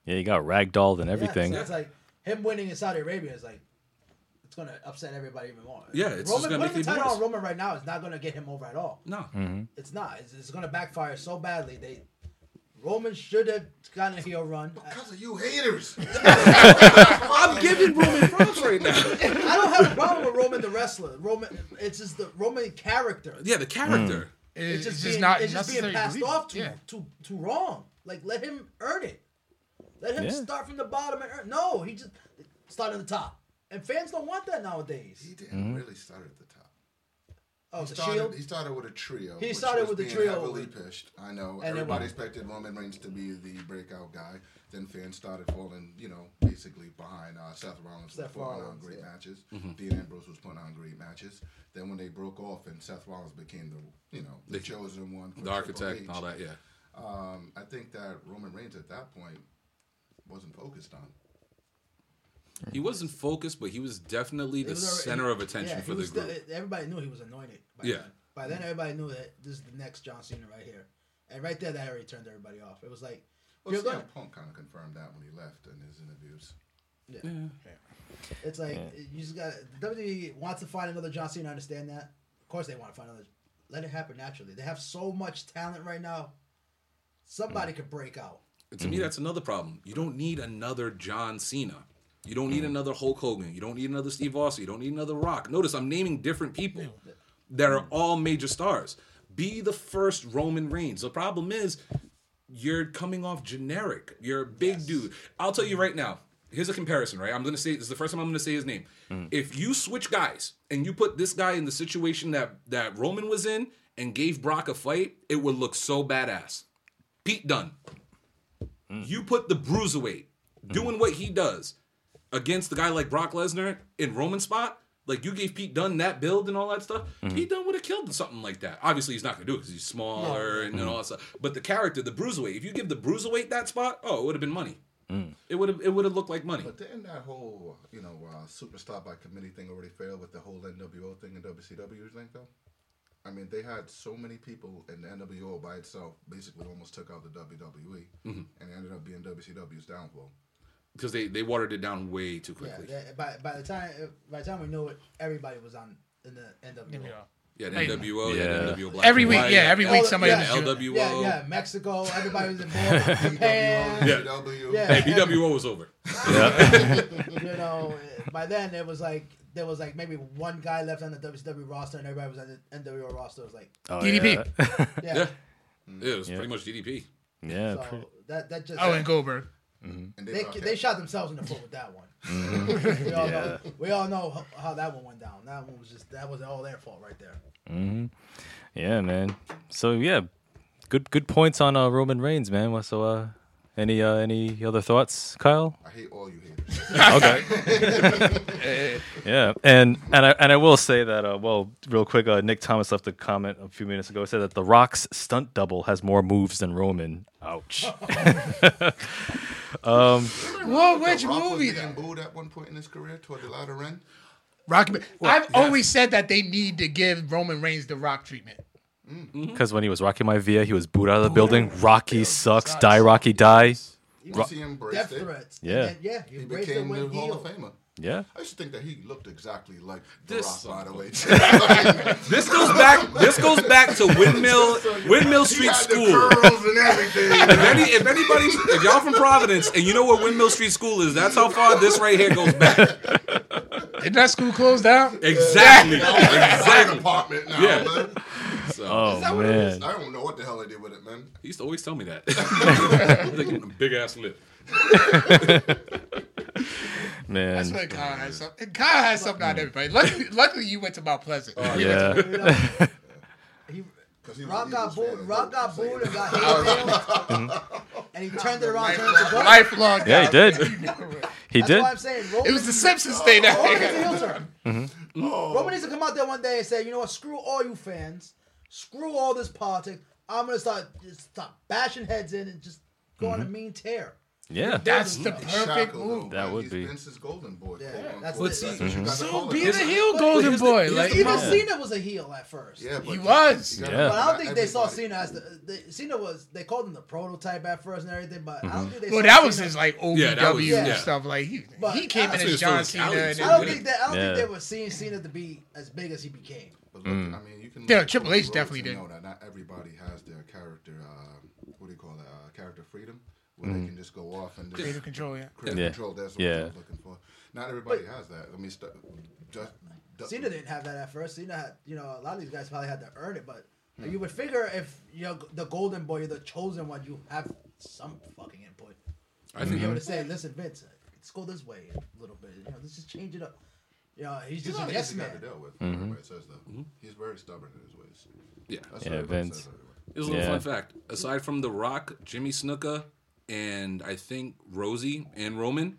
S1: yeah. You got ragdolled and everything.
S3: Yeah, so it's like him winning in Saudi Arabia is like it's gonna upset everybody even more.
S4: Yeah, it's just
S3: Roman
S4: gonna
S3: putting
S4: make
S3: the
S4: it
S3: title
S4: worse.
S3: on Roman right now is not gonna get him over at all.
S4: No,
S3: It's not. It's, it's gonna backfire so badly. They Roman should have gotten a heel run. I,
S6: Because of you haters.
S1: Mm-hmm.
S4: I'm giving Roman props right now.
S3: I don't have a problem with Roman the wrestler. Roman, it's just the Roman character.
S4: Yeah, the character.
S2: It's,
S3: It's just,
S2: it's
S3: being,
S2: not
S3: it's just
S2: necessary
S3: being
S2: to
S3: passed
S2: believe
S3: off
S2: it.
S3: too,
S2: Yeah.
S3: too too wrong. Like let him earn it. Let him
S1: Yeah.
S3: start from the bottom and earn. No, he just started at the top, and fans don't want that
S6: He
S3: nowadays.
S6: didn't really start at the top.
S3: Oh, the
S6: started,
S3: shield.
S6: He started with a trio.
S3: He
S6: which
S3: started
S6: was
S3: with the
S6: being
S3: trio
S6: Heavily
S3: with-
S6: pushed. I know.
S3: then
S6: Everybody
S3: what?
S6: expected Roman Reigns to be the breakout guy. Then fans started falling, you know, basically behind uh, Seth Rollins
S3: Seth
S6: was putting on
S3: Rollins,
S6: great
S3: yeah.
S6: matches.
S4: Mm-hmm.
S6: Dean Ambrose was putting on great matches. Then when they broke off and Seth Rollins became the, you know, the, chosen one, for
S4: The architect and
S6: Triple H,
S4: all that, yeah.
S6: Um, I think that Roman Reigns at that point wasn't focused on.
S4: He wasn't focused, but he was definitely
S3: It
S4: the
S3: was already-
S4: center of attention
S3: yeah,
S4: for
S3: he
S4: the
S3: was
S4: group.
S3: still- everybody knew he was anointed. By
S4: Yeah.
S3: Then. By then, everybody knew that this is the next John Cena right here, and right there, that already turned everybody off. It was like,
S6: Well,
S3: you're
S6: CM
S3: gonna-
S6: Punk kind of confirmed that when he left in his interviews.
S3: it's like you just got WWE E wants to find another John Cena. I understand that. Of course, they want to find another. Let it happen naturally. They have so much talent right now. Somebody could break out.
S4: And to me, that's another problem. You don't need another John Cena. You don't need another Hulk Hogan. You don't need another Steve Austin. You don't need another Rock. Notice I'm naming different people that are all major stars. Be the first Roman Reigns. The problem is you're coming off generic. You're a big dude. I'll tell you right now. Here's a comparison, right? I'm gonna say this is the first time I'm gonna say his name. If you switch guys and you put this guy in the situation that that Roman was in, and gave Brock a fight, it would look so badass. Pete Dunne,
S2: Mm.
S4: you put the bruiserweight doing what he does against the guy like Brock Lesnar in Roman spot. Like you gave Pete Dunne that build and all that stuff.
S2: Mm-hmm.
S4: Pete Dunne would have killed something like that. Obviously, he's not gonna do it because he's smaller and, and all that stuff. But the character, the bruiserweight, if you give the bruiserweight that spot, oh, it would have been money.
S2: Mm.
S4: It would have it would have looked like money.
S6: But didn't that whole, you know, uh, superstar by committee thing already fail with the whole NWO thing and WCW thing, though? I mean, they had so many people, and the NWO by itself basically almost took out the WWE,
S4: Mm-hmm.
S6: and it ended up being WCW's downfall.
S4: because they they watered it down way too
S3: Yeah,
S4: quickly. Yeah,
S3: that- by by the time by the time we knew it, everybody was on in the NWO.
S4: the NWO,
S1: Yeah.
S4: yeah, the NWO Black
S2: Every
S4: and
S2: week,
S4: White,
S2: yeah, every week
S3: All-
S2: somebody
S3: yeah,
S2: was
S4: the
S2: shooting.
S4: LWO.
S3: Yeah, yeah, Mexico. Everybody was involved. Japan.
S6: E,
S4: Yeah.
S6: WCW.
S3: Yeah.
S4: Hey, BWO was over.
S3: You know, eh, by then it was like there was like maybe one guy left on the WCW roster, and everybody was on the NWO roster. It was like,
S1: Oh,
S2: DDP.
S1: Yeah.
S3: yeah.
S4: Yeah, Yeah, it was pretty much DDP.
S1: Yeah,
S3: so
S1: pretty-
S3: that that just
S2: Oh, and Goldberg.
S6: And
S3: they
S6: brought
S3: they
S6: that-
S3: shot themselves in the foot with that one. we all know we all know how, how that one went down. That one was just that was all their fault right there.
S1: yeah, man. So yeah, good good points on uh, Roman Reigns, man. Well, So uh, any uh, any other thoughts, Kyle?
S6: I hate all you haters.
S1: Yeah, and and I and I will say that uh, well, real quick, uh, Nick Thomas left a comment a few minutes ago. He said that the Rock's stunt double has more moves than Roman. Ouch.
S2: Well, which
S6: The Rock was
S2: movie
S6: getting
S2: though?
S6: booed at one point in his career toward the latter end.
S2: Rocky. I've always said that they need to give Roman Reigns the Rock treatment.
S1: Because when he was Rocky Maivia, he was booed out of the building. Rocky sucks. Die Rocky die.
S6: Once he embraced
S3: Death
S6: it,
S3: threats.
S1: Yeah.
S3: and then, yeah. He,
S6: he
S3: embraced it
S6: became
S3: when
S6: the
S3: he
S6: Hall of
S3: healed.
S6: Famer.
S1: Yeah.
S6: I used to think that he looked exactly like The
S4: This
S6: Rock, by the way.
S4: This goes back. This goes back to Windmill Windmill
S6: he
S4: Street
S6: had the
S4: School.
S6: curls and everything.
S4: If, any, if anybody, if y'all from Providence and you know where Windmill Street School is, that's how far this right here goes back.
S2: Didn't that school close down?
S4: Exactly.
S6: Fire
S4: Exactly.
S6: department now,
S4: Yeah.
S6: man.
S4: So,
S1: Oh
S6: That what it is?
S1: man.
S6: I don't know what the hell they did with it, man.
S4: He used to always tell me that. They give him a big ass lip.
S2: That's
S1: Man.
S2: what Kyle has. some- Kyle has something on everybody. Luckily, luckily, you went to Mount Pleasant.
S4: Oh,
S1: Yeah.
S3: You know, he,
S6: 'Cause he was
S3: Rock
S6: an
S3: got
S6: Eagles fan,
S3: booed.
S6: so
S3: Rock got
S6: I'm saying-
S3: booed and got hate mail, and he turned it around. Turned it to gold.
S2: Lifelong.
S1: Yeah, he
S2: guy.
S1: did. He
S3: That's
S1: did.
S3: why I'm saying Roman,
S2: It was the Simpsons thing that
S3: Roman is a heel turn.
S6: Oh.
S3: Roman needs to come out there one day and say, you know what? Screw all you fans. Screw all this politics. I'm gonna start just stop bashing heads in and just go on a mean tear.
S1: Yeah.
S2: That's the perfect
S6: Shackled him,
S2: move.
S6: man.
S1: That would
S6: He's
S1: be.
S6: Vince's golden boy.
S3: Yeah,
S6: quote,
S3: that's
S6: unquote.
S3: it.
S6: That's what you gotta
S2: So
S6: call
S2: be
S6: it.
S2: the heel golden boy.
S4: here's
S2: Like
S4: the-
S3: Even Cena was a heel at first.
S6: Yeah, but
S2: He was.
S6: you gotta
S1: Yeah.
S3: But I don't think they saw
S6: everybody.
S3: Cena as the, the Cena was. They called him the prototype at first and everything, but
S6: Mm-hmm.
S3: I don't think they.
S2: well,
S3: saw
S2: that was
S3: Cena-
S2: his like OVW
S4: Yeah, that was- yeah.
S2: stuff. Like he,
S3: But
S2: he came
S3: I-
S2: in
S4: I
S2: as
S4: see
S2: John
S4: it's
S2: Cena.
S4: Cali-
S2: And
S4: I
S3: I
S2: then,
S3: don't think that. I don't
S1: Yeah.
S3: think they were seeing Cena to be as big as he became.
S6: But look, I mean, you can
S2: Yeah,
S6: look at
S2: Triple
S6: Cody
S2: H
S6: Rhodes
S2: definitely
S6: and
S2: did.
S6: Know that not everybody has their character. Uh, what do you call that? Uh, character freedom, where they can just go off and
S2: creative
S6: just
S2: control. Yeah.
S6: creative
S1: Yeah.
S6: control. That's what
S1: Yeah.
S6: I was looking for. Not everybody has that. I mean, stu just du-
S3: Cena didn't have that at first. Cena had, you know, a lot of these guys probably had to earn it, but
S6: Hmm.
S3: you would figure if you're the golden boy, you're the chosen one, you have some fucking input.
S4: I think
S3: You know to say, listen, Vince, let's go this way a little bit. You know, let's just change it up. You know, he's,
S6: He's
S3: just
S6: not
S3: a
S6: an
S3: yes
S6: easy guy
S3: man.
S6: to deal with. Everybody says that.
S4: Mm-hmm.
S6: He's very stubborn in his ways.
S4: Yeah.
S6: That's
S1: Yeah,
S6: what everybody
S1: Vince.
S6: says everywhere.
S4: Here's a little
S1: Yeah.
S4: fun fact. Aside from The Rock, Jimmy Snuka, and I think Rosie and Roman,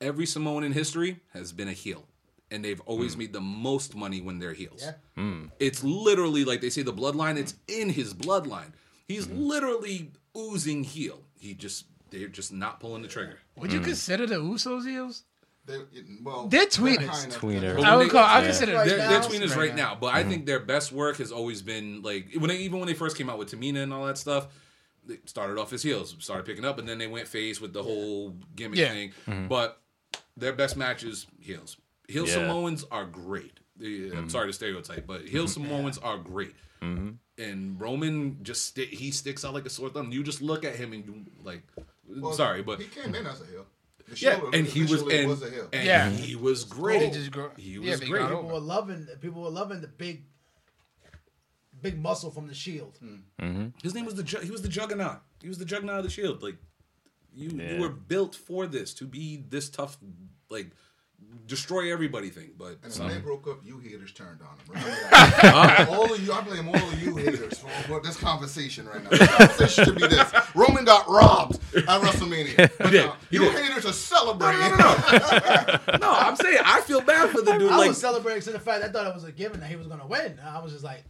S4: every Samoan in history has been a heel. And they've always made the most money when they're heels.
S3: Yeah.
S4: It's literally like they say the bloodline, it's in his bloodline. He's literally oozing heel. He just they're just not pulling the trigger.
S2: Would you consider the Usos heels?
S6: They, it- well,
S2: They're tweeners.
S6: kind of-
S1: Tweener.
S4: Well,
S2: I would
S4: they-
S2: call. I would
S1: yeah.
S2: consider
S3: Right
S4: Their,
S2: them
S4: their
S3: now.
S2: heels
S4: tweeners right now, Mm-hmm. but I think their best work has always been like when they, even when they first came out with Tamina and all that stuff. They started off as heels, started picking up, and then they went face with the whole gimmick
S2: Yeah.
S4: thing. But their best matches heels. Heel
S1: Yeah.
S4: Samoans are great. The- I'm sorry to stereotype, but heel Samoans are great. And Roman just sti he sticks out like a sore thumb. You just look at him and you like,
S6: Well,
S4: sorry, but
S6: he came in as a heel. The
S4: yeah,
S6: show
S4: and he was
S6: initially
S4: and,
S6: a heel.
S4: and
S2: Yeah.
S4: he was
S2: They
S4: great.
S2: just grow-
S4: He
S2: yeah,
S4: was
S2: they
S4: great.
S2: got
S3: People were loving. People were loving the big, big muscle from the Shield.
S6: Mm.
S4: His name was the ju- he was the juggernaut. He was the juggernaut of the shield. Like you
S1: Yeah.
S4: you were built for this to be this tough. Like destroy everybody thing, but
S6: And
S4: some- Uh-huh.
S6: when they broke up, you haters turned on them. Remember that. all of you, I blame all of you haters for, for this conversation right now. The conversation should be this: Roman got robbed at WrestleMania. But
S4: did.
S6: now,
S4: He
S6: you
S4: did.
S6: haters are celebrating.
S4: no, I'm saying I feel bad for the dude.
S3: I
S4: like,
S3: was celebrating to the fact I thought it was a given that he was gonna win. I was just like,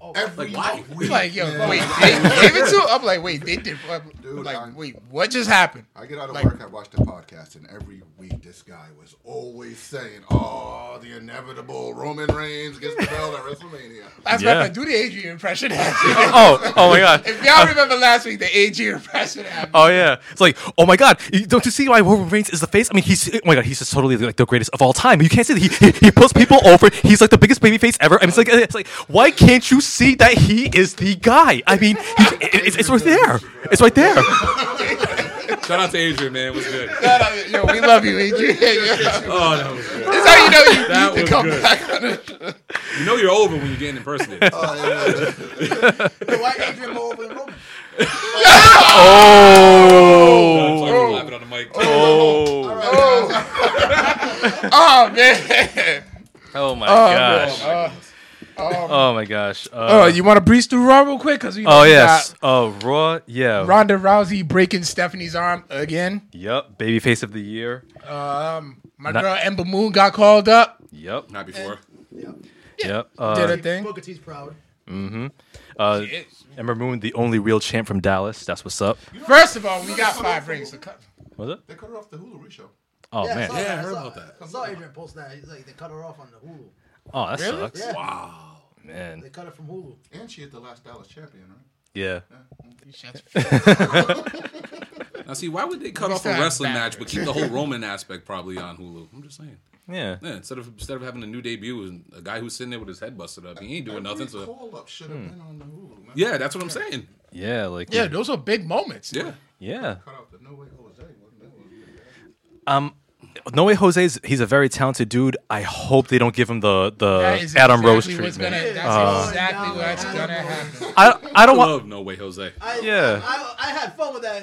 S3: oh,
S6: Every
S4: Like, why?
S6: week,
S2: Like, yo,
S6: man.
S2: wait, they gave it to I'm like, wait, they did. I'm
S6: Dude,
S2: like,
S6: I'm-
S2: wait, what just happened?
S6: I get out of
S2: Like-
S6: work, I watch the podcast, and every week this guy was always saying, "Oh, the inevitable Roman Reigns gets the belt at WrestleMania."
S2: Last
S1: Yeah.
S2: week, do the Adrian impression.
S1: Oh, oh my god.
S2: if y'all remember last week, the Adrian impression happened.
S1: Oh yeah, it's like, oh my god, you- don't you see why Roman Reigns is the face? I mean, he's oh my god, he's just totally like the greatest of all time. You can't say that he he, he puts people over. He's like the biggest baby face ever. I mean, it's like it's like why can't you see that he is the guy? I mean, he, it, it's, it's right there. It's right there.
S4: shout out to Adrian, man. It was good.
S2: No, no, yo, we love you, Adrian. That's
S4: Oh, that was good.
S2: how you know you
S4: That
S2: need
S4: was
S2: to come
S4: good.
S2: back on it.
S4: You know you're over when you're getting impersonated.
S3: Oh. why Adrian more over than Roman?
S1: Oh,
S4: That's why we're laughing on the mic.
S3: Oh.
S2: Oh man.
S1: oh my gosh,
S2: Uh,
S1: oh my gosh.
S2: oh,
S1: Uh,
S2: you want to breeze through Raw real quick? Cause you know
S1: oh
S2: we
S1: yes, uh, Raw, yeah,
S2: got Ronda Rousey breaking Stephanie's arm again.
S1: yep, baby face of the year,
S2: Um, my
S1: Not-
S2: girl Ember Moon got called up.
S1: yep,
S4: Not before.
S1: yep.
S2: Did
S1: Uh,
S2: her thing.
S3: Booker T's proud.
S1: uh, Ember Moon, the only real champ from Dallas. That's what's up.
S2: First of all, we got five rings to cut.
S1: Was it?
S6: They cut her off the Hulu show.
S1: Oh
S3: yeah, I
S1: man.
S3: saw that,
S4: I heard
S3: saw-
S4: about that.
S3: I saw Adrian post that. He's like, they cut her off on the Hulu.
S1: Oh, that
S2: Really?
S1: sucks.
S3: Yeah,
S4: Wow.
S1: Man.
S3: they cut her from Hulu.
S6: And she is the last Dallas champion, right?
S1: Yeah.
S4: Now, see, why would they cut off a
S2: still have
S4: wrestling match
S2: backwards.
S4: but keep the whole Roman aspect probably on Hulu? I'm just saying.
S1: Yeah.
S4: Yeah, instead of instead of having a new debut, and a guy who's sitting there with his head busted up, he ain't doing nothing. So
S6: call up should have been on the Hulu. Man.
S4: yeah, that's what I'm saying.
S1: Yeah. Like.
S2: Yeah, those were big moments.
S4: Yeah,
S1: Yeah.
S6: Cut off the No Way Jose. wasn't it?
S1: No way, Jose's. He's a very talented dude. I hope they don't give him the the
S2: That is
S1: Uh, Adam
S2: exactly
S1: Rose
S2: what's
S1: treatment.
S2: gonna-
S3: Uh,
S2: that's exactly what's gonna happen.
S1: I Oh, I don't want.
S4: love No Way Jose.
S3: I,
S1: Yeah.
S3: I, I, had fun with that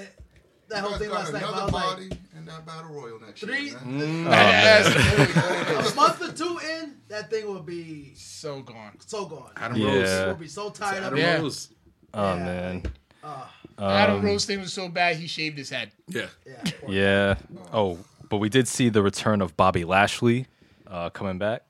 S3: that whole
S6: You
S3: thing last
S6: guys got
S3: night. but I
S6: another
S3: was
S6: body
S3: like,
S6: in that battle royal next
S3: three,
S6: year. man.
S3: a
S2: That's
S3: month or two in, that thing will be
S2: so gone.
S3: so gone.
S4: Adam
S1: Yeah.
S4: Rose.
S3: We'll be so tired of
S4: Adam
S3: it.
S2: Yeah.
S4: Rose.
S1: Oh man. Um,
S2: Adam Rose thing was so bad he shaved his head.
S4: Yeah.
S3: Yeah, of course.
S1: Yeah. Oh, but we did see the return of Bobby Lashley, uh, coming back.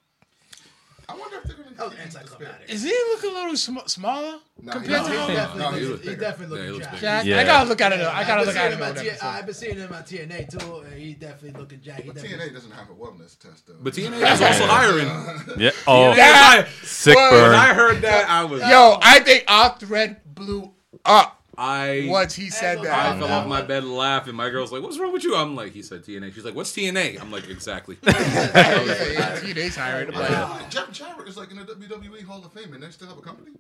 S6: I wonder if they're going
S3: that was
S6: to
S3: anticlimactic.
S2: Is he look a little sm- smaller
S6: Nah,
S2: compared
S6: nah,
S2: to
S3: He
S6: nah,
S2: how?
S6: nah.
S3: definitely
S6: no, he
S3: looks-
S6: looks
S3: he
S6: bigger.
S3: definitely
S4: Yeah, he
S3: looks
S4: looks
S3: jacked.
S2: Yeah,
S4: bigger.
S2: I- I
S1: Yeah.
S2: gotta look at it. I gotta look
S3: I've been
S2: at
S3: seeing
S2: it.
S3: him at
S2: over
S3: T-
S2: that
S3: I've
S2: episode.
S3: been seeing him at TNA too. And he definitely looking jacked. He
S6: But
S3: definitely-
S6: TNA doesn't have a wellness test, though.
S4: But TNA is also hiring.
S1: Yeah. Oh,
S4: Yeah.
S1: sick
S2: Well,
S4: When I
S1: burn.
S4: heard that, I was.
S2: Yo, I think our thread blew up
S4: I
S2: once he said
S4: I
S2: that.
S4: fell off my bed laughing. My girl's like, "What's wrong with you?" I'm like, "He said TNA." She's like, "What's TNA?" I'm like, "Exactly."
S2: Yeah, yeah, yeah, he's hired. I'm like,
S6: Wow. Jeff Jarrett is like in the WWE Hall of Fame, and they still have a company.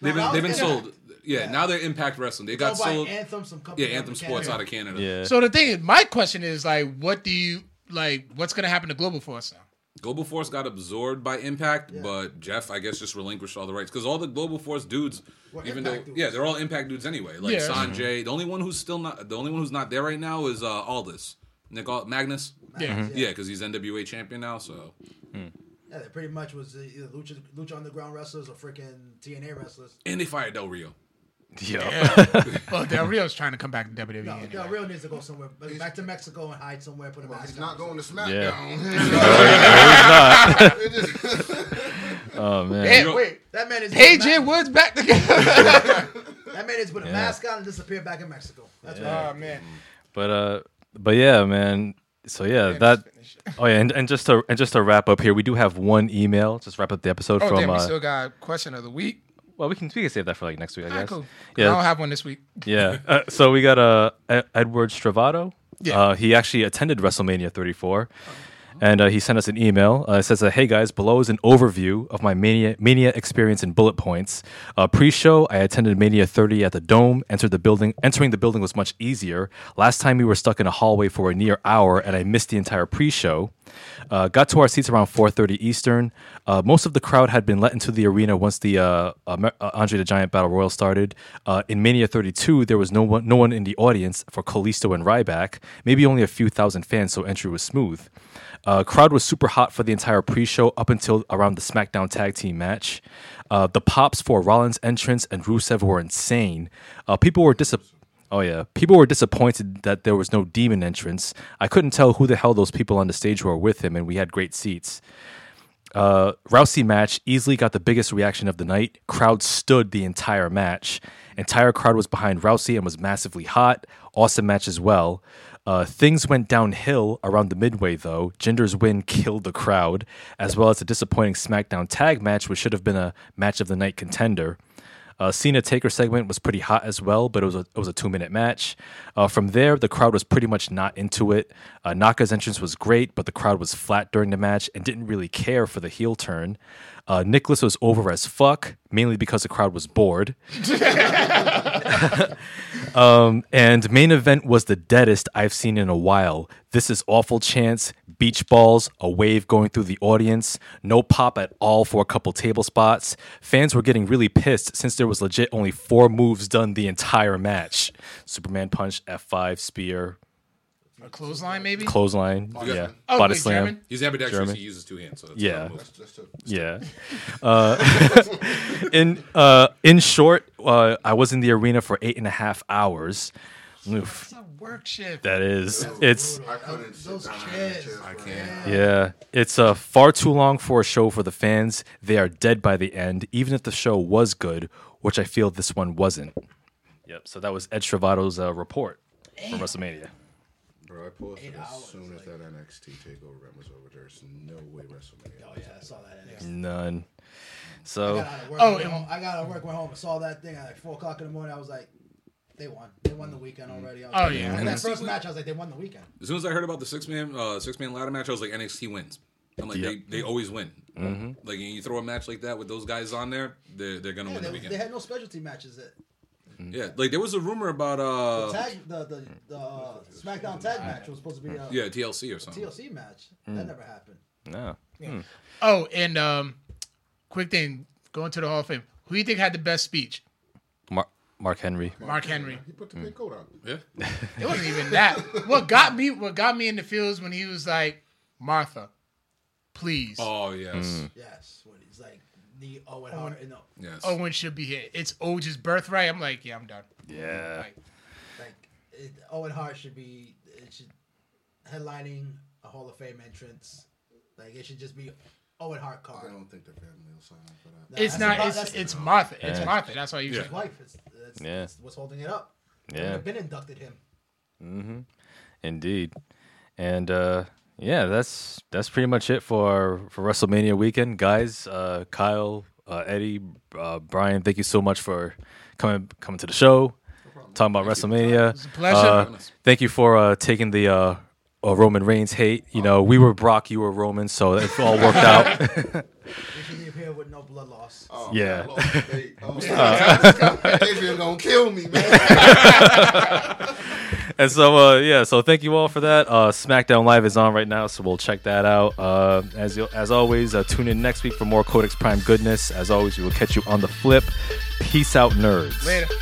S4: They've been
S3: No,
S4: they've been
S3: yeah.
S4: sold. Yeah, now they're Impact Wrestling. They got
S3: Owned by
S4: sold.
S3: Anthem, some company
S4: Yeah, Anthem
S3: in
S4: Sports
S3: Canada.
S4: out of Canada.
S1: Yeah.
S2: So the thing is, my question is like, what do you like? What's gonna happen to Global Force now?
S4: Global Force got absorbed by Impact, but Jeff, I guess, just relinquished all the rights because all the Global Force dudes, even though
S3: Impact dudes.
S4: yeah, they're all Impact dudes anyway. Like
S2: Yeah.
S4: Sanjay,
S1: Mm-hmm.
S4: the only one who's still not the only one who's not there right now is uh, Aldis, Nick Ald- Magnus.
S2: Yeah.
S4: Yeah, because he's NWA champion now. So
S3: Yeah, they pretty much was either lucha, lucha underground wrestlers or freaking TNA wrestlers.
S4: and they fired Del Rio.
S1: Yeah. Mm-hmm.
S2: Well, Oh, Del Rio's trying to come back to WWE.
S3: No,
S2: anyway.
S3: Del Rio needs to go somewhere, but back to Mexico and hide somewhere, put him
S6: Well,
S3: back.
S6: he's not going to
S1: Yeah.
S6: SmackDown.
S1: Oh man.
S2: Hey, wait,
S3: That man is
S2: AJ Woods back together.
S3: That man is put a mask on and disappear back in Mexico. That's
S2: oh man,
S1: But uh, but yeah, man. So yeah, that. Oh yeah, and, and just to and just to wrap up here, we do have one email. Just wrap up the episode
S2: oh
S1: from.
S2: damn, we
S1: uh,
S2: still got question of the week.
S1: well, we can we can save that for like next week, I
S2: All right,
S1: guess.
S2: cool. 'Cause
S1: Yeah,
S2: I don't have one this week.
S1: yeah. Uh, so we got uh, E- Edward Stravato.
S2: Yeah.
S1: Uh, he actually attended WrestleMania 34. And uh, he sent us an email. Uh, it says, uh, "Hey guys, below is an overview of my Mania, Mania experience in bullet points. Uh, pre-show, I attended Mania 30 at the Dome. Entered the building. Entering the building was much easier. Last time we were stuck in a hallway for a near hour, and I missed the entire pre-show. Uh, got to our seats around 4:30 Eastern. Uh, most of the crowd had been let into the arena once the uh, Amer- uh, Andre the Giant Battle Royal started. Uh, in Mania 32, there was no one, no one in the audience for Kalisto and Ryback. Maybe only a few thousand fans, so entry was smooth. Uh, crowd was super hot for the entire pre-show up until around the SmackDown Tag Team match. Uh, the pops for Rollins' entrance and Rusev were insane. Uh, people were disappointed. Oh yeah, people were disappointed that there was no demon entrance. I couldn't tell who the hell those people on the stage were with him, and we had great seats. Uh, Rousey match easily got the biggest reaction of the night. Crowd stood the entire match. Entire crowd was behind Rousey and was massively hot. Awesome match as well. Uh, things went downhill around the midway though. Jinder's win killed the crowd, as well as a disappointing SmackDown tag match, which should have been a match of the night contender. Uh, Cena Taker segment was pretty hot as well, but it was a, it was a two minute match. Uh, from there, the crowd was pretty much not into it. Uh, Naka's entrance was great, but the crowd was flat during the match and didn't really care for the heel turn. Uh, Nicholas was over as fuck, mainly because the crowd was bored. Um, and main event was the deadest I've seen in a while. This is awful chance, beach balls, a wave going through the audience, no pop at all for a couple table spots. Fans were getting really pissed since there was legit only four moves done the entire match. Superman punch, F5, spear,
S2: A clothesline, maybe?
S1: clothesline, yeah,
S2: Oh,
S1: body
S2: wait,
S1: slam.
S2: German?
S4: He's ambidextrous.
S1: Jeremy?
S4: He uses two hands. So that's
S1: Yeah.
S4: how it moves.
S1: Yeah. Uh, in uh, in short, uh, I was in the arena for eight and a half hours. Oof,
S2: It's a work shift.
S1: that is, it's
S6: I couldn't sit
S3: Those
S6: down in
S3: kids.
S6: that chair
S4: I
S6: for an
S4: can't.
S1: Yeah, it's uh, far too long for a show for the fans. They are dead by the end, even if the show was good, which I feel this one wasn't. Yep. So that was Ed Travado's uh, report from WrestleMania.
S6: Bro, I posted as soon as that NXT takeover run was over. There's no way WrestleMania.
S3: Oh yeah, I saw that. NXT.
S1: None. So
S3: Got out of work,
S2: Oh,
S3: went
S2: and-
S3: home- I got out of work, went home, and saw that thing at like four o'clock in the morning. I was like, they won. They won the weekend already. I was
S2: Oh,
S3: like-
S2: yeah.
S3: And that first match, I was like, they won the weekend.
S4: As soon as I heard about the six man uh, six man ladder match, I was like NXT wins. I'm like
S1: Yep.
S4: they, they always win.
S1: Mm-hmm.
S4: Like you throw a match like that with those guys on there, they're they're gonna
S3: Yeah,
S4: win the
S3: they,
S4: weekend.
S3: they had no specialty matches. That
S4: yeah, like there was a rumor about uh
S3: tag the the, the uh, SmackDown tag match was supposed to be uh, a
S4: yeah TLC or something.
S3: TLC match. That never happened.
S1: no.
S2: Oh, and um, quick thing going to the Hall of Fame. Who do you think had the best speech?
S1: Mar- Mark Henry.
S2: Mark Henry.
S6: He put the big coat on.
S4: Yeah,
S2: It wasn't even that. What got me? What got me in the fields when he was like, "Martha, please,
S4: oh yes,
S3: Mm. Yes, when he's like the Owen
S2: Oh.
S3: Hart and no,
S4: yes.
S2: Owen should be here. It's Oge's birthright." I'm like, "Yeah, I'm done."
S1: Yeah.
S2: Like,
S3: like it, Owen Hart should be it should headlining a Hall of Fame entrance. Like it should just be Owen Hart
S6: I
S3: card.
S6: don't think the family will sign up for that.
S3: Nah,
S2: it's
S3: that's
S2: not.
S3: about-
S2: It's
S3: that's
S2: it's Martha. It's
S1: Yeah.
S2: Martha. That's why you.
S4: Yeah.
S2: should-
S3: his wife. It's, that's,
S1: Yeah.
S3: that's what's holding it up.
S1: Yeah.
S3: I've been inducted him.
S1: Indeed. And uh, yeah, that's that's pretty much it for for WrestleMania weekend, guys. Uh, Kyle, uh, Eddie, uh, Brian, thank you so much for coming coming to the show, talking about WrestleMania.
S2: It's a pleasure.
S1: Uh, thank you for uh, taking the uh, uh, Roman Reigns hate. You know, we were Brock, you were Roman, so it all worked out.
S3: We should leave here with no blood loss.
S6: Oh,
S1: Yeah.
S6: man, Lord, they- oh, Adrian gonna kill me, man.
S1: and so, uh, yeah, so thank you all for that. Uh, SmackDown Live is on right now, so we'll check that out. Uh, as you, as always, uh, tune in next week for more Codex Prime goodness. As always, we will catch you on the flip. Peace out, nerds.
S2: Later.